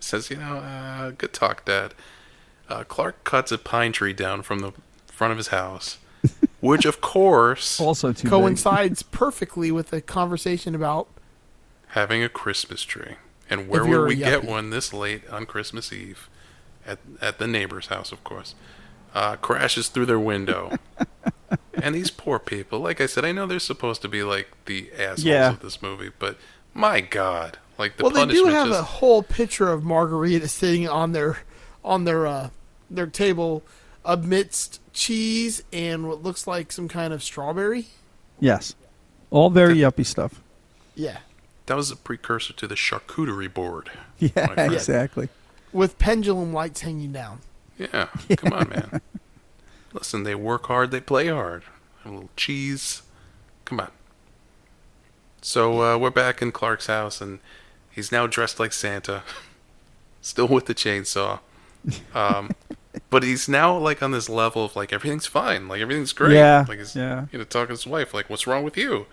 Says, you know, uh, good talk, Dad. Uh, Clark cuts a pine tree down from the front of his house, which of course
Also too
coincides perfectly with a conversation about
having a Christmas tree. And where
you're
would
a
we get
yuppie.
one this late on Christmas Eve? At at the neighbor's house, of course. Uh, crashes through their window. and these poor people, like I said, I know they're supposed to be like the assholes
Yeah.
of this movie, but my God, like the
well, they do
punishment
have a
just
whole picture of Margarita sitting on their on their uh, their table amidst cheese and what looks like some kind of strawberry.
Yes. All very yuppie stuff.
Yeah,
that was a precursor to the charcuterie board.
Yeah,
friend.
exactly.
with pendulum lights hanging down.
Yeah, come on, man. Listen, they work hard, they play hard. A little cheese. Come on. So uh, we're back in Clark's house, and he's now dressed like Santa, still with the chainsaw. Um, but he's now like on this level of like everything's fine, like everything's great.
Yeah,
like he's
yeah.
you know talking to his wife, like what's wrong with you?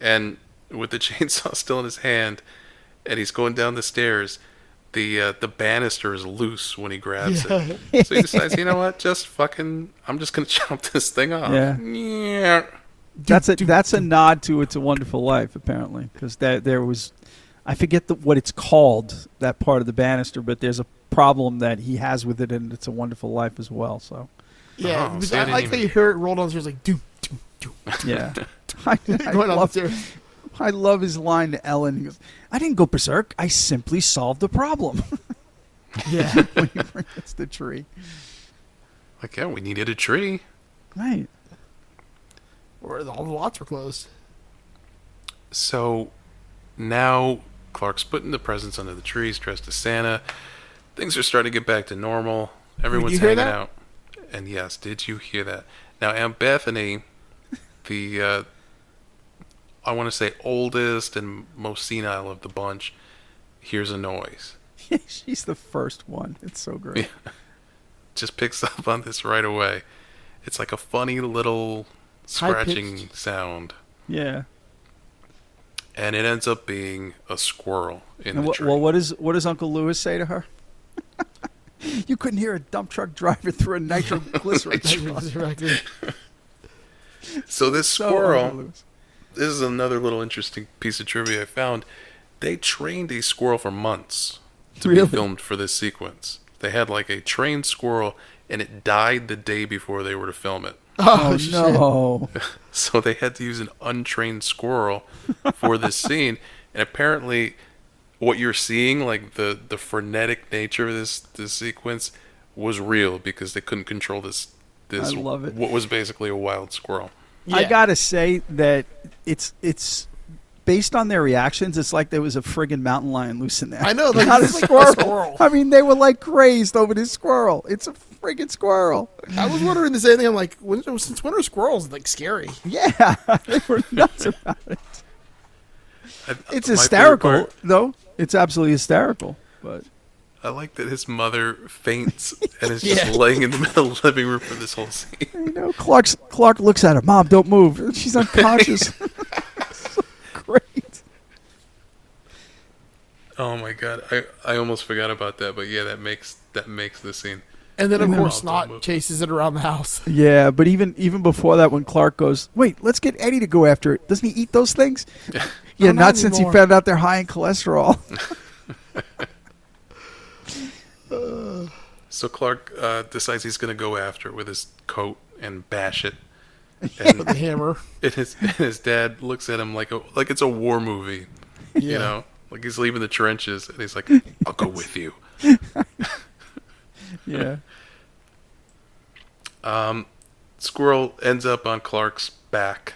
And with the chainsaw still in his hand, and he's going down the stairs. The uh, the banister is loose when he grabs it, so he decides, you know what? Just fucking, I'm just gonna chop this thing off.
Yeah.
Yeah.
That's a that's a nod to It's a Wonderful Life, apparently, because there there was, I forget the, what it's called that part of the banister, but there's a problem that he has with it, and It's a Wonderful Life as well. So
Yeah,
Oh,
it was-
see, I
I,
didn't
like that
even-
you hear it roll downstairs like doom doom doom
yeah, I, I
going on the
love
stairs.
I love his line to Ellen. He goes, "I didn't go berserk. I simply solved the problem."
Yeah,
when he brings the tree,
Like yeah, we needed a tree.
right?
where all the lots were closed.
So now Clark's putting the presents under the trees, dressed as Santa. Things are starting to get back to normal. Everyone's
you hear
hanging
that?
out. And yes, did you hear that? Now Aunt Bethany, the uh, I want to say oldest and most senile of the bunch, hears a noise.
She's the first one. It's so great.
Just picks up on this right away. It's like a funny little scratching sound,
Yeah.
and it ends up being a squirrel in
And
the
what,
tree.
well, what is what does Uncle Lewis say to her? you couldn't hear a dump truck driver through a nitroglycerin. truck.
Directly.
so this
So uh,
squirrel.
Uncle Lewis.
this is another little interesting piece of trivia I found. They trained a squirrel for months to
Really?
be filmed for this sequence. They had like a trained squirrel, and it died the day before they were to film it.
Oh, no.
So they had to use an untrained squirrel for this scene, and apparently, what you're seeing, like the the frenetic nature of this this sequence, was real because they couldn't control this this
I love it.
what was basically a wild squirrel.
I gotta say that it's it's based on their reactions. It's like there was a friggin' mountain lion loose in there.
I know, like,
not a
it's like a
squirrel.
squirrel.
I mean, they were like crazed over this squirrel. It's a friggin' squirrel.
I was wondering the same thing. I'm like, when, since when are squirrels like scary?
Yeah, they were nuts about it.
I-
It's
my favorite
hysterical,
part-
though. It's absolutely hysterical. But
I like that his mother faints and is just laying in the middle of the living room for this whole scene.
you know, Clark's, Clark looks at her. Mom, don't move. She's unconscious. So great.
Oh my god, I, I almost forgot about that, but yeah, that makes that makes the scene.
And then of
Yeah.
course,
Don't
Snot
move.
chases it around the house.
Yeah, but even even before that, when Clark goes, wait, let's get Eddie to go after it. Doesn't he eat those things? Yeah,
Not
not, since he
anymore.
found out they're high in cholesterol.
So Clark uh, decides he's going to go after it with his coat and bash it. And,
The hammer.
and his and his dad looks at him like a like it's a war movie, you know, like he's leaving the trenches, and he's like, "I'll go with you."
yeah.
Squirrel ends up on Clark's back.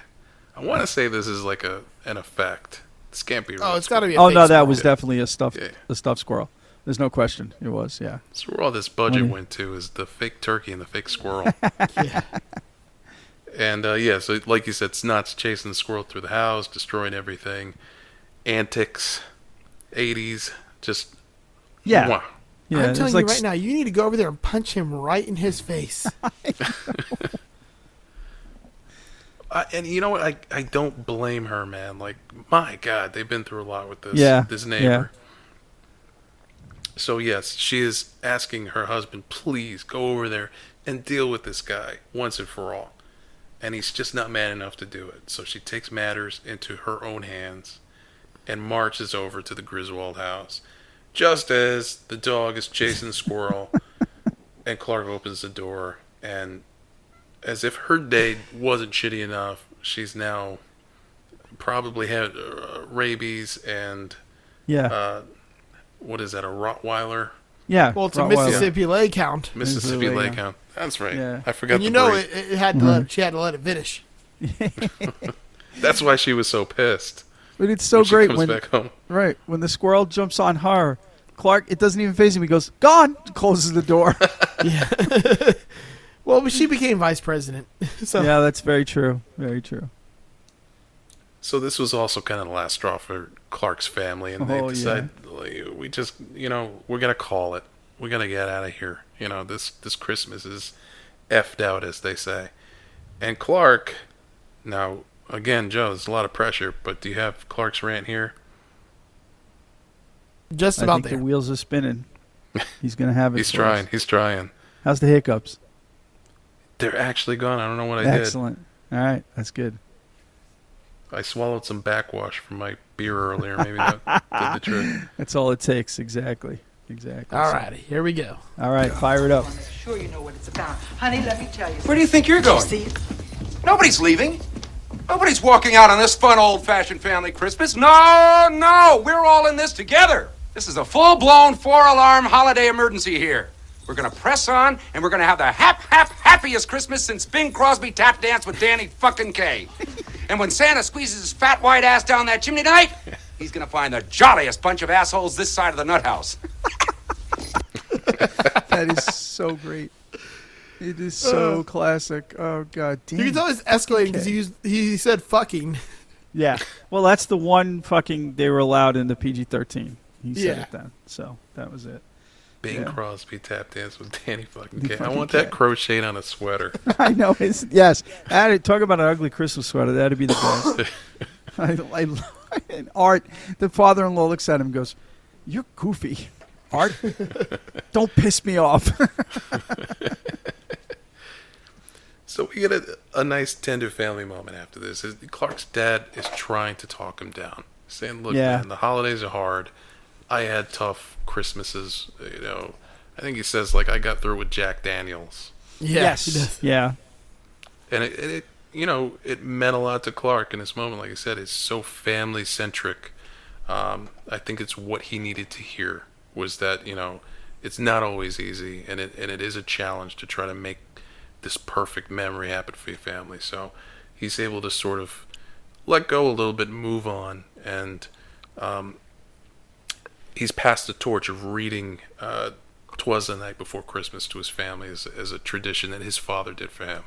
I want to say this is like a an effect. This can't be.
Oh, it's got to be. A
Oh
fake
no,
squirrel.
that was definitely a stuffed
Yeah.
a stuffed squirrel. There's no question. It was, yeah.
That's where all this budget went to is the fake turkey and the fake squirrel. And uh, yeah, so like you said, Snot's chasing the squirrel through the house, destroying everything. Antics, 80s, just
Yeah.
mwah.
Yeah.
I'm
it's
telling
like
you right
s-
now, you need to go over there and punch him right in his face.
I, and you know what? I I don't blame her, man. Like my God, they've been through a lot with this
Yeah,
this neighbor. So yes, she is asking her husband, please go over there and deal with this guy once and for all. And he's just not man enough to do it. So she takes matters into her own hands and marches over to the Griswold house. Just as the dog is chasing the squirrel and Clark opens the door and as if her day wasn't shitty enough, she's now probably had uh, rabies and
Yeah.
uh, what is that? A Rottweiler,
yeah.
Well, it's a
Rottweiler.
Mississippi leg count.
Mississippi
Missouri,
Lake
yeah.
Hound. That's right.
Yeah.
I forgot.
And you
the
know
breed.
it, it had to let, she had to let it finish.
That's why she was so pissed.
But it's so
when she
great
comes
when
back home.
right when the squirrel jumps on her, Clark it doesn't even face him. He goes gone, closes the door.
Well, but she became vice president. So
yeah, that's very true. Very true.
So this was also kind of the last straw for Clark's family, and they
Oh, yeah.
decide like, we just, you know, we're gonna call it. We're gonna get out of here. You know, this this Christmas is effed out, as they say. And Clark, now again, Joe, there's a lot of pressure, but do you have Clark's rant here?
just
I
about
think
there.
the wheels are spinning. He's gonna have it.
He's
for us.
trying. He's trying.
How's the hiccups?
They're actually gone. I don't know what I
Excellent. All right, that's good.
did. I swallowed some backwash from my beer earlier. Maybe that did the trick.
That's all it takes. Exactly. Exactly.
All righty, here we go.
All right. Fire it up.
Sure, you know what it's about. Honey, let me tell you.
Where do you think you're going?
See,
Nobody's leaving. Nobody's walking out on this fun, old fashioned family Christmas. No, no, we're all in this together. This is a full blown four alarm holiday emergency here. We're going to press on, and we're going to have the hap, hap, happiest Christmas since Bing Crosby tap danced with Danny fucking Kaye. And when Santa squeezes his fat white ass down that chimney tonight, he's going to find the jolliest bunch of assholes this side of the nut house.
That is so great. It is so classic. Oh god damn.
You can tell it's escalating because he used, he said fucking.
yeah. Well, that's the one fucking they were allowed in the PG-13. He said
Yeah.
it then. So that was it.
Bing Crosby tap dance with Danny fucking Cat. I
fucking
want
Cat.
that crocheted on a sweater.
I know. It's, yes. Added, talk about an ugly Christmas sweater. That'd be the best. I, I, and Art, the father-in-law looks at him and goes, "You're goofy, Art. don't piss me off."
So we get a, a nice tender family moment after this. His- Clark's dad is trying to talk him down, saying, "Look,
Yeah.
man, the holidays are hard. I had tough Christmases. You know, I think he says like I got through with Jack Daniels,
Yeah,
Yes.
he does.
Yeah.
and it, it, it you know it meant a lot to Clark in this moment. Like I said, it's so family centric. Um, I think it's what he needed to hear was that you know it's not always easy, and it and it is a challenge to try to make this perfect memory happen for your family. So he's able to sort of let go a little bit, move on, and um, he's passed the torch of reading uh, "Twas the Night Before Christmas" to his family as, as a tradition that his father did for him.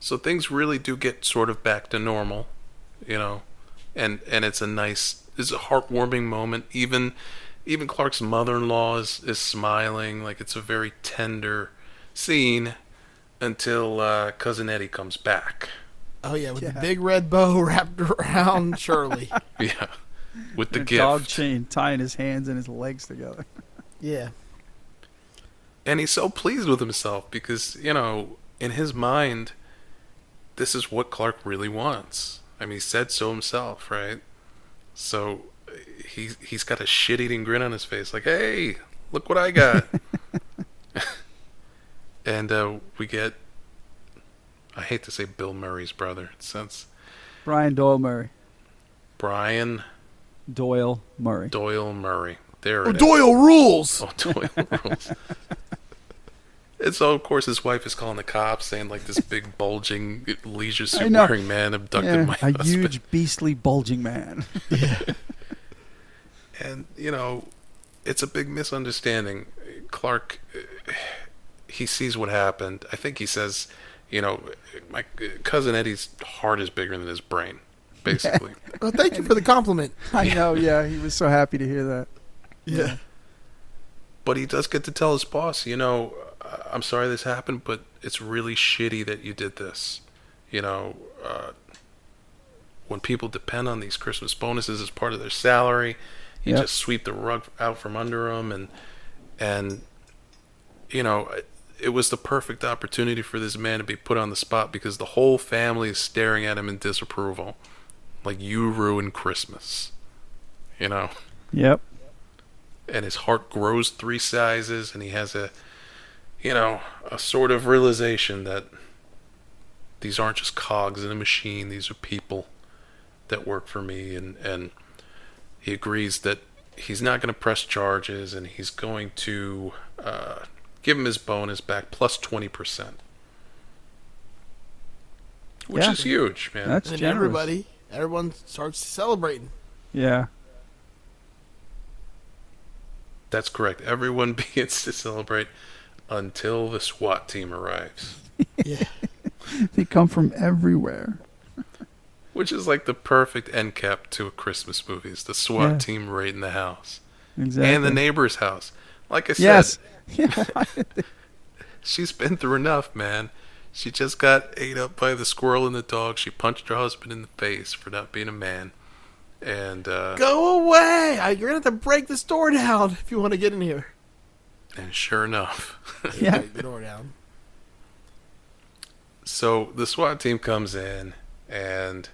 So things really do get sort of back to normal, you know, and and it's a nice, it's a heartwarming moment. Even even Clark's mother-in-law is, is smiling, like it's a very tender scene until uh, cousin Eddie comes back.
Oh yeah, with the big red bow wrapped around Shirley.
Yeah, with the
And a
gift.
dog chain tying his hands and his legs together.
Yeah,
and he's so pleased with himself because you know in his mind this is what clark really wants i mean he said so himself right so uh, he, he's got a shit-eating grin on his face like hey look what i got and uh, we get i hate to say bill murray's brother since
Brian Doyle Murray.
brian
Doyle Murray.
doyle murray there
oh,
it is.
Doyle rules.
Oh, Doyle rules. And so, of course, his wife is calling the cops, saying like this big bulging leisure
I
suit
know.
wearing man abducted
Yeah,
my
a
husband.
huge, beastly, bulging man.
And you know, it's a big misunderstanding. Clark, uh, he sees what happened. I think he says, you know, my cousin Eddie's heart is bigger than his brain, basically.
Well, thank you for the compliment.
I know. Yeah, he was so happy to hear that.
Yeah,
But he does get to tell his boss, you know, I- I'm sorry this happened, but it's really shitty that you did this. You know, uh, when people depend on these Christmas bonuses as part of their salary, you
Yep.
just sweep the rug out from under them, and and you know, it- it was the perfect opportunity for this man to be put on the spot because the whole family is staring at him in disapproval, like you ruined Christmas. You know
Yep.
and his heart grows three sizes and he has a you know a sort of realization that these aren't just cogs in a machine these are people that work for me and and he agrees that he's not going to press charges and he's going to uh, give him his bonus back plus 20% which
Yeah.
is huge man
That's
and
generous.
everybody, everyone starts celebrating.
Yeah.
That's correct. Everyone begins to celebrate until the SWAT team arrives,
Yeah,
They come from everywhere.
which is like the perfect end cap to a Christmas movie. It's the SWAT
Yeah.
team raiding the house
Exactly.
and the neighbor's house. Like I said,
Yes. Yeah.
she's been through enough, man. She just got ate up by the squirrel and the dog. She punched her husband in the face for not being a man. And uh,
go away. I, you're gonna have to break this door down if you want to get in here.
and sure enough,
Yeah.
Break the door down.
so the SWAT team comes in, and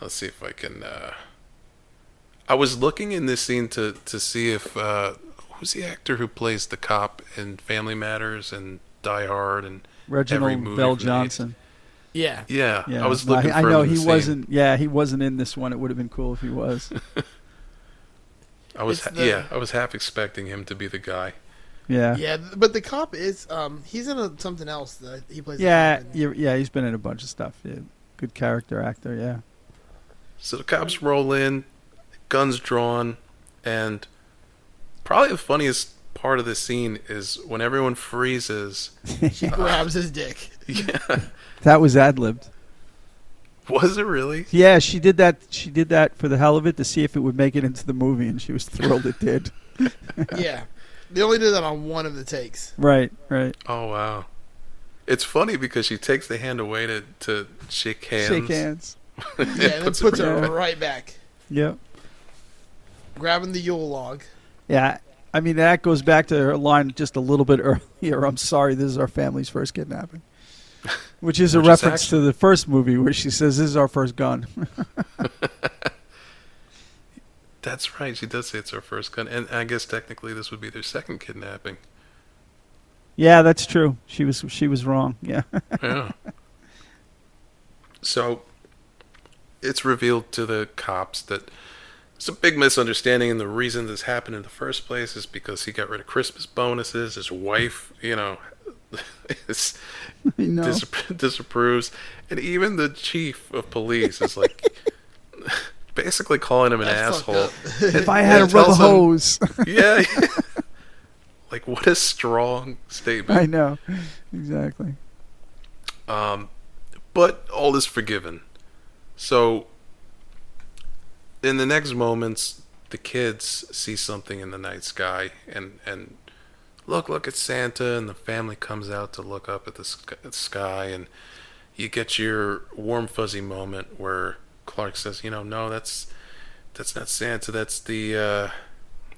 let's see if I can. Uh, I was looking in this scene to to see if uh, who's the actor who plays the cop in Family Matters and Die Hard and
Reginald
movie from
Bell
the eighties.
Johnson.
Yeah,
yeah,
Yeah.
I was
No,
looking.
I, I
for him
know
in
he
the scene.
wasn't. Yeah, he wasn't in this one. It would have been cool if he was.
I was
It's
ha-
the-
yeah, I was half expecting him to be the guy.
Yeah.
yeah. th- But the cop is um, he's in a, something else that he plays. a
Yeah.
cop in.
you're- Yeah. He's been in a bunch of stuff. Yeah. Good character actor. Yeah.
So the cops roll in, guns drawn, and probably the funniest part of the scene is when everyone freezes.
She grabs his dick.
Yeah,
That was ad libbed.
was it really?
Yeah, she did that. She did that for the hell of it to see if it would make it into the movie, and she was thrilled it did.
yeah, they only did that on one of the takes.
Right. Right.
Oh wow. It's funny because she takes the hand away to, to shake hands.
Shake hands.
Yeah, and
puts
puts, puts
it
right
her
back.
right back,
Yep.
grabbing the Yule log.
Yeah, I mean that goes back to her line just a little bit earlier. I'm sorry, this is our family's first kidnapping, which is a
Which is
reference
actually-
to the first movie where she says this is our first gun.
That's right. She does say it's her first gun, and I guess technically this would be their second kidnapping.
Yeah, that's true. She was she was wrong. Yeah.
Yeah. so it's revealed to the cops that it's a big misunderstanding, and the reason this happened in the first place is because he got rid of Christmas bonuses. His wife, you know, is,
I know.
disapp- disapproves, and even the chief of police is like. Basically calling him an
That's fucked
asshole.
if I had a
It
rubber
tells him-
hose,
yeah. like what a strong statement.
I know exactly.
Um, but all is forgiven. So, in the next moments, the kids see something in the night sky, and and look, look, it's Santa, and the family comes out to look up at the sk- at sky, and you get your warm fuzzy moment where Clark says, you know, no, that's that's not Santa, that's the uh,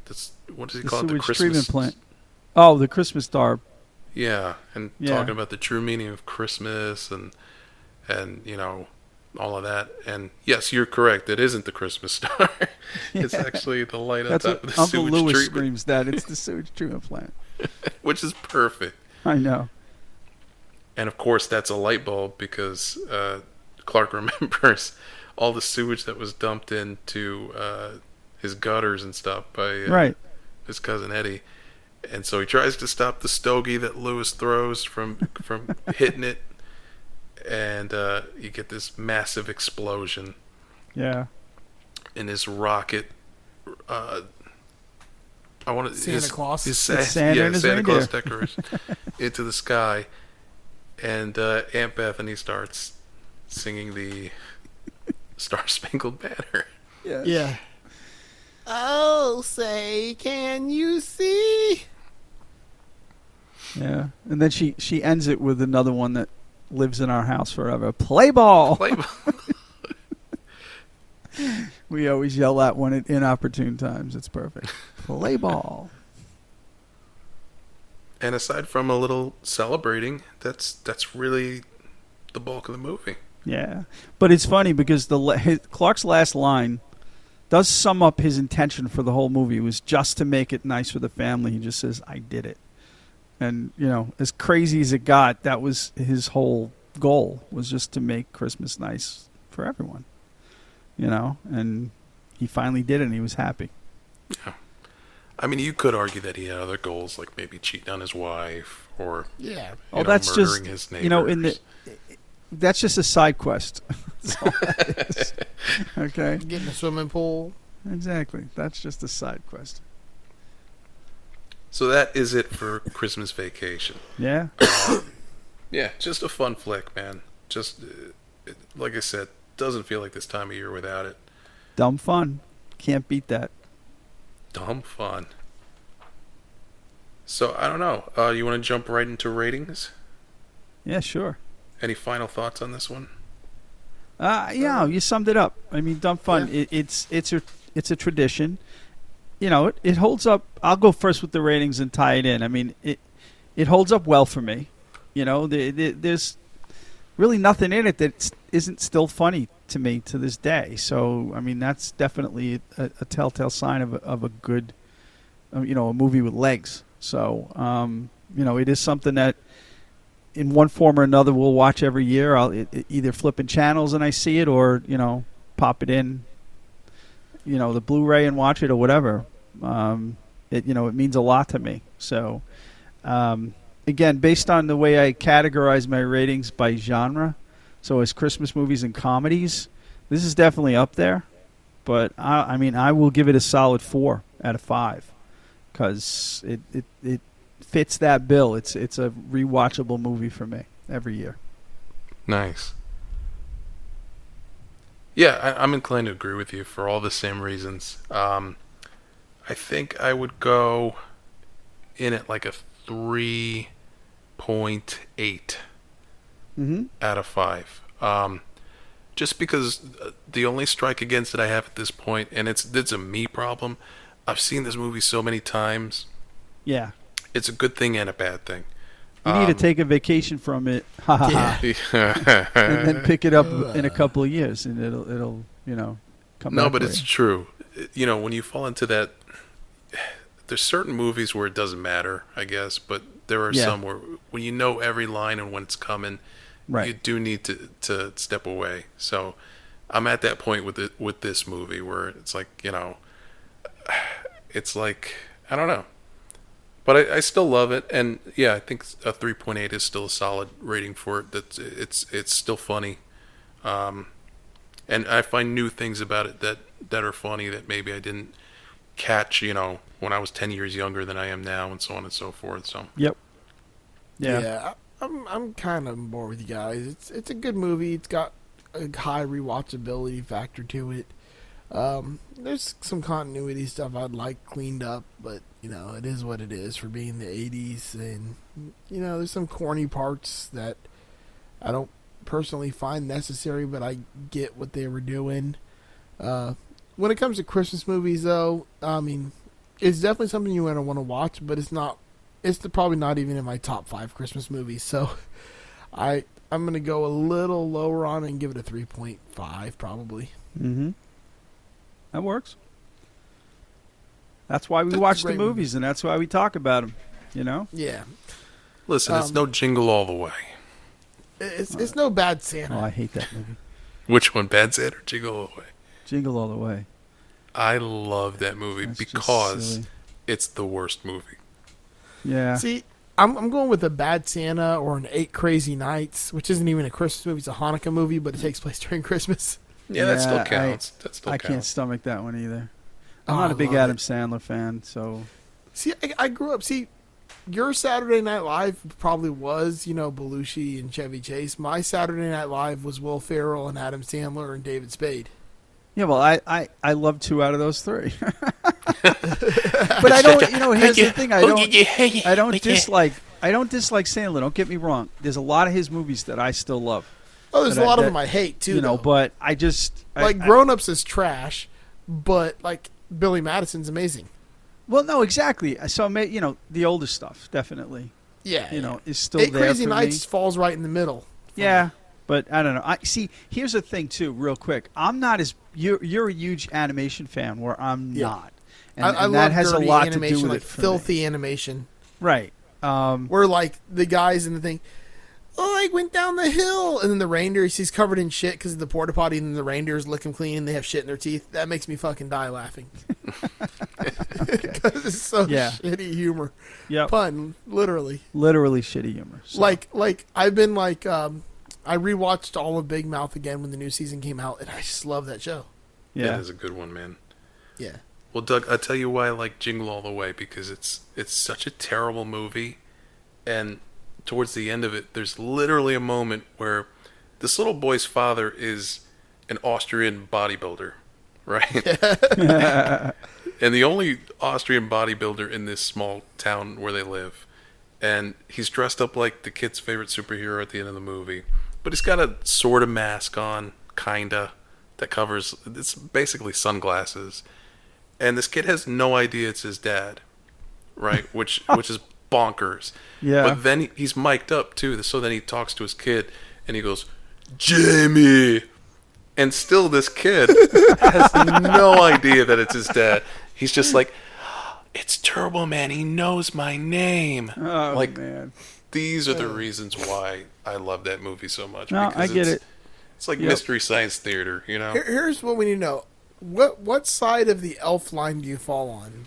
that's what does he
The
call it, the
sewage
Christmas
treatment plant. Oh, the Christmas star.
yeah, and
Yeah.
talking about the true meaning of Christmas and and you know all of that. And yes, you're correct. It isn't the Christmas star. it's
Yeah.
actually the light on
That's
top of
what
the
Uncle
sewage
Lewis
treatment,
screams. That it's the sewage treatment plant.
which is perfect.
I know.
And of course, that's a light bulb because uh, Clark remembers all the sewage that was dumped into uh, his gutters and stuff by uh,
Right.
his cousin Eddie. And so he tries to stop the stogie that Lewis throws from from hitting it, and uh, you get this massive explosion
Yeah.
in his rocket. Uh, I want to
Santa Claus?
his,
It's Santa
yeah,
and his
Santa Claus
reindeer.
decoration into the sky, and uh, Aunt Bethany starts singing the Star Spangled Banner.
Yeah.
Yeah. Oh, say, can you see?
Yeah. And then she she ends it with another one that lives in our house forever. Play ball.
Play ball.
We always yell that one at inopportune times. It's perfect. Play ball.
And aside from a little celebrating, that's that's really the bulk of the movie.
Yeah, but it's funny because the la- his, Clark's last line does sum up his intention for the whole movie. It was just to make it nice for the family. He just says, "I did it," and you know, as crazy as it got, that was his whole goal was just to make Christmas nice for everyone. You know, and he finally did it, and he was happy.
I mean, you could argue that he had other goals, like maybe cheating on his wife or
Yeah.
you
oh,
know,
that's
murdering
just
his neighbors.
you know, in the that's just a side quest. That's all that is. okay.
Get in the swimming pool.
Exactly. That's just a side quest.
so that is it for Christmas Vacation.
Yeah.
Yeah, just a fun flick, man. Just uh, it, like I said, doesn't feel like this time of year without it.
Dumb fun. Can't beat that.
Dumb fun. So I don't know. Uh, you want to jump right into ratings?
Yeah, sure.
Any final thoughts on this one?
Uh, yeah, you summed it up. I mean, dumb fun. It, it's it's a it's a tradition. You know, it, it holds up. I'll go first with the ratings and tie it in. I mean, it it holds up well for me. You know, the, the, there's really nothing in it that isn't still funny to me to this day. So, I mean, that's definitely a, a telltale sign of a, of a good, uh, you know, a movie with legs. So, um, you know, it is something that in one form or another we'll watch every year. I'll it, it- either flipping channels and I see it, or you know, pop it in, you know, the Blu-ray and watch it or whatever. Um, it you know it means a lot to me. So um, again, based on the way I categorize my ratings by genre, so as Christmas movies and comedies, this is definitely up there. But I, I mean, I will give it a solid four out of five because it, it, it fits that bill. It's it's a rewatchable movie for me every year.
Nice. Yeah, I, I'm inclined to agree with you for all the same reasons. Um, I think I would go in at like a 3.8
Mm-hmm.
out of 5. Um, just because uh, the only strike against it I have at this point, and it's, it's a me problem, I've seen this movie so many times.
Yeah,
It's a good thing and a bad thing.
you need
Um,
to take a vacation from it, ha ha ha, and then pick it up in a couple of years, and it'll it'll you know come.
No,
back
but
for
it's
you.
true. you know, when you fall into that, there's certain movies where it doesn't matter, I guess, but there are
Yeah.
some where when you know every line and when it's coming,
Right.
you do need to to step away. So I'm at that point with it with this movie where it's like you know, it's like I don't know, but I, I still love it, and yeah, I think a 3.8 is still a solid rating for it. That's it's it's still funny. Um, and I find new things about it that that are funny that maybe I didn't catch, you know, when I was ten years younger than I am now, and so on and so forth. So
Yep. Yeah.
I- I'm I'm kind of bored with you guys. It's it's a good movie. It's got a high rewatchability factor to it. Um, there's some continuity stuff I'd like cleaned up, but you know it is what it is for being the '80s, and you know there's some corny parts that I don't personally find necessary, but I get what they were doing. Uh, when it comes to Christmas movies, though, I mean, it's definitely something you want to want to watch, but it's not. It's the, probably not even in my top five Christmas movies. So, I I'm gonna go a little lower on it and give it a three point five probably.
Mm-hmm. That works. That's why we
That's a
watch the
great movie.
movies, and that's why we talk about them. You know.
Yeah,
listen, it's
Um,
no jingle all the way.
it's it's no bad
Oh,
Santa.
I hate that movie.
Which one, Bad Santa or Jingle All the Way?
Jingle all the way.
I love that movie
That's just
because
silly.
it's the worst movie.
Yeah.
See, I'm I'm going with a bad Santa or an Eight Crazy Nights, which isn't even a Christmas movie. It's a Hanukkah movie, but it takes place during Christmas.
Yeah, that
Yeah,
still
I-
counts. that still
I can't
counts.
stomach that one either.
Oh,
I'm not
I
a big
love
Adam
it.
Sandler fan, so
See, I, I grew up. See, your Saturday Night Live probably was, you know, Belushi and Chevy Chase. My Saturday Night Live was Will Ferrell and Adam Sandler and David Spade.
yeah. Well, I I, I love two out of those three, but I don't. You know, here's the thing. I don't. I don't dislike. I don't dislike Sandler. Don't get me wrong. There's a lot of his movies that I still love.
Oh, there's
But
a
I-
lot of
that-
them I hate too.
you know,
though.
but I just I-
like
I-
Grown Ups is trash, but like Billy Madison's amazing.
well, no, exactly. So ma- you know, the older stuff definitely.
Yeah,
You know, is still
Eight
there
Crazy
for me.
Nights falls right in the middle.
Yeah, but I don't know. I see. Here's the thing, too, real quick. I'm not as you're you're a huge animation fan, where I'm
Yeah.
not, and,
I, I love
and that has a
dirty
lot
animation,
to do with
like
it for me.
filthy animation,
right? Um,
where like the guys in the thing. Oh, I went down the hill, and then the reindeer. He's covered in shit because of the porta potty, and the reindeers lick him clean, and they have shit in their teeth. That makes me fucking die laughing. 'Cause it's so
Yeah.
shitty humor,
yeah,
pun literally.
literally shitty humor. So,
Like like I've been like um I rewatched all of Big Mouth again when the new season came out and I just love that show.
yeah,
That is a good one, man.
Yeah.
Well, Doug, I'll tell you why I like Jingle All the Way because it's it's such a terrible movie, and towards the end of it, there's literally a moment where this little boy's father is an Austrian bodybuilder, right? and the only Austrian bodybuilder in this small town where they live, and he's dressed up like the kid's favorite superhero at the end of the movie, but he's got a sort of mask on, kinda, that covers. It's basically sunglasses and this kid has no idea it's his dad, right? Which which is bonkers.
Yeah.
But then he- he's mic'd up too, so then he talks to his kid and he goes, "Jamie," and still this kid has no idea that it's his dad. He's just like, "It's Turbo Man. He knows my name."
oh
like
man,
these are the reasons why I love that movie so much.
No, I get
it's,
it.
It's like
Yep.
mystery science theater, you know.
Here, here's what we need to know. What what side of the elf line do you fall on?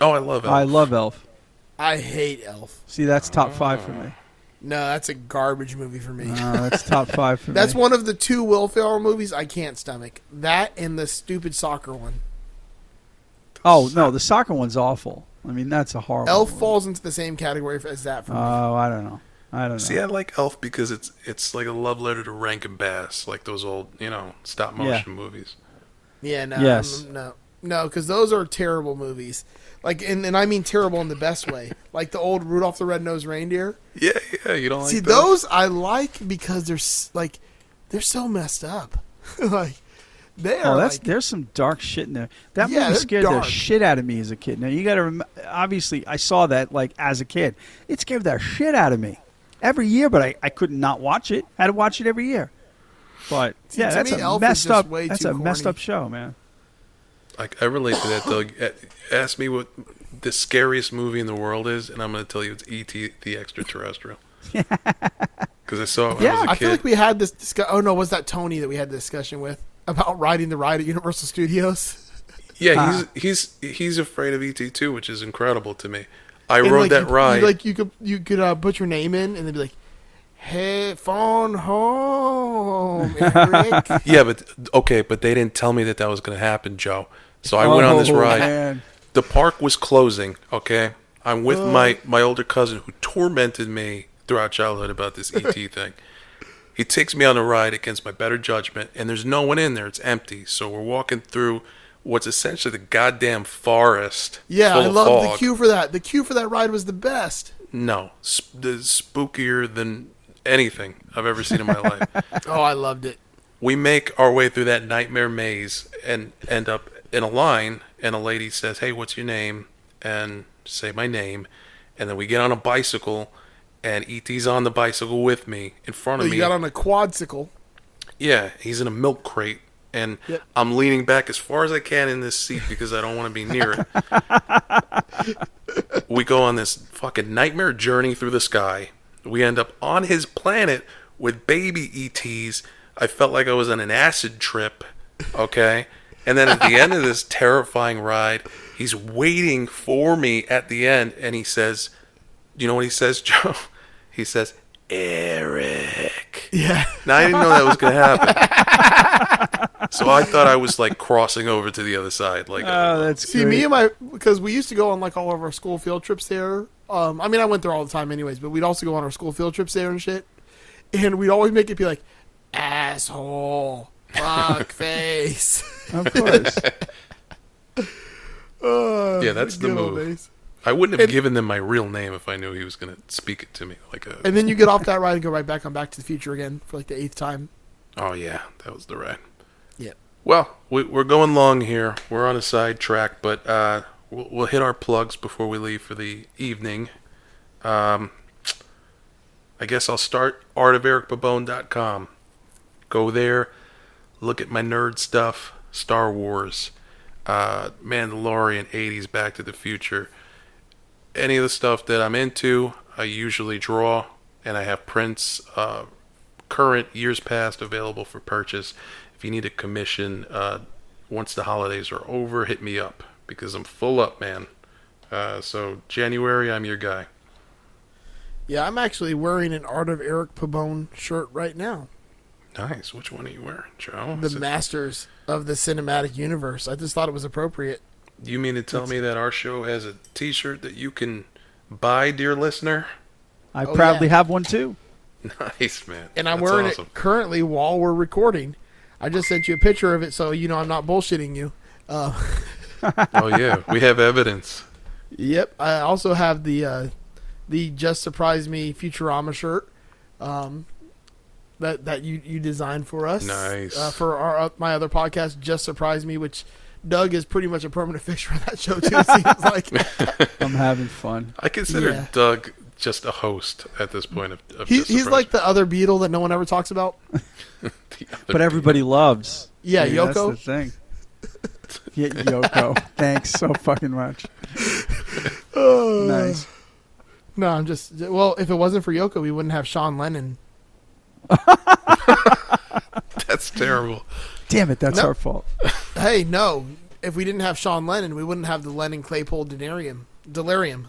Oh, I love it.
I love Elf.
I hate Elf.
See, that's top five for me.
No, that's a garbage movie for me.
Uh, that's top five for me.
That's one of the two Will Ferrell movies I can't stomach. That and the stupid soccer one.
Oh no, the soccer one's awful. I mean, that's a horrible.
Elf
one.
falls into the same category as that for me.
Oh, I don't know. I don't know.
See, I like Elf because it's it's like a love letter to Rankin Bass, like those old, you know, stop motion movies.
Yeah, no,
Yes.
um, no, no, because those are terrible movies. Like, and, and I mean terrible in the best way. Like the old Rudolph the Red-Nosed Reindeer.
Yeah, yeah, you don't like
See,
those?
those I like because they're s- like they're so messed up. like they are.
Oh, that's
like,
there's some dark shit in there. That
Yeah,
movie
they're
scared
dark.
the shit out of me as a kid. Now you got to rem- obviously I saw that like as a kid. It scared the shit out of me every year, but I I could not watch it. I had to watch it every year. But yeah,
to
that's
me,
a
Elf is
messed
just
up.
way
That's
too
a messed
corny.
up show, man.
Like I relate to that, Doug. A- Ask me what the scariest movie in the world is, and I'm going to tell you it's E.T. the Extraterrestrial. Because I saw it when I was a
I
kid.
feel like we had this discussion. Oh no, was that Tony that we had the discussion with about riding the ride at Universal Studios?
yeah,
Ah.
he's he's he's afraid of E.T. too, which is incredible to me. I
And,
rode
like,
that
you- you-
ride.
like you could you could uh, put your name in and they'd be like, "Hey, phone home, Eric."
yeah, but okay, but they didn't tell me that that was going to happen, Joe. So I went on this
Oh,
ride.
man.
The park was closing. Okay, I'm with my
Oh.
my older cousin who tormented me throughout childhood about this ET thing. He takes me on a ride against my better judgment, and there's no one in there. It's empty. So we're walking through what's essentially the goddamn forest.
yeah,
full
I
of
love the
fog.
queue for that. The queue for that ride was the best.
No, sp- the spookier than anything I've ever seen in my life.
Oh, I loved it.
we make our way through that nightmare maze and end up in a line and a lady says hey what's your name and say my name and then we get on a bicycle and et's on the bicycle with me in front of
Oh, you
me
got on a quadsicle.
yeah he's in a milk crate and
Yep.
i'm leaning back as far as i can in this seat because i don't want to be near it we go on this fucking nightmare journey through the sky. We end up on his planet with baby ETs. I felt like I was on an acid trip. Okay. And then at the end of this terrifying ride, he's waiting for me at the end and he says, You know what he says, Joe? He says, Eric.
Yeah.
Now I didn't know that was going to happen. so I thought I was like crossing over to the other side. Like,
Oh, that's
See, me and my because we used to go on like all of our school field trips there. Um, I mean, I went there all the time, anyways. But we'd also go on our school field trips there and shit. And we'd always make it be like, asshole, fuck face.
of course.
Uh,
Yeah, that's the
good old
move.
days.
I wouldn't have
And-
given them my real name if I knew he was going to speak it to me. Like, a,
And then you get off that ride and go right back on Back to the Future again for like the eighth time.
oh yeah, that was the ride.
Yep.
Well, we, we're going long here. We're on a side track, but uh, we'll, we'll hit our plugs before we leave for the evening. Um, I guess I'll start artofericbabone.com. Go there, look at my nerd stuff, Star Wars, uh, Mandalorian, 80s, Back to the Future. Any of the stuff that I'm into, I usually draw, and I have prints uh, current years past available for purchase. If you need a commission, uh, once the holidays are over, hit me up because I'm full up, man. Uh, so January, I'm your guy.
Yeah, I'm actually wearing an Art of Eric Pabone shirt right now.
Nice. Which one are you wearing, Joe?
The
Is it-
Masters of the Cinematic Universe. I just thought it was appropriate.
you mean to tell me that our show has a T-shirt that you can buy, dear listener?
I
Oh,
proudly
yeah.
have one too.
Nice, man.
And I'm
That's
wearing
awesome.
it currently while we're recording. I just sent you a picture of it so you know I'm not bullshitting you. Uh,
oh yeah, we have evidence.
yep. I also have the uh, the Just Surprise Me Futurama shirt um, that that you, you designed for us.
Nice.
Uh, for our uh, my other podcast, Just Surprise Me, which Doug is pretty much a permanent fixture on that show too. It seems like
I'm having fun.
I consider
Yeah.
Doug just a host at this point. Of, of
he,
Just
he's
Surprise
like the other Beatle that no one ever talks about.
Me. The other
But everybody loves.
Yeah,
I mean,
Yoko.
That's the thing. Yeah, Yoko. Thanks so fucking much.
Uh,
nice.
No, I'm just well. If it wasn't for Yoko, we wouldn't have Sean Lennon.
people. That's terrible.
Damn it, that's
No.
our fault.
Hey, no. If we didn't have Sean Lennon, we wouldn't have the Lennon Claypool Delirium. Delirium.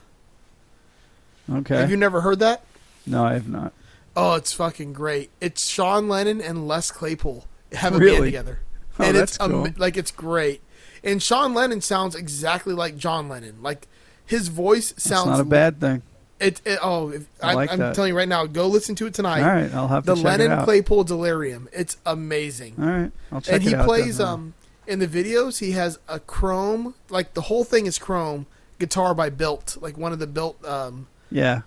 Okay.
Have you never heard that?
no, I have not.
Oh, it's fucking great. It's Sean Lennon and Les Claypool have a band
Really?
together,
Oh,
and
that's
it's am-
cool.
like it's great. And Sean Lennon sounds exactly like John Lennon. Like his voice
It's
sounds
not a bad thing.
It, it- oh, if,
I
I
like
am
that.
telling you right now, go listen to it tonight.
All right, I'll have to
the
check
Lennon
it out.
Claypool Delirium. It's amazing.
All right, I'll check
and he
it out
plays
then.
um in the videos he has a chrome like the whole thing is chrome guitar by built like one of the built um
Yeah,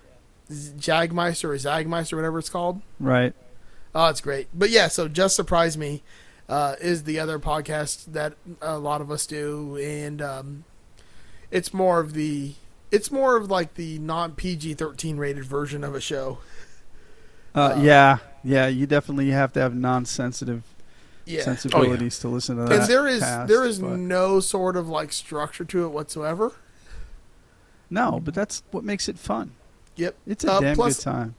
Z- jagmeister or zagmeister whatever it's called
right.
oh it's great but yeah so just surprise me uh, is the other podcast that a lot of us do and um it's more of the it's more of like the non pg-13 rated version of a show
Uh, yeah, yeah. You definitely have to have non-sensitive
uh,
Oh,
Yeah.
sensibilities to listen to that.
and there is
past,
there is
but-
no sort of like structure to it whatsoever.
no, but that's what makes it fun.
Yep,
It's a
Uh,
damn
plus-
good time.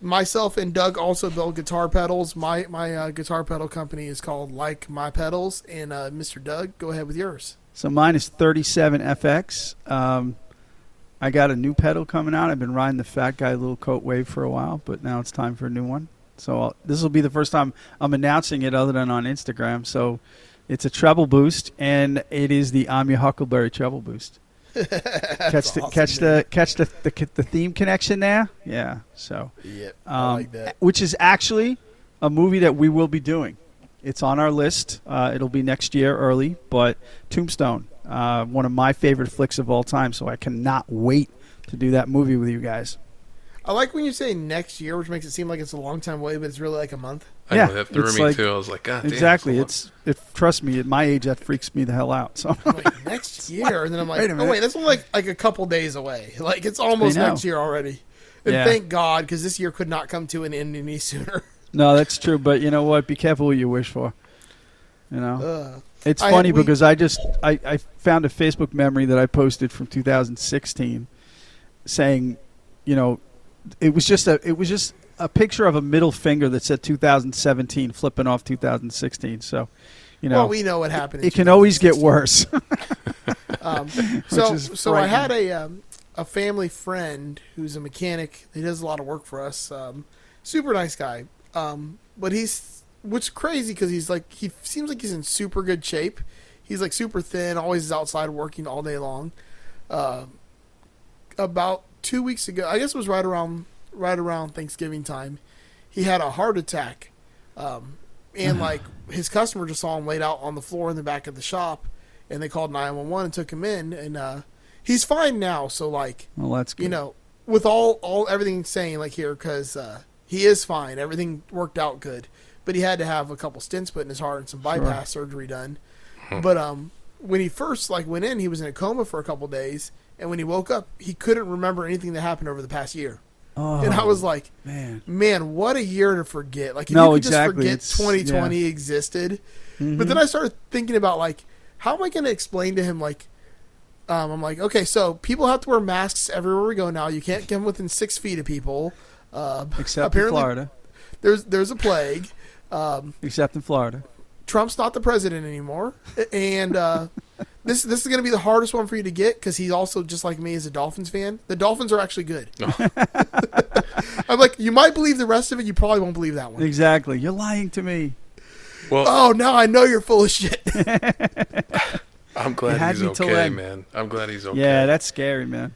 Myself and Doug also build guitar pedals. My my uh, guitar pedal company is called Like My Pedals, and uh, Mr. Doug, go ahead with yours.
So mine is 37 FX. Um, I got a new pedal coming out. I've been riding the Fat Guy Little Coat Wave for a while, but now it's time for a new one. So I'll, this will be the first time I'm announcing it other than on Instagram. So it's a treble boost, and it is the I'm Your Huckleberry treble boost. catch the catch the catch the, the the theme connection there. Yeah. So.
Yep,
um, Which is actually a movie that we will be doing. It's on our list. Uh, it'll be next year early, but Tombstone, uh, one of my favorite flicks of all time. So I cannot wait to do that movie with you guys.
I like when you say next year, which makes it seem like it's a long time away, but it's really like a month.
I
yeah,
know that threw
it's
me
like-
too. I was like, God, damn,
exactly.
that's a
It's it. Trust me, at my age, that freaks me the hell out. So
Wait, next year, and then I'm like,
Wait a
oh
minute.
wait, that's only like like a couple days away. Like it's almost
I know.
next year already. And
Yeah.
thank God, because this year could not come to an end any sooner.
no, that's true. But you know what? Be careful what you wish for. You know.
Ugh.
It's
I-
funny
we-
because I just I, I found a Facebook memory that I posted from 2016 saying, you know, it was just a it was just a picture of a middle finger that said 2017 flipping off 2016. So, you know,
well, we know what happened. in
it can always get
2016.
worse.
Um, so,
is
so I had a um, a family friend who's a mechanic. He does a lot of work for us. Um, super nice guy. Um, but he's which is crazy because he's like he seems like he's in super good shape. He's like super thin. Always is outside working all day long. Uh, about two weeks ago, I guess it was right around right around Thanksgiving time. He had a heart attack, um, and like his customer just saw him laid out on the floor in the back of the shop, and they called nine one one and took him in, and uh, he's fine now. So like
well, that's good.
you know, with all all everything saying like here because uh, he is fine, everything worked out good, but he had to have a couple stints put in his heart and some bypass surgery done.
Hmm.
But um, when he first like went in, he was in a coma for a couple days, and when he woke up, he couldn't remember anything that happened over the past year.
oh,
and I was like,
man.
man, what a year to forget. Like, if
No,
you could
exactly.
just
It's- Mm-hmm.
forget 2020 existed. But then I started thinking about, like, how am I going to explain to him, like, um, I'm like, okay, so people have to wear masks everywhere we go now. You can't come within six feet of people. Uh,
Except in
apparently,
Florida.
there's there's a plague. Um,
Except in Florida.
Trump's not the president anymore, and uh, this this is going to be the hardest one for you to get because he's also just like me is a Dolphins fan. The Dolphins are actually good.
Oh.
I'm like, you might believe the rest of it, you probably won't believe that one.
Exactly. You're lying to me.
lot. Well,
Oh, now I know you're full of shit.
I'm
Oh, you
glad
had
he's
me till
okay,
then.
man. I'm glad he's okay.
Yeah, that's scary, man.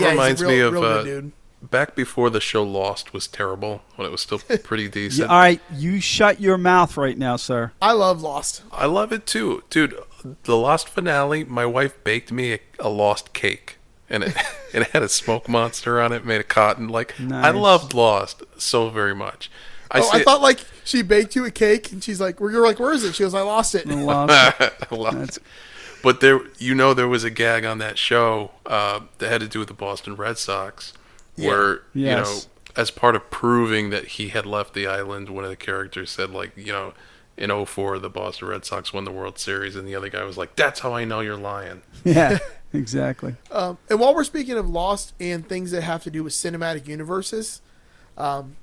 Yeah, he's a
reminds me
real-
of
real
uh,
good dude.
back before the show Lost was terrible when it was still pretty
Yeah,
decent.
all right, you shut your mouth right now, sir.
I love Lost.
I love it too, dude. The Lost finale. My wife baked me a, a Lost cake, and it it had a smoke monster on it, made of cotton. Like I
Nice.
loved Lost so very much. I
oh,
see
I
it-
thought like she baked you a cake, and she's like, "You're like, where is it?" She goes, "I lost
Mm.
it."
Lost.
I loved
That's-
it. But there, you know, there was a gag on that show uh, that had to do with the Boston Red Sox, where you know,
Yes.
as part of proving that he had left the island, one of the characters said, like, you know, in 04, the Boston Red Sox won the World Series, and the other guy was like, "That's how I know you're lying."
yeah, exactly.
Um, and while we're speaking of Lost and things that have to do with cinematic universes, um,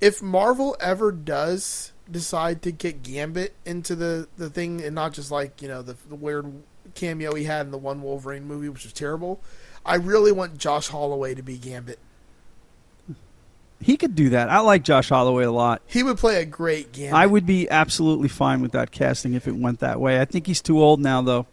if Marvel ever does decide to get Gambit into the, the thing and not just like, you know, the, the weird cameo he had in the one Wolverine movie, which was terrible, I really want Josh Holloway to be Gambit.
He could do that. I like Josh Holloway a lot.
He would play a great Gambit.
I would be absolutely fine with that casting if it went that way. I think he's too old now, though.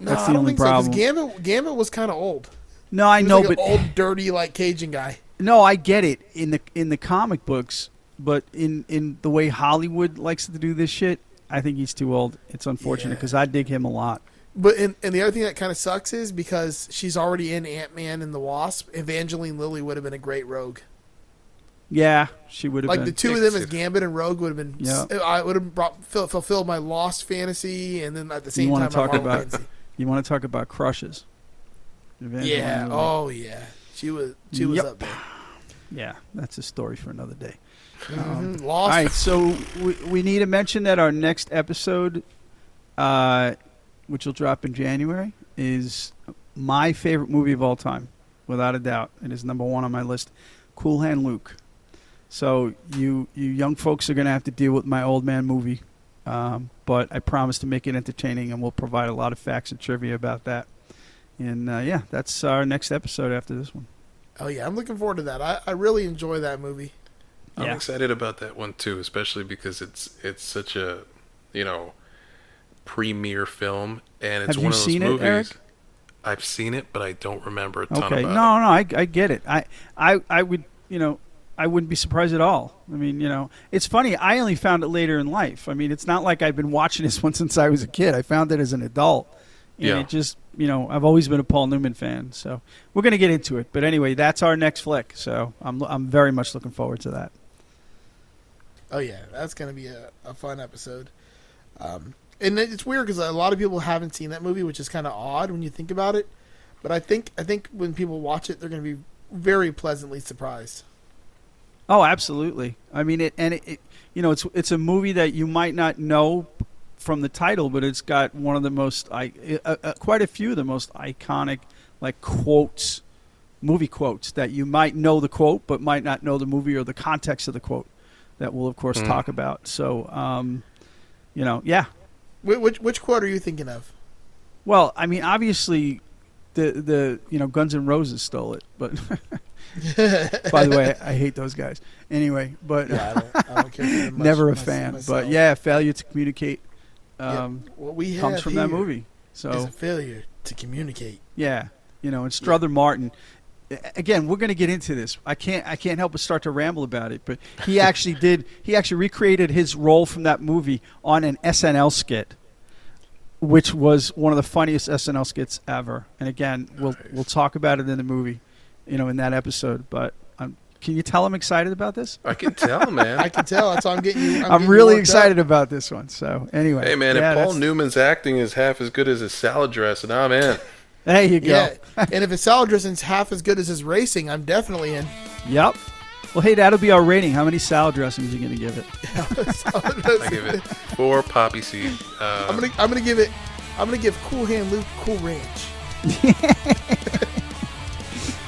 no,
that's
I
the
don't
only
think so, 'cause
problem.
Gambit, Gambit was kind of old.
No, I
He was
know,
like an
but
old, dirty, like Cajun guy.
no, I get it in the in the comic books, but in in the way Hollywood likes to do this shit, I think he's too old. It's unfortunate
Yeah.
because I dig him a lot.
But and, and the other thing that kind of sucks is because she's already in Ant Man and the Wasp. Evangeline Lilly would have been a great Rogue.
Yeah, she would have
Like
been.
the two of them as Gambit and Rogue would have been.
Yeah.
I would have brought fill- fulfilled my Lost fantasy, and then at the same
wanna
time, my
talk
Marvel
about-
fantasy.
you want to talk about crushes? Evangeline
Yeah.
Lilly.
Oh yeah. She was. She was
Yep.
up there.
Yeah, that's a story for another day.
Mhm,
All
Lost.
right, so we, we need to mention that our next episode, uh, which will drop in January, is my favorite movie of all time, without a doubt. It is number one on my list, Cool Hand Luke. So you you young folks are going to have to deal with my old man movie, um, but I promise to make it entertaining, and we'll provide a lot of facts and trivia about that. And uh, yeah, that's our next episode after this one.
Oh yeah, I'm looking forward to that. I, I really enjoy that movie.
I'm
Yeah.
excited about that one too, especially because it's it's such a you know premiere film, and it's
Have
one
you
of those
seen it,
movies.
Eric?
I've seen it, but I don't remember a ton
Okay. No,
about
no, I, I get it. I, I, I would, you know, I wouldn't be surprised at all. I mean, you know, it's funny. I only found it later in life. I mean, it's not like I've been watching this one since I was a kid. I found it as an adult. And
Yeah.
it just, you know, I've always been a Paul Newman fan. So we're going to get into it. But anyway, that's our next flick. So I'm, I'm very much looking forward to that.
Oh yeah, that's gonna be a, a fun episode. Um, and it- it's weird because a lot of people haven't seen that movie, which is kind of odd when you think about it. But I think I think when people watch it, they're gonna be very pleasantly surprised.
Oh, absolutely. I mean, it and it, it, you know, it's it's a movie that you might not know from the title, but it's got one of the most i uh, uh, quite a few of the most iconic like quotes, movie quotes that you might know the quote, but might not know the movie or the context of the quote. That we'll of course talk about. So, um, you know, yeah,
Which, which which quote are you thinking of?
well, I mean, obviously, the the you know Guns N' Roses stole it, but by the way, I hate those guys. Anyway, but uh,
Yeah, I don't, I don't care. for them much
never a
myself-
fan.
myself.
But yeah, failure to communicate
Yeah,
um,
what we have
comes from that
here
movie. So
is a failure to communicate.
yeah, you know, and Struther Martin. a- Again, we're going to get into this. I can't. I can't help but start to ramble about it. But he actually did. He actually recreated his role from that movie on an SNL skit, which was one of the funniest SNL skits ever. And again, we'll we'll talk about it in the movie, you know, in that episode. But um, can you tell I'm excited about this?
it. I can tell, man.
I can tell. That's why I'm getting you. I'm,
I'm
getting you
really
worked up.
excited about this one. So anyway,
Hey man,
yeah,
if Paul
that's-
Newman's acting is half as good as his salad dressing, I'm in.
There you go.
Yeah, and if his salad dressing's half as good as his racing, I'm definitely in.
Yep. Well, hey, that'll be our rating. How many salad dressings you gonna give it?
Salad
I
dressing.
give it four poppy seed. Uh,
I'm gonna I'm gonna give it. I'm gonna give Cool Hand Luke Cool Ranch.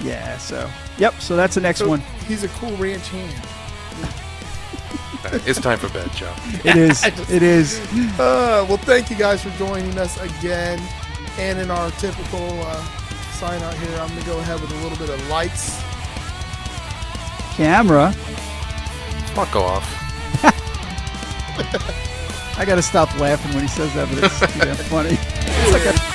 Yeah. So. Yep. So that's the next one.
He's a cool ranch hand.
it's time for bed, Joe.
It is. it is.
Uh, well, thank you guys for joining us again. And in our typical uh, sign out here, I'm gonna go ahead with a little bit of lights.
Camera.
Fuck off.
I gotta stop laughing when he says that, but it's yeah, funny. It's like a-